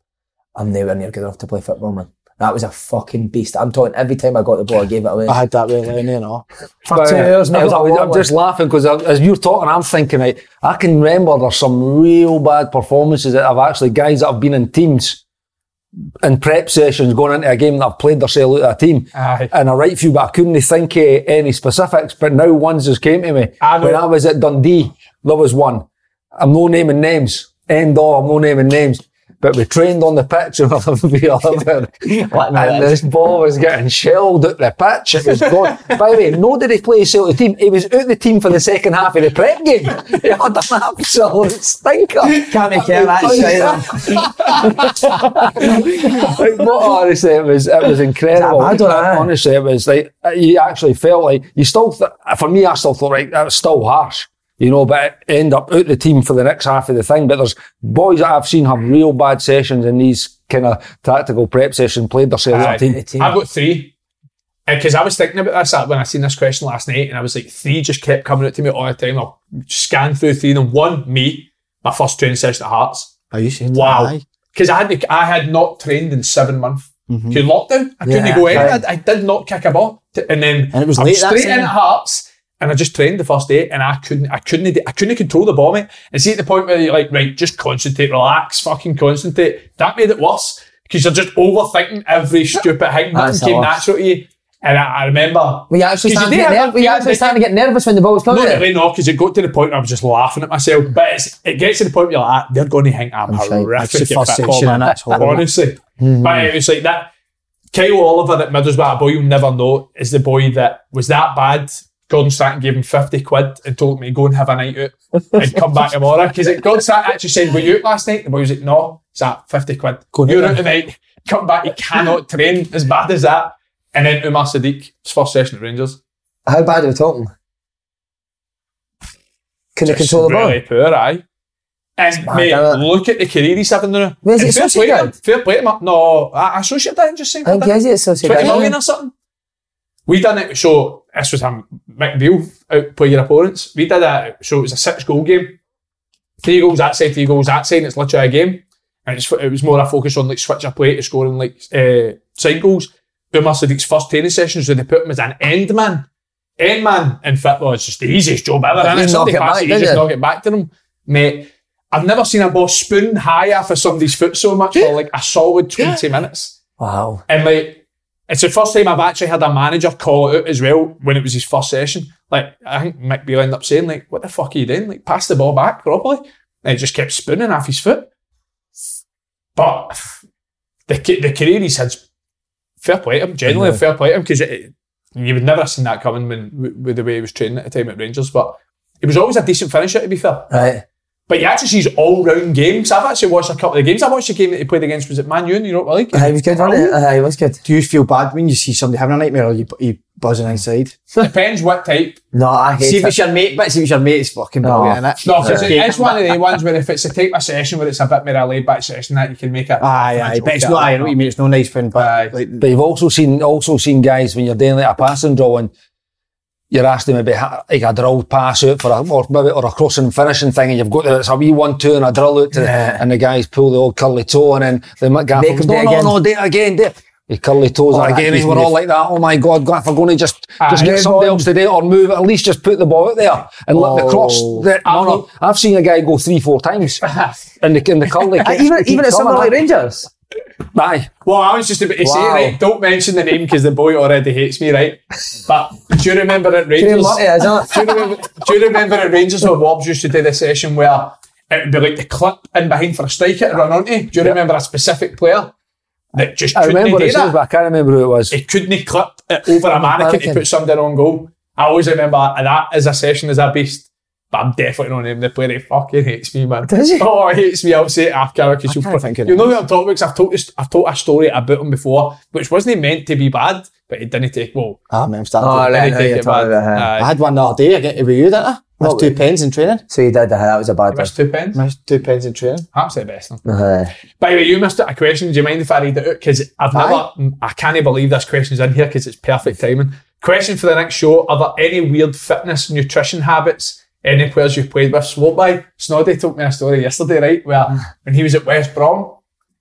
S1: I'm nowhere near good enough to play football, man. That was a fucking beast. I'm talking every time I got the ball, I gave it away.
S2: I had that with Lenny and all.
S1: For two years, mate, it was a long
S4: I'm
S1: one.
S4: just laughing because as you're talking, I'm thinking, right, I can remember there's some real bad performances that I've actually, guys that have been in teams in prep sessions going into a game that have played themselves out of a team.
S3: Aye.
S4: And a right few, but I couldn't think of any specifics. But now ones just came to me.
S3: I know.
S4: When I was at Dundee, there was one. I'm no naming names. End all, I'm no naming names. But we trained on the pitch and we were and this ball was getting shelled at the pitch. It was gone. By the way, nobody played Celtic team. He was out the team for the second half of the prep game. He had an absolute stinker.
S1: Can't make care that shit.
S4: like, what, honestly, it was it was incredible.
S1: Is that bad or not?
S4: honestly, it was like uh, you actually felt like you still. Th- for me, I still thought right, that was still harsh, you know. But it end up out the team for the next half of the thing. But there's boys that I've seen have real bad sessions in these kind of tactical prep sessions, played themselves out
S3: Aye.
S4: of team.
S3: I've got three. because I was thinking about this uh, when I seen this question last night, and I was like, three just kept coming out to me all the time. I'll scan through three of them. One, me, my first training session at Hearts.
S2: Are you saying
S3: Wow,
S2: aye?
S3: because I had I had not trained in seven months.
S2: Mm-hmm.
S3: During lockdown, I couldn't
S1: Yeah,
S3: go anywhere.
S1: right.
S3: I, I did not kick a ball, T- and then
S2: And it was
S3: I
S2: late that
S3: straight in
S2: season.
S3: at Hearts, and I just trained the first day, and I couldn't, I couldn't, I couldn't control the ball, mate. And see at the point where you're like, right, just concentrate, relax, fucking concentrate. That made it worse because you're just overthinking every stupid thing.
S1: That's
S3: Nothing came
S1: the worst.
S3: natural to you. And I, I remember
S1: Were you actually
S3: 'Cause
S1: starting
S3: did
S1: to get
S3: have
S1: nervous? Were
S3: that
S1: you
S3: feeling,
S1: actually
S3: didn't
S1: starting to get nervous when the ball was coming?
S3: no,
S1: at you?
S3: really not, because it got to the point where I was just laughing at myself. But it's, it gets to the point where you're like, "Ah, they're going to think I'm,
S2: I'm
S3: horrific.
S2: shite. That's the
S3: at
S2: first
S3: football,
S2: section,
S3: man.
S2: and that's horrible. Mm-hmm.
S3: Honestly. But it was like that. Kyle Oliver at Middlesbrough, a boy you'll never know, is the boy that was that bad. Gordon Stratton gave him 50 quid and told me go and have a night out and come back tomorrow. Because Gordon Stratton actually said, Were you out last night? The boy was like, No, it's that 50 quid.
S2: Go and
S3: You're
S2: out
S3: out tonight. Come back. You cannot train as bad as that. And then Umar Sadiq, his first session at Rangers.
S1: How bad are we talking? Can you
S3: Just
S1: control the ball?
S3: really poor, aye. And
S1: mad,
S3: mate,
S1: isn't it?
S3: look at the career he's having now.
S1: Where's
S3: And
S1: it
S3: fair play to him,
S1: associated?
S3: Fair play to him. No, I associate that just saying
S1: I think he is associated.
S3: 20 million or something. We done it. So this was him, Mick Beale outplay your opponents. We did that. So it was a six goal game. Three goals that side, three goals that side. And it's literally a game. And it's, it was more a focus on like switch of play to scoring like uh, side goals. Umar Sadiq's first training sessions where they put him as an end man. End man in football is just the easiest job ever.
S1: You
S3: And somebody
S1: knock it back,
S3: passes, you
S1: did
S3: just
S1: you?
S3: knock it back to them. Mate, I've never seen a ball spoon high off of somebody's foot so much for like a solid 20 minutes.
S1: Wow.
S3: And like, it's the first time I've actually had a manager call it out as well when it was his first session. Like, I think Mick Beale ended up saying, like, what the fuck are you doing? Like, pass the ball back properly. And it just kept spooning off his foot. But the, ca- the career he's had, fair play to him, generally fair play to him, because you would never have seen that coming when, with- with the way he was training at the time at Rangers. But it was always a decent finisher, to be fair.
S1: Right.
S3: But you actually see his all-round games. I've actually watched a couple of the games. I watched the game that he played against, was it Man U in the Europa League?
S1: Aye, He was good, wasn't he? Aye, He was good.
S2: Do you feel bad when you see somebody having a nightmare or you, you buzzing inside?
S3: Depends what type.
S1: No, I hate
S2: See if
S1: it.
S2: it's your mate, but see if it's your mate, it's fucking brilliant, innit?
S3: No, 'cause it- it's one of the ones where if it's a take my session where it's a bit more a laid back session that you can make it.
S4: Ah.
S2: Aye, aye, but it's not, aye, I know what you mean, it's no nice thing, but
S3: Aye.
S2: like,
S4: But you've also seen also seen guys when you're doing like a passing drill and you're asked them maybe ha- like a drilled pass out for a, or maybe or a crossing and finishing thing and you've got to, it's a wee one two and a drill out to and the guys pull the old curly toe and then the m- gaffer
S1: Make 'em
S4: goes,
S1: do
S4: no
S1: it
S4: no
S1: again."
S4: no do it again do it. Your curly toes
S2: Oh,
S4: are
S2: that
S4: again
S2: gives
S4: and we're
S2: me
S4: all
S2: the-
S4: like that oh my god gaffer going to just
S1: Ah,
S4: just
S3: Aye,
S4: get
S3: move
S4: somebody
S3: on.
S4: else to do it or move it at least just put the ball out there and let the cross
S2: Oh.
S4: the, no,
S3: I've
S4: no,
S3: not-
S4: I've seen a guy go three four times and the, and the curly
S1: Aye,
S4: keeps-
S1: Even
S4: keeps
S1: even at
S4: coming
S1: somewhere like
S4: back.
S1: Rangers.
S4: aye
S3: Well, I was just about to say,
S1: Wow.
S3: right, don't mention the name because the boy already hates me, right? But do you remember at
S1: Graham
S3: Rangers?
S1: Lottie, is
S3: do, you remember, do you remember at Rangers where Wobbs used to do the session where it would be like the clip in behind for a striker to run onto? Do you remember a specific player that just
S4: I
S3: couldn't
S4: remember what
S3: do
S4: it
S3: that?
S4: says, but I can't remember who it was.
S3: he couldn't clip it over a mannequin to
S1: Mannequin.
S3: put something on goal. I always remember that as a session as a beast. But I'm definitely not naming the player. He fucking hates me, man.
S1: Does he?
S3: Oh, he hates me. I'll say it after because you'll,
S2: can't think of
S3: you'll know what I'm talking about. 'cause I've told this, I've told a story about him before, which wasn't meant to be bad, but it didn't take well.
S2: ah, man, I'm starting
S1: Oh,
S2: to-
S1: right. I
S3: didn't
S1: know
S3: take
S1: you're
S3: it
S1: talking
S3: bad.
S1: about him.
S3: Aye.
S2: I had one er the other day, I get to with you, didn't I? Missed two pens in training.
S1: So you did. aye, That was a bad
S3: I
S1: one.
S3: missed two pens.
S2: Missed two pens in training.
S3: That's the best. One.
S1: Aye.
S3: By the way, you missed out a question. Do you mind if I read it out? Because I've never, I can't believe this question's in here because it's perfect timing. Question for the next show: Are there any weird fitness, nutrition habits any players you've played with swore by? Snoddy told me a story yesterday, right? Where when he was at West Brom,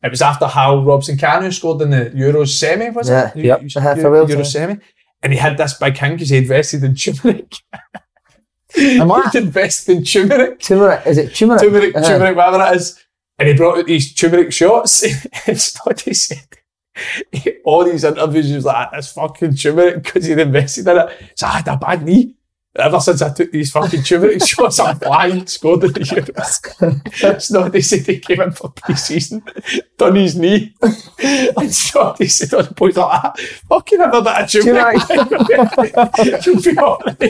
S3: it was after Hal Robson Canu scored in the Euros semi, was
S1: Yeah,
S3: it? Eu-
S4: yep.
S1: Uh, for
S3: Eu-
S1: Wales, yeah.
S3: Euros semi, and he had this big thing because he invested in turmeric.
S1: what?
S3: He'd invested in turmeric
S1: Turmeric. Is it turmeric? Uh-huh.
S3: turmeric,
S1: Aye.
S3: turmeric, whatever it is. And he brought out these turmeric shots. it's not he said. All these interviews, he was like, "Ah, "That's fucking turmeric," because he'd invested in it. So I had "Ah, a bad knee. Ever since I took these fucking turmeric shots, I'm flying, scored in the Euros. Snoddy said he came in for pre-season, done his knee, and Snoddy said on the boys like, ah, fucking have a bit of turmeric. You'll be alright.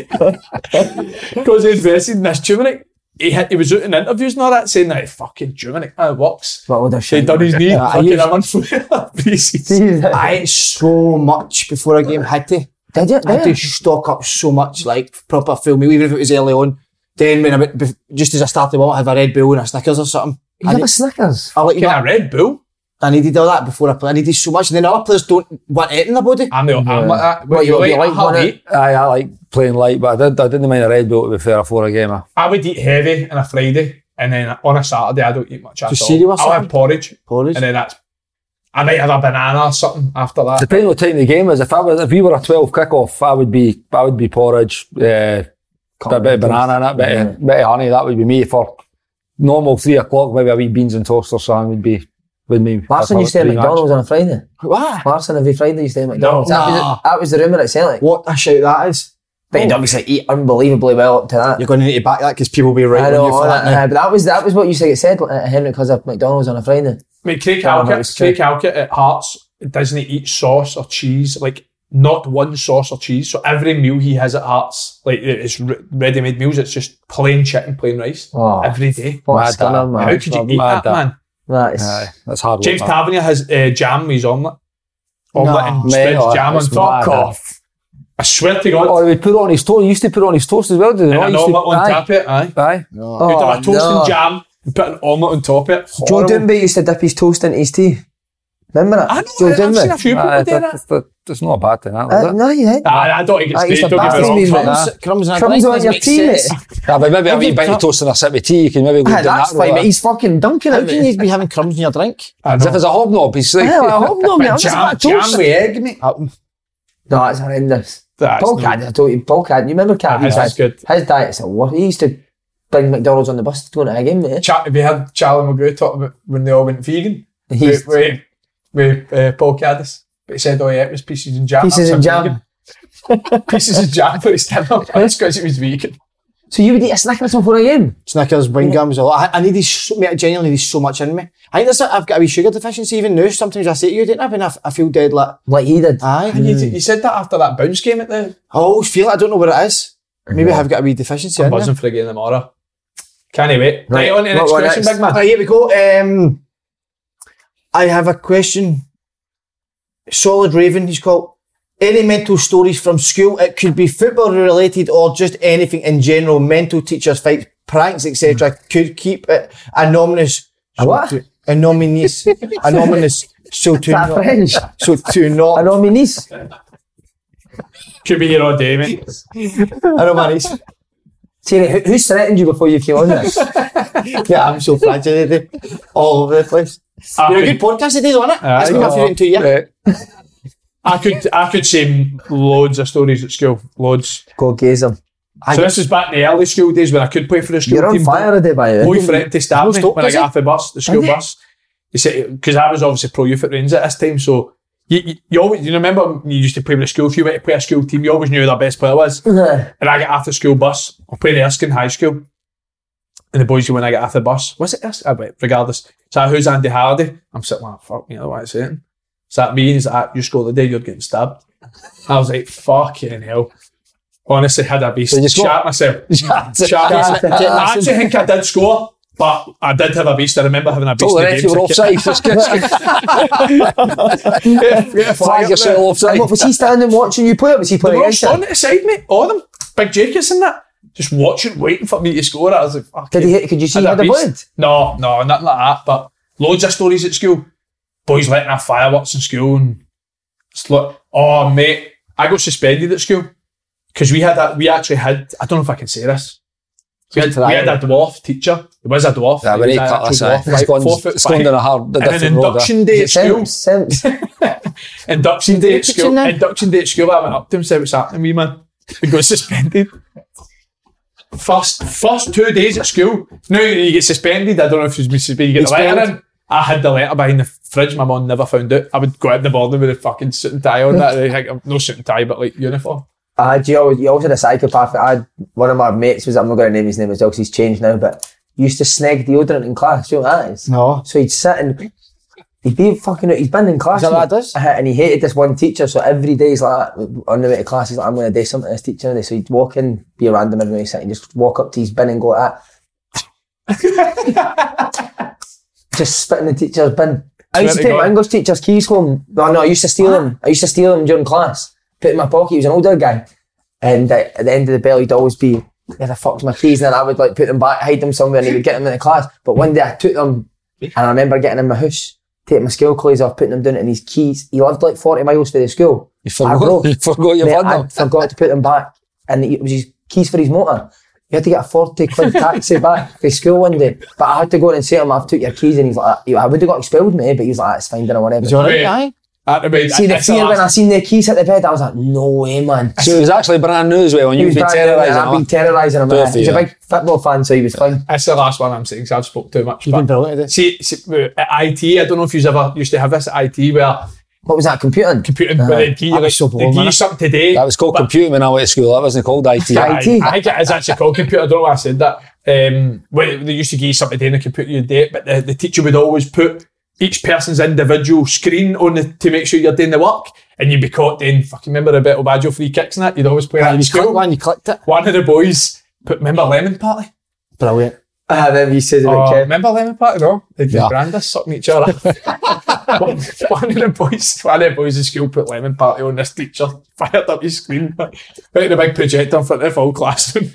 S3: Because he invested in this turmeric. He, had, he was out in interviews and all that saying that fucking turmeric, that works.
S1: What would I
S3: He
S1: say?
S3: done his knee,
S2: I
S3: fucking
S2: used-
S3: have one for pre-season.
S2: I ate so much before a game, had to.
S1: Did you?
S2: I had to
S1: Did you?
S2: stock up so much, like proper full meal, even if it was early on. Then when I went, bef- just as I started, well, I have a Red Bull and a Snickers or something.
S1: You
S2: And
S1: have a Snickers.
S2: I like
S3: Get a Red Bull.
S2: I needed all that before I played. I needed so much. And then other players don't want it in their body.
S3: I'm the, I'm like that.
S1: What, you- you like
S3: I, would
S1: one
S3: eat,
S4: Aye, I like playing light, but I, did, I didn't mind a red bull to be fair before a game. I,
S3: I would eat heavy on a Friday, and then on a Saturday I don't eat much at
S2: Just
S3: all.
S2: cereal or
S3: I'll have
S2: something?
S3: porridge,
S2: Porridge.
S3: and then that's. I might have a banana or something after that.
S4: depending on what time the game is, if I was if we were a twelve kickoff, I would be I would be porridge, uh, a bit of banana and that bit, of, bit of honey. That would be me for normal three o'clock. Maybe a wee beans and toast or something would be would me.
S1: Larson used to at McDonald's eh? on a Friday.
S2: What?
S1: Larson every Friday used to at McDonald's.
S3: No.
S1: that, was,
S2: Nah.
S1: that was the rumour at Celtic.
S2: What a shout that is. Oh.
S1: But he'd obviously eat unbelievably well up to that.
S2: You're going to need to back that because people will be right
S1: I
S2: on you
S1: know,
S2: for
S1: all
S2: that.
S1: that,
S2: now.
S1: uh, but that was that was what you said. It said uh, Henry because of McDonald's er on a Friday.
S3: Mate, Craig
S1: Can't remember
S3: Halkett,
S1: his
S3: Craig Halkett at Hearts doesn't eat sauce or cheese, like not one sauce or cheese. So every meal he has at Hearts, like it's ready made meals, it's just plain chicken, plain rice
S1: Oh,
S3: every day.
S1: what a
S4: Mad
S1: stunner,
S4: that.
S1: man!
S3: How could you eat
S4: mad
S3: that,
S4: that.
S3: man?
S1: That is
S4: Aye, that's hard. work,
S3: James
S4: that.
S3: Tavernier has uh, jam with his omelette. Omelette
S4: No,
S3: and spreads
S4: mate,
S3: jam on
S4: that's
S3: top.
S4: mad,
S3: Fuck
S4: that.
S3: off. I swear to God.
S4: Or Oh, he would put it on his toast. He used to put it on his toast as well, did
S3: and
S4: he? not?
S3: an
S4: He used to-
S3: omelette on
S4: aye,
S3: top of it, aye.
S4: Aye.
S3: You'd
S1: Oh,
S3: have a toast
S1: no.
S3: and jam, and put an omelette on top of it.
S1: Joe
S3: Horrible.
S1: Doomby used to dip his toast into his tea. Remember that?
S3: I know,
S1: Joe
S3: I've seen
S1: Doomby.
S3: a few people
S4: Aye,
S3: do that.
S4: that's, that's, that's not a bad thing, that, is
S1: Uh,
S4: it?
S1: no, you didn't.
S3: I, I don't think
S1: I
S3: it's
S1: used
S3: great,
S1: to
S3: don't get
S1: baptize
S3: me
S1: me with
S3: wrong.
S4: Nah.
S2: Crumbs and
S1: crumbs on
S2: doesn't
S1: your
S2: make
S1: tea, mate.
S2: sense.
S4: Yeah, but maybe a wee
S2: Even
S4: bit of
S2: top-
S4: toast and a sip of tea, you can maybe go
S1: Aye,
S4: down
S1: Ah, that's
S4: that road.
S1: fine, mate. He's fucking dunking
S2: How
S1: it.
S2: can
S1: me.
S2: you be having crumbs in your drink?
S3: I
S4: As
S3: know.
S4: if it's a hobnob, he's like,
S1: Hell, I hope not, mate. I'm just
S3: Jam,
S1: about toast.
S3: jam with egg, mate.
S1: No, that's horrendous.
S3: That's
S1: Paul
S3: no-
S1: Cadden, I told you, Paul Cadden. You remember Cadden?
S3: Aye, that's good.
S1: His diet's a worst. He used to bring McDonald's on the bus to go to a game, mate.
S3: Chat, have you heard Charlie McGrew talk about when they all went vegan?
S1: He's-
S3: With, with, with uh, Paul Caddis. But he said, oh yeah, it was pieces and jam.
S1: Pieces
S3: That's
S1: and
S3: a
S1: jam.
S3: vegan. pieces and jam for er his dinner. That's because it was vegan.
S1: So you would eat a Snickers before a game?
S2: Snickers, wing gums, all I, I needed so, mate, I genuinely needed so much in me. I think that's it. I've got a wee sugar deficiency even now. Sometimes I say to you, didn't I? When I, f- I feel dead like,
S1: Like he did.
S2: aye.
S3: And you, you said that after that bounce game at the
S2: I always feel it. I don't know what it is. Maybe I've got a wee deficiency in me.
S3: buzzing for the game tomorrow. Can't wait. Right, on to the next
S1: what
S3: question,
S1: next?
S3: big man.
S2: Right, here we go. Um, I have a question. Solid Raven, he's called. Any mental stories from school? It could be football related or just anything in general. Mental teachers fights, pranks, etc. Could keep it anonymous.
S1: A what?
S2: Anonymous. anonymous. So to
S1: That
S2: not.
S1: French.
S2: So to not.
S1: I know my niece.
S3: Could be here all day, mate.
S2: Anonymous.
S1: Terry, who, who threatened you before you came on this?
S2: Yeah, I'm so fragile today. All over the place. Oh.
S3: I,
S2: You're a good
S3: could,
S2: podcast today, wasn't it? That's
S3: Aye.
S2: been my favourite in two years.
S4: Right.
S3: I could, I could say loads of stories at school, loads.
S1: God gaze him.
S3: so this is back in the early school days when I could play for the school
S1: You're on
S3: team.
S1: fire today, by the way.
S3: boyfriend to stab me
S2: stop,
S3: when I
S2: does
S1: eh?
S3: got
S2: he?
S3: off the bus, the school bus. He said because I was obviously pro youth at Rangers at this time, so you, you, you always you remember when you used to play with the school. If you went to play a school team, you always knew who their best player was.
S1: Aye.
S3: And I got off the school bus. I played at Erskine High School, and the boys who when I got off the bus was it Erskine? Ah, but regardless, so who's Andy Hardy? I'm sitting like fuck me, what is it? Is that me? Is that you score the day you're getting stabbed? I was like fucking hell. Honestly, had I be
S4: you scored?
S3: shot myself.
S4: That's it.
S3: Sharp. I actually think I did score, but I did have a beast. I remember having a beast.
S4: All the
S3: in
S4: rest
S3: games
S4: you were
S3: like it.
S4: offside. Just get-
S3: Yeah,
S4: flag yourself offside.
S1: What, was he standing watching you play? Or was he
S3: They
S1: playing
S3: were all
S1: against you?
S3: standing at the side, mate. All of them. Big Jacobs and that. Just watching, waiting for me to score. I was like, fuck
S1: Did
S3: it.
S1: he hit? Could you see
S3: Had
S1: he
S3: a
S1: had a
S3: beast.
S1: blood?
S3: No, no, nothing like that. But loads of stories at school. Boys letting off fireworks in school and slut. Oh, mate, I got suspended at school because we had that. We actually had. I don't know if I can say this. We had, we had a dwarf teacher. He was a dwarf.
S4: Yeah,
S3: He
S4: we
S3: was
S4: need
S3: an
S4: to cut
S3: actual
S4: this out.
S3: dwarf, like four foot
S4: It's going
S3: five.
S4: down a hard, a
S3: And an
S4: different road. eh?
S3: induction day at school.
S1: Sense, sense.
S3: Induction day at
S2: kitchen
S3: school.
S2: now?
S3: Induction day at school. I went up to him and said, "What's happening, wee man?" He got suspended. First, first two days at school. Now you get suspended. I don't know if you've been suspended. You get the letter in. I had the letter behind the fridge. My mum never found out. I would go out in the morning with a fucking suit and tie on. That They think- no suit and tie, but like uniform.
S1: I had you always, you always had a psychopath. I had one of my mates was I'm not going to name his name as well 'cause he's changed now, but he used to snag deodorant in class. Do you know what that is?
S2: No.
S1: So he'd sit and he'd be fucking. He's been in class.
S2: Is that what
S1: mate.
S2: that does?
S1: Uh, And he hated this one teacher. So every day he's like that, on the way to class, he's like, "I'm going to do something to this teacher today." So he'd walk in, be a random everywhere he's sitting, just walk up to his bin and go like that. just spit in the teacher's bin. I used to
S3: Swear to
S1: take my
S3: God.
S1: English teacher's keys home. No, no, I used to steal them. I used to steal them during class. Put it in my pocket. He was an older guy. And uh, at the end of the bell, he'd always be, where the fuck's my keys? And then I would like put them back, hide them somewhere, and he would get them in the class. But one day I took them, and I remember getting in my house, taking my scale clays off, putting them down in these keys. He lived like 40 miles from the school.
S4: You
S1: I
S4: forgot,
S1: broke.
S4: you forgot you
S1: Mate,
S4: had
S1: I
S4: them.
S1: forgot to put them back, and it was his keys for his motor. He had to get a 40 quid taxi back to school one day. But I had to go in and say to him, I've took your keys, and he's like, I would have got expelled, mate, but he was like, "Ah, it's fine, dinner, whatever.
S2: Is he alright?
S3: Wait.
S2: Aye.
S3: I mean,
S1: See, the
S3: that's the
S1: fear when I
S3: last-
S1: seen the keys hit the bed, I was like, no way, man.
S4: So it was actually brand new as well, and
S1: He
S4: you've
S1: was
S4: been
S1: brand new, and
S4: terrorising
S1: I've
S4: him.
S1: been terrorising him.
S4: Fair
S1: eh? He's a
S4: fear.
S1: big football fan, so he was fine.
S3: That's the last one I'm saying because I've spoke too much.
S2: You've
S3: but-
S2: been brilliant at this.
S3: See, see, uh, at IT, I don't know if you ever used to have this at IT where
S1: What was that, computing?
S3: computing, but the key,
S2: that
S3: like,
S2: was so
S3: the
S2: boring,
S3: key
S2: wasn't
S3: something today.
S4: That was called
S3: but-
S4: computing when I went to school. That wasn't called IT.
S1: Aye.
S3: I,
S1: IT.
S3: I think it is actually called computer. I don't know why I said that. Um, when they used to give you something in the computer you'd do it, but the, the teacher would always put each person's individual screen on the, to make sure you're doing the work, and you'd be caught doing. Fucking remember the Battle Badger free kicks and that? You'd always play that. in
S2: You clicked
S3: school.
S2: one, you clicked it.
S3: One of the boys put. Remember Lemon Party?
S2: Brilliant.
S1: Ah,
S2: uh,
S1: then he says
S3: Oh,
S1: about Kev.
S3: remember Lemon Party? No, they
S4: Yeah.
S3: brand us sucking each other. one, one of the boys, one of the boys in school put Lemon Party on this teacher, fired up his screen, put the big projector in front of the whole classroom.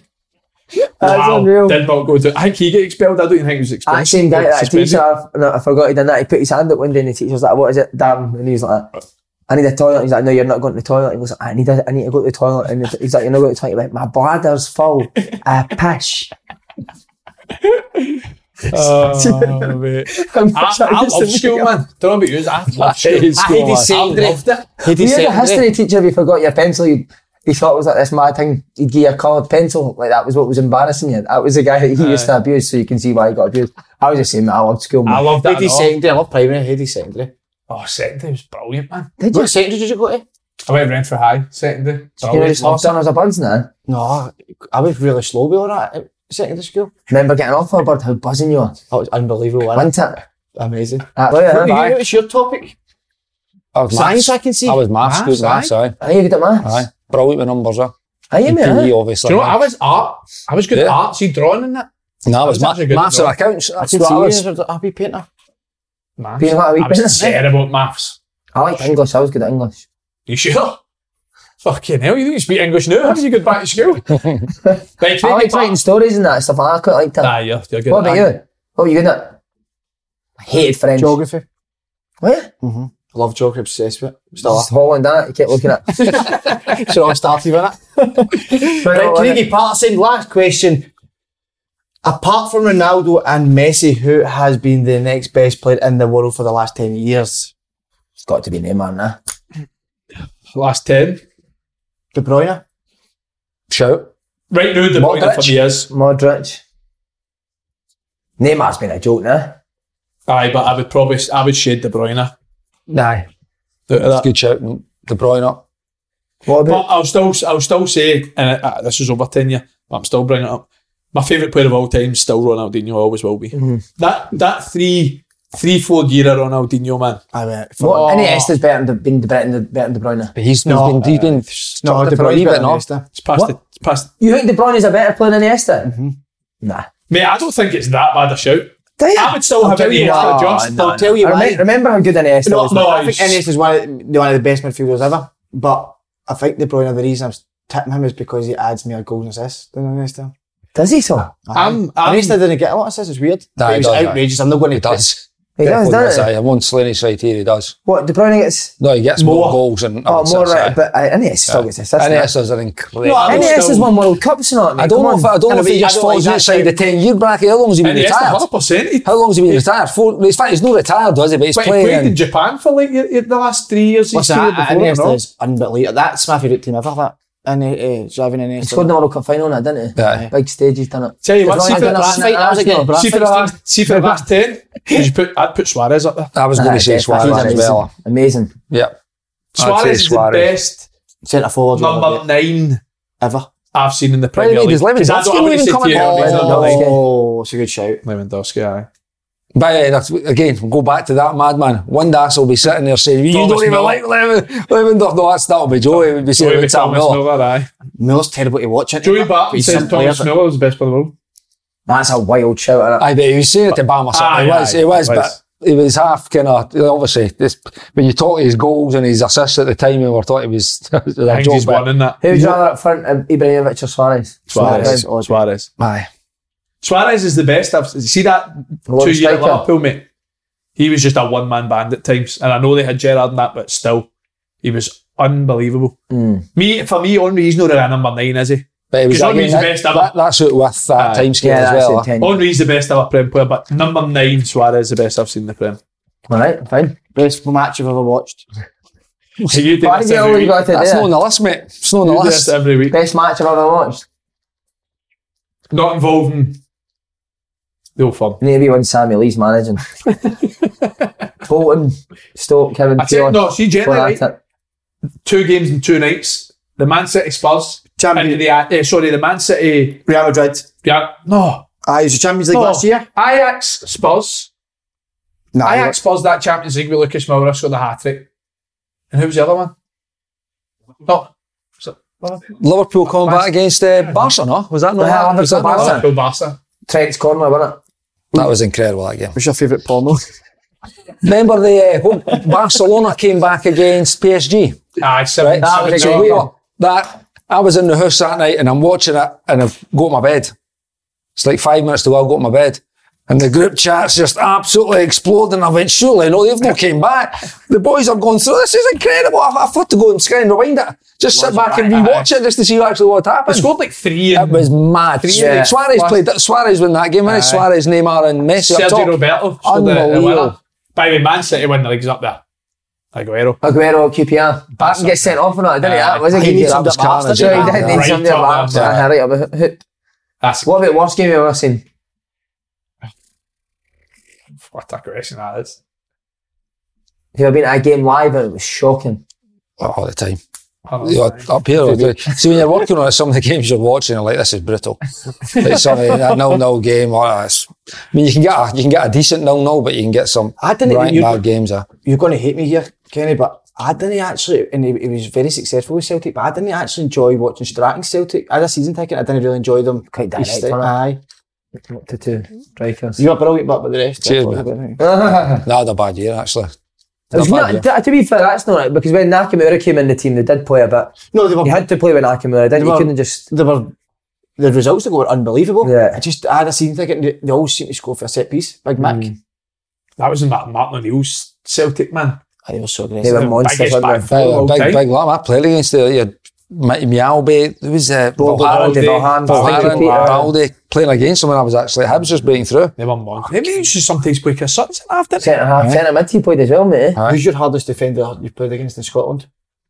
S1: That's unreal.
S3: Did not go to. I think he get expelled. I don't even think he was expelled.
S1: That same guy, that
S3: Suspended.
S1: teacher, I, no, I forgot he'd done that. He put his hand up one day and the teacher was like, What is it? Damn. And he was like, I need a toilet. He's like, No, you're not going to the toilet. He was like, I need, a, I need to go to the toilet. And he's like, You're not going to the toilet. Like, My bladder's full. I pish.
S3: Oh, mate. I, I love school, man. Don't know about you. I love school. I
S4: hated school,
S3: hated
S4: man.
S3: secondary. I loved it.
S1: You had a history teacher, if you forgot your pencil, you'd, he thought it was like this mad thing. He'd give you a coloured pencil. Like, that was what was embarrassing you. That was the guy that he used to abuse, so you can see why he got abused. I was just saying, I loved school, man.
S3: I loved that.
S2: Hades
S3: and all.
S2: secondary, I love primary, Hades secondary.
S3: Oh, secondary was brilliant, man.
S1: Did you?
S2: What secondary did you go to?
S3: I went Renfrew High secondary.
S1: You know, just
S3: Brilliant.
S1: hopped on as a buzz now.
S2: No, I was really slow with all that at secondary school.
S1: Remember getting off for a bird, how buzzing you were.
S2: That was unbelievable, wasn't
S1: Wasn't it?
S2: it? Amazing.
S1: That's
S2: What,
S1: brilliant,
S2: you,
S1: aye.
S2: what's your topic?
S4: I was
S2: Science,
S4: maths.
S2: I can see.
S4: I was maths,
S3: Maths,
S4: good maths, aye.
S1: Are you good at maths?
S4: Aye. Brilliant with numbers, eh?
S1: Are you,
S4: And
S1: mate?
S4: PE,
S1: aye?
S4: obviously.
S3: Do you know, what? I
S4: maths.
S3: was art. I was good at
S4: Yeah.
S3: artsy drawing in that.
S4: No, I was,
S3: was
S4: ma-
S3: actually good at
S4: maths and
S3: drawing.
S4: accounts. That's
S2: Can
S4: what I
S2: see
S4: was.
S2: you as a happy painter.
S3: Maths.
S1: Being like a wee
S3: I was
S1: business, eh?
S3: terrible at maths.
S1: I liked English. I was good at English.
S3: You sure? Fucking hell, you think you speak English now? How did you get back to school? Right,
S1: I liked
S3: take it back.
S1: writing stories and that stuff. I quite liked that.
S3: Nah, you're, you're good
S1: what
S3: at
S1: about
S3: that.
S1: you? What were you good at? I hated French.
S2: Geography.
S1: What?
S2: I love eh, geography, obsessed with it. Still
S1: Just Holland, that. You kept looking at.
S2: are. so I started with it.
S1: Right,
S2: right,
S1: well,
S2: Craigie Patterson, last question. Apart from Ronaldo and Messi, who has been the next best player in the world for the last 10 years?
S1: It's got eh? to be Neymar, nah.
S3: Last 10.
S2: De Bruyne?
S4: Shout.
S3: Right now, the point
S4: Modric.
S3: for me is.
S1: Modric. Neymar's been a joke, nah.
S3: Aye, but I would probably. I would shade De Bruyne. out
S4: Nah,
S3: of that.
S4: good shouting. De Bruyne.
S1: What
S3: But
S1: about?
S3: I'll still, I'll still say, and uh, this is over ten year, but I'm still bringing it up. My favourite player of all time is still Ronaldinho. Always will be.
S1: Mm-hmm.
S3: That that three, three, four year of Ronaldinho, man.
S2: I went for.
S1: What, Any Esther's better than De, been De, better than De, better than De Bruyne.
S4: But Oh. he's, he's
S2: No,
S4: been deep in.
S2: no, De
S4: for a wee
S2: Bruyne's
S4: bit,
S2: better than
S4: no?
S2: Iniesta.
S3: It's past.
S1: What?
S3: The, it's past.
S1: You think De Bruyne is a better player than Esther? Mm-hmm. Nah.
S3: Mate, I don't think it's that bad a shout.
S1: Do you?
S3: I would still have
S2: tell
S3: any
S2: you
S3: extra
S2: what,
S3: just.
S2: I'll tell you
S1: I
S2: why.
S1: remem- remember how good an Esther
S3: No,
S1: was.
S3: no,
S2: I think
S3: it's-
S2: Ennis is one of, the, one of the best midfielders ever, but I think De Bruyne, the reason I'm tipping him is because he adds more goals and assists than Iniesta.
S1: Does he so?
S3: I'm- I'm-
S2: Iniesta didn't get a lot of assists, it's weird. But
S4: Nah, he
S2: he was
S4: does, aye.
S2: outrageous, I'm not going to...
S4: Um, He does.
S1: He does,
S4: Definitely
S1: doesn't he?
S4: aye. I won't slay any side here, he does.
S1: What, De Bruyne gets?
S4: No, he gets more,
S3: More.
S4: goals and
S1: Oh, more right,
S4: aye.
S1: but uh, NES still gets assists.
S4: And
S1: now.
S4: Esther's an incredible.
S3: No, I don't
S1: NES has
S3: still-
S1: won World Cups and all that, mate.
S4: I don't
S1: Come
S4: know
S1: on.
S4: if I don't know
S2: And
S4: if
S2: if
S4: he
S2: he- I
S4: just
S2: don't like
S4: falls
S2: that
S4: outside the
S2: shout.
S4: ten year bracket. How long has he been
S3: And yes,
S4: retired?
S3: hundred percent. He,
S4: How long has he been retired? Four. In fact, he's not retired, does he? But he's
S3: but he
S4: playing.
S3: played in Japan for like y- y- the last three years. He's
S2: Listen,
S3: played
S2: I-
S3: before. I don't
S2: Iniesta
S3: know.
S2: is unbelievable. That's my favourite team ever, that. And uh, Xavi and
S1: He scored in
S2: Iniesta.
S1: the World Cup final, now, didn't he?
S4: Aye.
S1: Big stages, done it.
S3: Tell you what,
S1: He's
S3: see
S1: won it
S3: for
S1: at
S3: the last-
S1: Arsenal,
S2: that was against
S1: Arsenal.
S3: See for the last, see for the last ten. would you put, I'd put Suarez up there.
S4: I was going
S1: Aye,
S4: to say
S1: definitely.
S4: Suarez as
S1: Amazing.
S4: well.
S1: Amazing.
S4: Yeah.
S3: Suarez is the best
S2: Centre forward
S3: number
S2: ever.
S3: nine
S2: ever.
S3: I've seen in the
S4: Right,
S3: Premier
S4: mate,
S3: League.
S4: does Lewandowski
S3: 'Cause I don't- I wouldn't
S4: even
S3: say
S4: come in?
S3: Thierry
S4: Oh,
S3: Henry's
S1: Lewandowski.
S3: number nine.
S2: Oh, it's a good shout.
S3: Lewandowski, aye.
S4: But eh, that's, again, we'll go back to that madman. One das will be sitting there saying, "You
S3: Thomas
S4: don't even
S3: Müller.
S4: like Lewand- Lewandowski." No, that's that'll be Joey. Would be
S3: Joey
S4: saying about Tom
S3: Thomas
S4: Miller.
S3: Miller, aye.
S2: Miller's terrible to watch. isn't he?
S3: Joey Barton
S2: He's
S3: says
S2: some player,
S3: Thomas
S2: but-
S3: Miller was the best player in the world.
S1: That's a wild shout, innit?
S4: I bet he was saying it to Bama.
S3: Aye,
S4: he was,
S3: Ah, aye,
S4: he was,
S3: he
S4: but
S3: was.
S4: he was half kind of obviously. This when you talk to his goals and his assists at the time, we were thought he was. it was a
S3: I think
S4: joke,
S3: he's
S4: but-
S3: one in that.
S1: Who would you rather up front, um, Ibrahimovic or Suarez?
S2: Uh, Suarez. Oh,
S1: Suarez.
S2: or
S3: Suarez.
S4: Aye.
S3: Suarez is the best. I've see that
S1: Lone
S3: two year at
S1: striker.
S3: Liverpool, mate. He was just a one man band at times. And I know they had Gerard and that, but still, he was unbelievable.
S1: Hmm.
S3: Me, for me, Henry's not a number nine, is he?
S4: But it was,
S3: Because Henry's the
S4: again, that-
S3: best ever.
S4: that- that's it with that
S3: Aye.
S4: time scale
S1: Yeah,
S4: as
S1: that's
S4: well.
S1: well,
S4: eh?
S1: ten.
S3: Henry's the best ever Prem player, but number nine, Suarez, the best I've seen in the Prem.
S1: All right, fine.
S2: Best match I've ever watched.
S3: Hey, you do
S1: Why
S3: this
S1: did you
S3: every
S1: always
S3: week.
S1: got to do
S4: That's
S1: that?
S4: not on the list, mate. It's not on the
S3: You do
S4: list.
S3: this every week.
S1: Best match I've ever watched.
S3: Not involving the old firm.
S1: Maybe when Sammy Lee's managing. Bolton, Stoke, Kevin
S3: I tell you, no, see, generally,
S1: Well, that's
S3: right,
S1: it.
S3: two games in two nights. The Man City Spurs.
S2: Champions-
S3: into the, uh, sorry, the Man City.
S2: Real Madrid. Oh,
S3: Yeah, no.
S2: Aye, it was the Champions League
S3: no.
S2: last year.
S3: Oh, Ajax Spurs.
S2: Nah,
S3: Ajax Spurs that Champions League with Lucas Moura scored the hat trick. And who was the other one? No. So,
S4: Liverpool coming back against uh, Barca, no? Was that not?
S1: Yeah,
S4: was that, not-
S1: Barca.
S3: Liverpool Barca.
S1: Trent's corner, wasn't it?
S4: that was incredible, that game.
S2: What's your favourite porno?
S4: Remember the uh, home- Barcelona came back against PSG,
S3: Aye,
S4: right?
S3: seven.
S1: That
S3: seven
S1: was a
S4: so
S3: goal.
S1: great
S4: we
S1: one.
S4: were, that I was in the house that night and I'm watching it and I've got my bed. It's like five minutes to go, I've got my bed. And the group chat's just absolutely exploding. I went, surely no, they've not came back. The boys have gone through. This is incredible. I've, I've had to go and scan and rewind it. Just sit back and rewatch it just to see actually what
S3: They
S4: happened.
S3: scored like three.
S4: It
S3: And
S4: was mad.
S1: Yeah.
S4: Suarez played that. Suarez won that game, and Suarez, Neymar, and Messi. up
S3: Sergio
S4: top.
S3: Roberto. scored the- the
S4: Unbelievable.
S3: winner. By the way, Man City win the league's up there. Aguero.
S1: Aguero, QPR. Barton gets sent off on it, didn't he?
S2: Uh,
S1: That was a
S4: He
S1: good
S4: needs
S1: game.
S4: some
S1: That was carnage,
S4: carnage,
S1: yeah.
S4: yeah.
S1: He did need
S3: Right
S1: somebody
S3: up
S1: to lapse
S3: there,
S1: it,
S3: yeah.
S1: hurry up a hoop.
S3: That's
S1: What about worst game you've ever seen?
S3: what a question that is.
S1: Have you ever been at a game live and it was shocking?
S4: all the time.
S3: I don't know.
S4: You know, up here, I do. see when you're working on it, some of the games you're watching, are like this is brutal. like some of that nil nil game. Or that's, I mean, you can get a, you can get a decent nil nil, but you can get some
S2: I didn't-
S4: right
S2: you-
S4: bad games. Uh.
S2: You're going to hate me here, Kenny, but I didn't actually, and he, he was very successful with Celtic, but I didn't actually enjoy watching Stratton Celtic. I had a season ticket, I didn't really enjoy them.
S1: Quite
S2: He
S1: direct,
S2: stayed-
S1: wasn't it?
S2: Aye.
S1: Up to two strikers.
S2: You were brilliant, but with the rest.
S4: Cheers,
S2: I thought
S4: mate.
S2: about it.
S1: it
S4: That had a bad year actually.
S1: was
S4: Not bad,
S1: not, to be fair, that's not it because when Nakamura came in the team, they did play a bit.
S2: No, they were
S1: You had to play with Nakamura, didn't you? You
S2: Well-
S1: couldn't just.
S2: they were the results that were unbelievable.
S1: Yeah.
S2: I just I had a season ticket and they, they all seemed to score for a set piece. Big Mac.
S3: That was in that Martin O'Neill's Celtic man.
S2: I was so
S1: They
S2: aggressive.
S1: were monsters,
S3: biggest
S1: weren't
S3: back
S1: they?
S3: four.
S4: Big,
S3: Well,
S4: big,
S3: okay.
S4: big lamb. I played against the you had Mi- Mialbe. There was uh,
S1: Volharen,
S3: Valde,
S1: De Volharen,
S4: Valharen,
S1: Valde.
S4: Valde playing against them when I was actually Hibs was breaking through.
S3: They were monsters. Maybe you should sometimes play Chris Sutton after.
S1: Centre half, centre mid, he played as well, mate.
S4: Aye.
S2: Who's your hardest defender you played against in Scotland?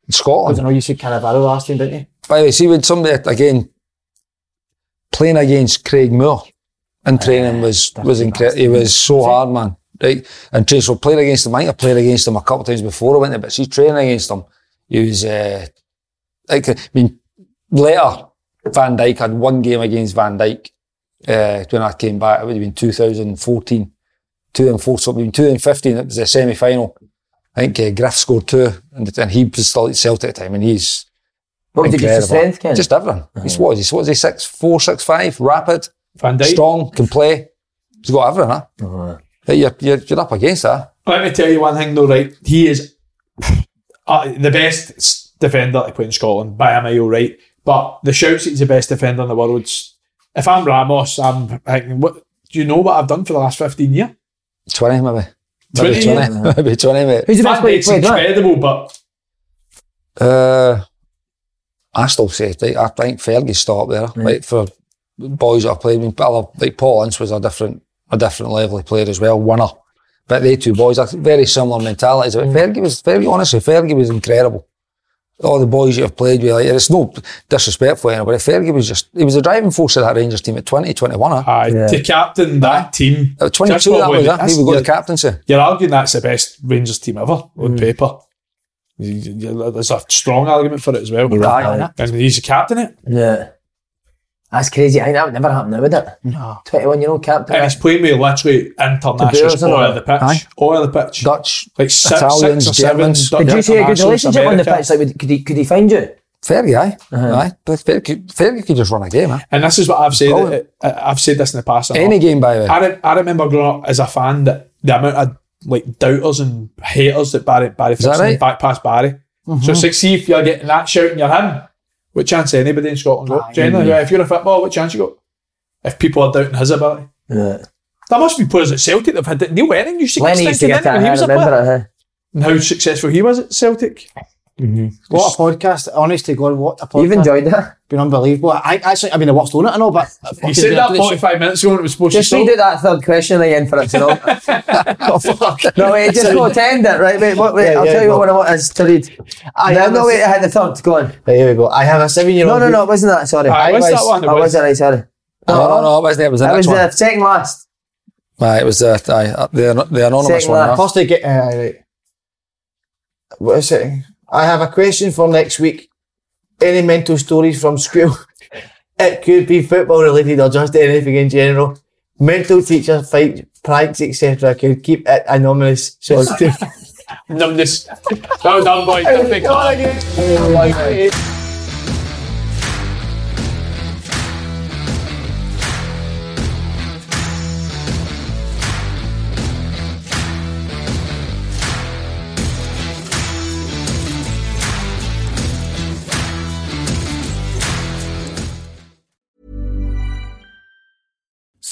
S2: I
S4: Scotland.
S2: don't know, Oh, you said Cannavaro last time, didn't you?
S4: By the way, see when somebody again playing against Craig Moore in training was was incredible. He was so hard, man. Right, and train so playing against him. I think I played against him a couple of times before I went there, but see training against him, he was. Uh, like, I mean, later Van Dyke had one game against Van Dyke uh, when I came back. It would have been 2014, two and four, something, two and fifteen. It was the semi final. I think uh, Griff scored two, and, and he was still at Celtic at the time, and he's
S1: What did you
S4: Incredible.
S1: just strength, Ken? Uh-huh.
S4: just everything. He's what is he? What is he? Six four, six five, rapid,
S3: Van Dijk.
S4: strong, can play. He's got everything. Huh?
S1: Uh-huh.
S4: Hey, You're, you're, you're up against that.
S3: Let me tell you one thing though, right? He is uh, the best s- defender to play in Scotland by a mile, right? But the shouts that he's the best defender in the world. If I'm Ramos, I'm thinking, what do you know what I've done for the last 15 years?
S4: Twenty maybe. Maybe
S3: 20,
S4: twenty. Maybe twenty, mate.
S1: Who's the best
S3: Van
S1: player you
S3: Dijk's
S1: played, right?
S3: incredible, but
S4: Uh, I still say like, I think Fergie's still up there. Like for boys that have played, I mean, I love, like Paul Ince was a different a different level of player as well, winner. But they two boys are very similar mentalities.
S3: Mm.
S4: But Fergie was Fergie, honestly, Fergie was incredible. All the boys you have played with, like, it's no disrespectful to anybody. Fergie was just he was the driving force of that Rangers team at 20, 21. Huh?
S3: aye, uh, to captain that team.
S4: At 22,
S3: Ah, that's what
S4: that
S3: we-
S4: was, huh?
S3: that's-
S4: He would go to Mm.
S3: you're,
S4: captaincy.
S3: you're arguing that's the best Rangers team ever on paper. You- you- There's a strong argument for it as well.
S1: Aye.
S3: And he's the captain eh? it.
S1: Yeah. That's crazy. I think that would never happen now, would it? No. 21 year old captain.
S3: And he's playing with literally international
S1: Taberas,
S3: sport
S1: isn't
S3: on
S1: it?
S3: the pitch.
S4: Aye.
S3: All the pitch.
S4: Dutch,
S3: like six,
S4: Italians,
S3: six or
S4: Germans.
S3: Seven,
S1: Did you see a good relationship on the pitch?
S3: Americans.
S1: Like, would- could he could he find you?
S4: Fergie, aye.
S3: Uh-huh.
S4: Aye. But Fergie, Fergie could just run a game, huh?
S3: And this is what I've said.
S4: Brilliant.
S3: I- I- I've said this in the past. and
S4: Any
S3: all.
S4: game, by the way.
S3: I, re- I remember growing up as a fan that the amount of like doubters and haters that Barry Barry
S4: that
S3: Ferguson
S4: right?
S3: back past Barry.
S7: Mm-hmm.
S3: So it's like, see if you're getting that shout and you're him. What chance anybody in Scotland got? Generally, yeah, if you're a football, what chance you got? If people are doubting his ability,
S1: Yeah.
S3: There must be players at Celtic that have had it. Neil Lennon used to get
S7: Lenny used to
S3: stinking in
S7: get it.
S3: it when he
S7: I
S3: was a player.
S7: remember it. eh.
S3: And how successful he was at Celtic.
S2: What a podcast. Honest to God, what a podcast.
S7: You've enjoyed it.
S2: Been unbelievable. I actually, I mean, I watched on it and all, but
S3: He said that 45 minutes ago when it was supposed
S7: Just
S3: to stop.
S7: read out that third question again for it to know.
S2: Oh, fuck.
S7: No, wait, just go attend it, right? Wait, wait, wait
S2: Yeah,
S7: I'll
S2: yeah,
S7: tell you
S2: go.
S7: what I want us to read.
S2: I
S7: no,
S2: have
S7: no,
S2: a-
S7: wait, I had the third, go on.
S2: Right, here we go. I have a seven-year-old.
S7: No, no, no, it wasn't that, sorry.
S3: Aye, what's
S2: I
S3: that
S2: was-
S3: one?
S7: I was alright, sorry.
S4: No, no, no, it wasn't. It was the
S7: That was
S4: next one.
S7: the second last.
S4: Aye, it was the, aye, the, the anonymous
S7: Second
S4: one.
S7: laugh.
S4: huh?
S2: First, they get. Uh, right. What is it? I have a question for next week. Any mental stories from school? it could be football related or just anything in general. Mental teacher fights, pranks, etc. Could keep it anonymous. So
S3: Numbness. Well done, boys. Perfect.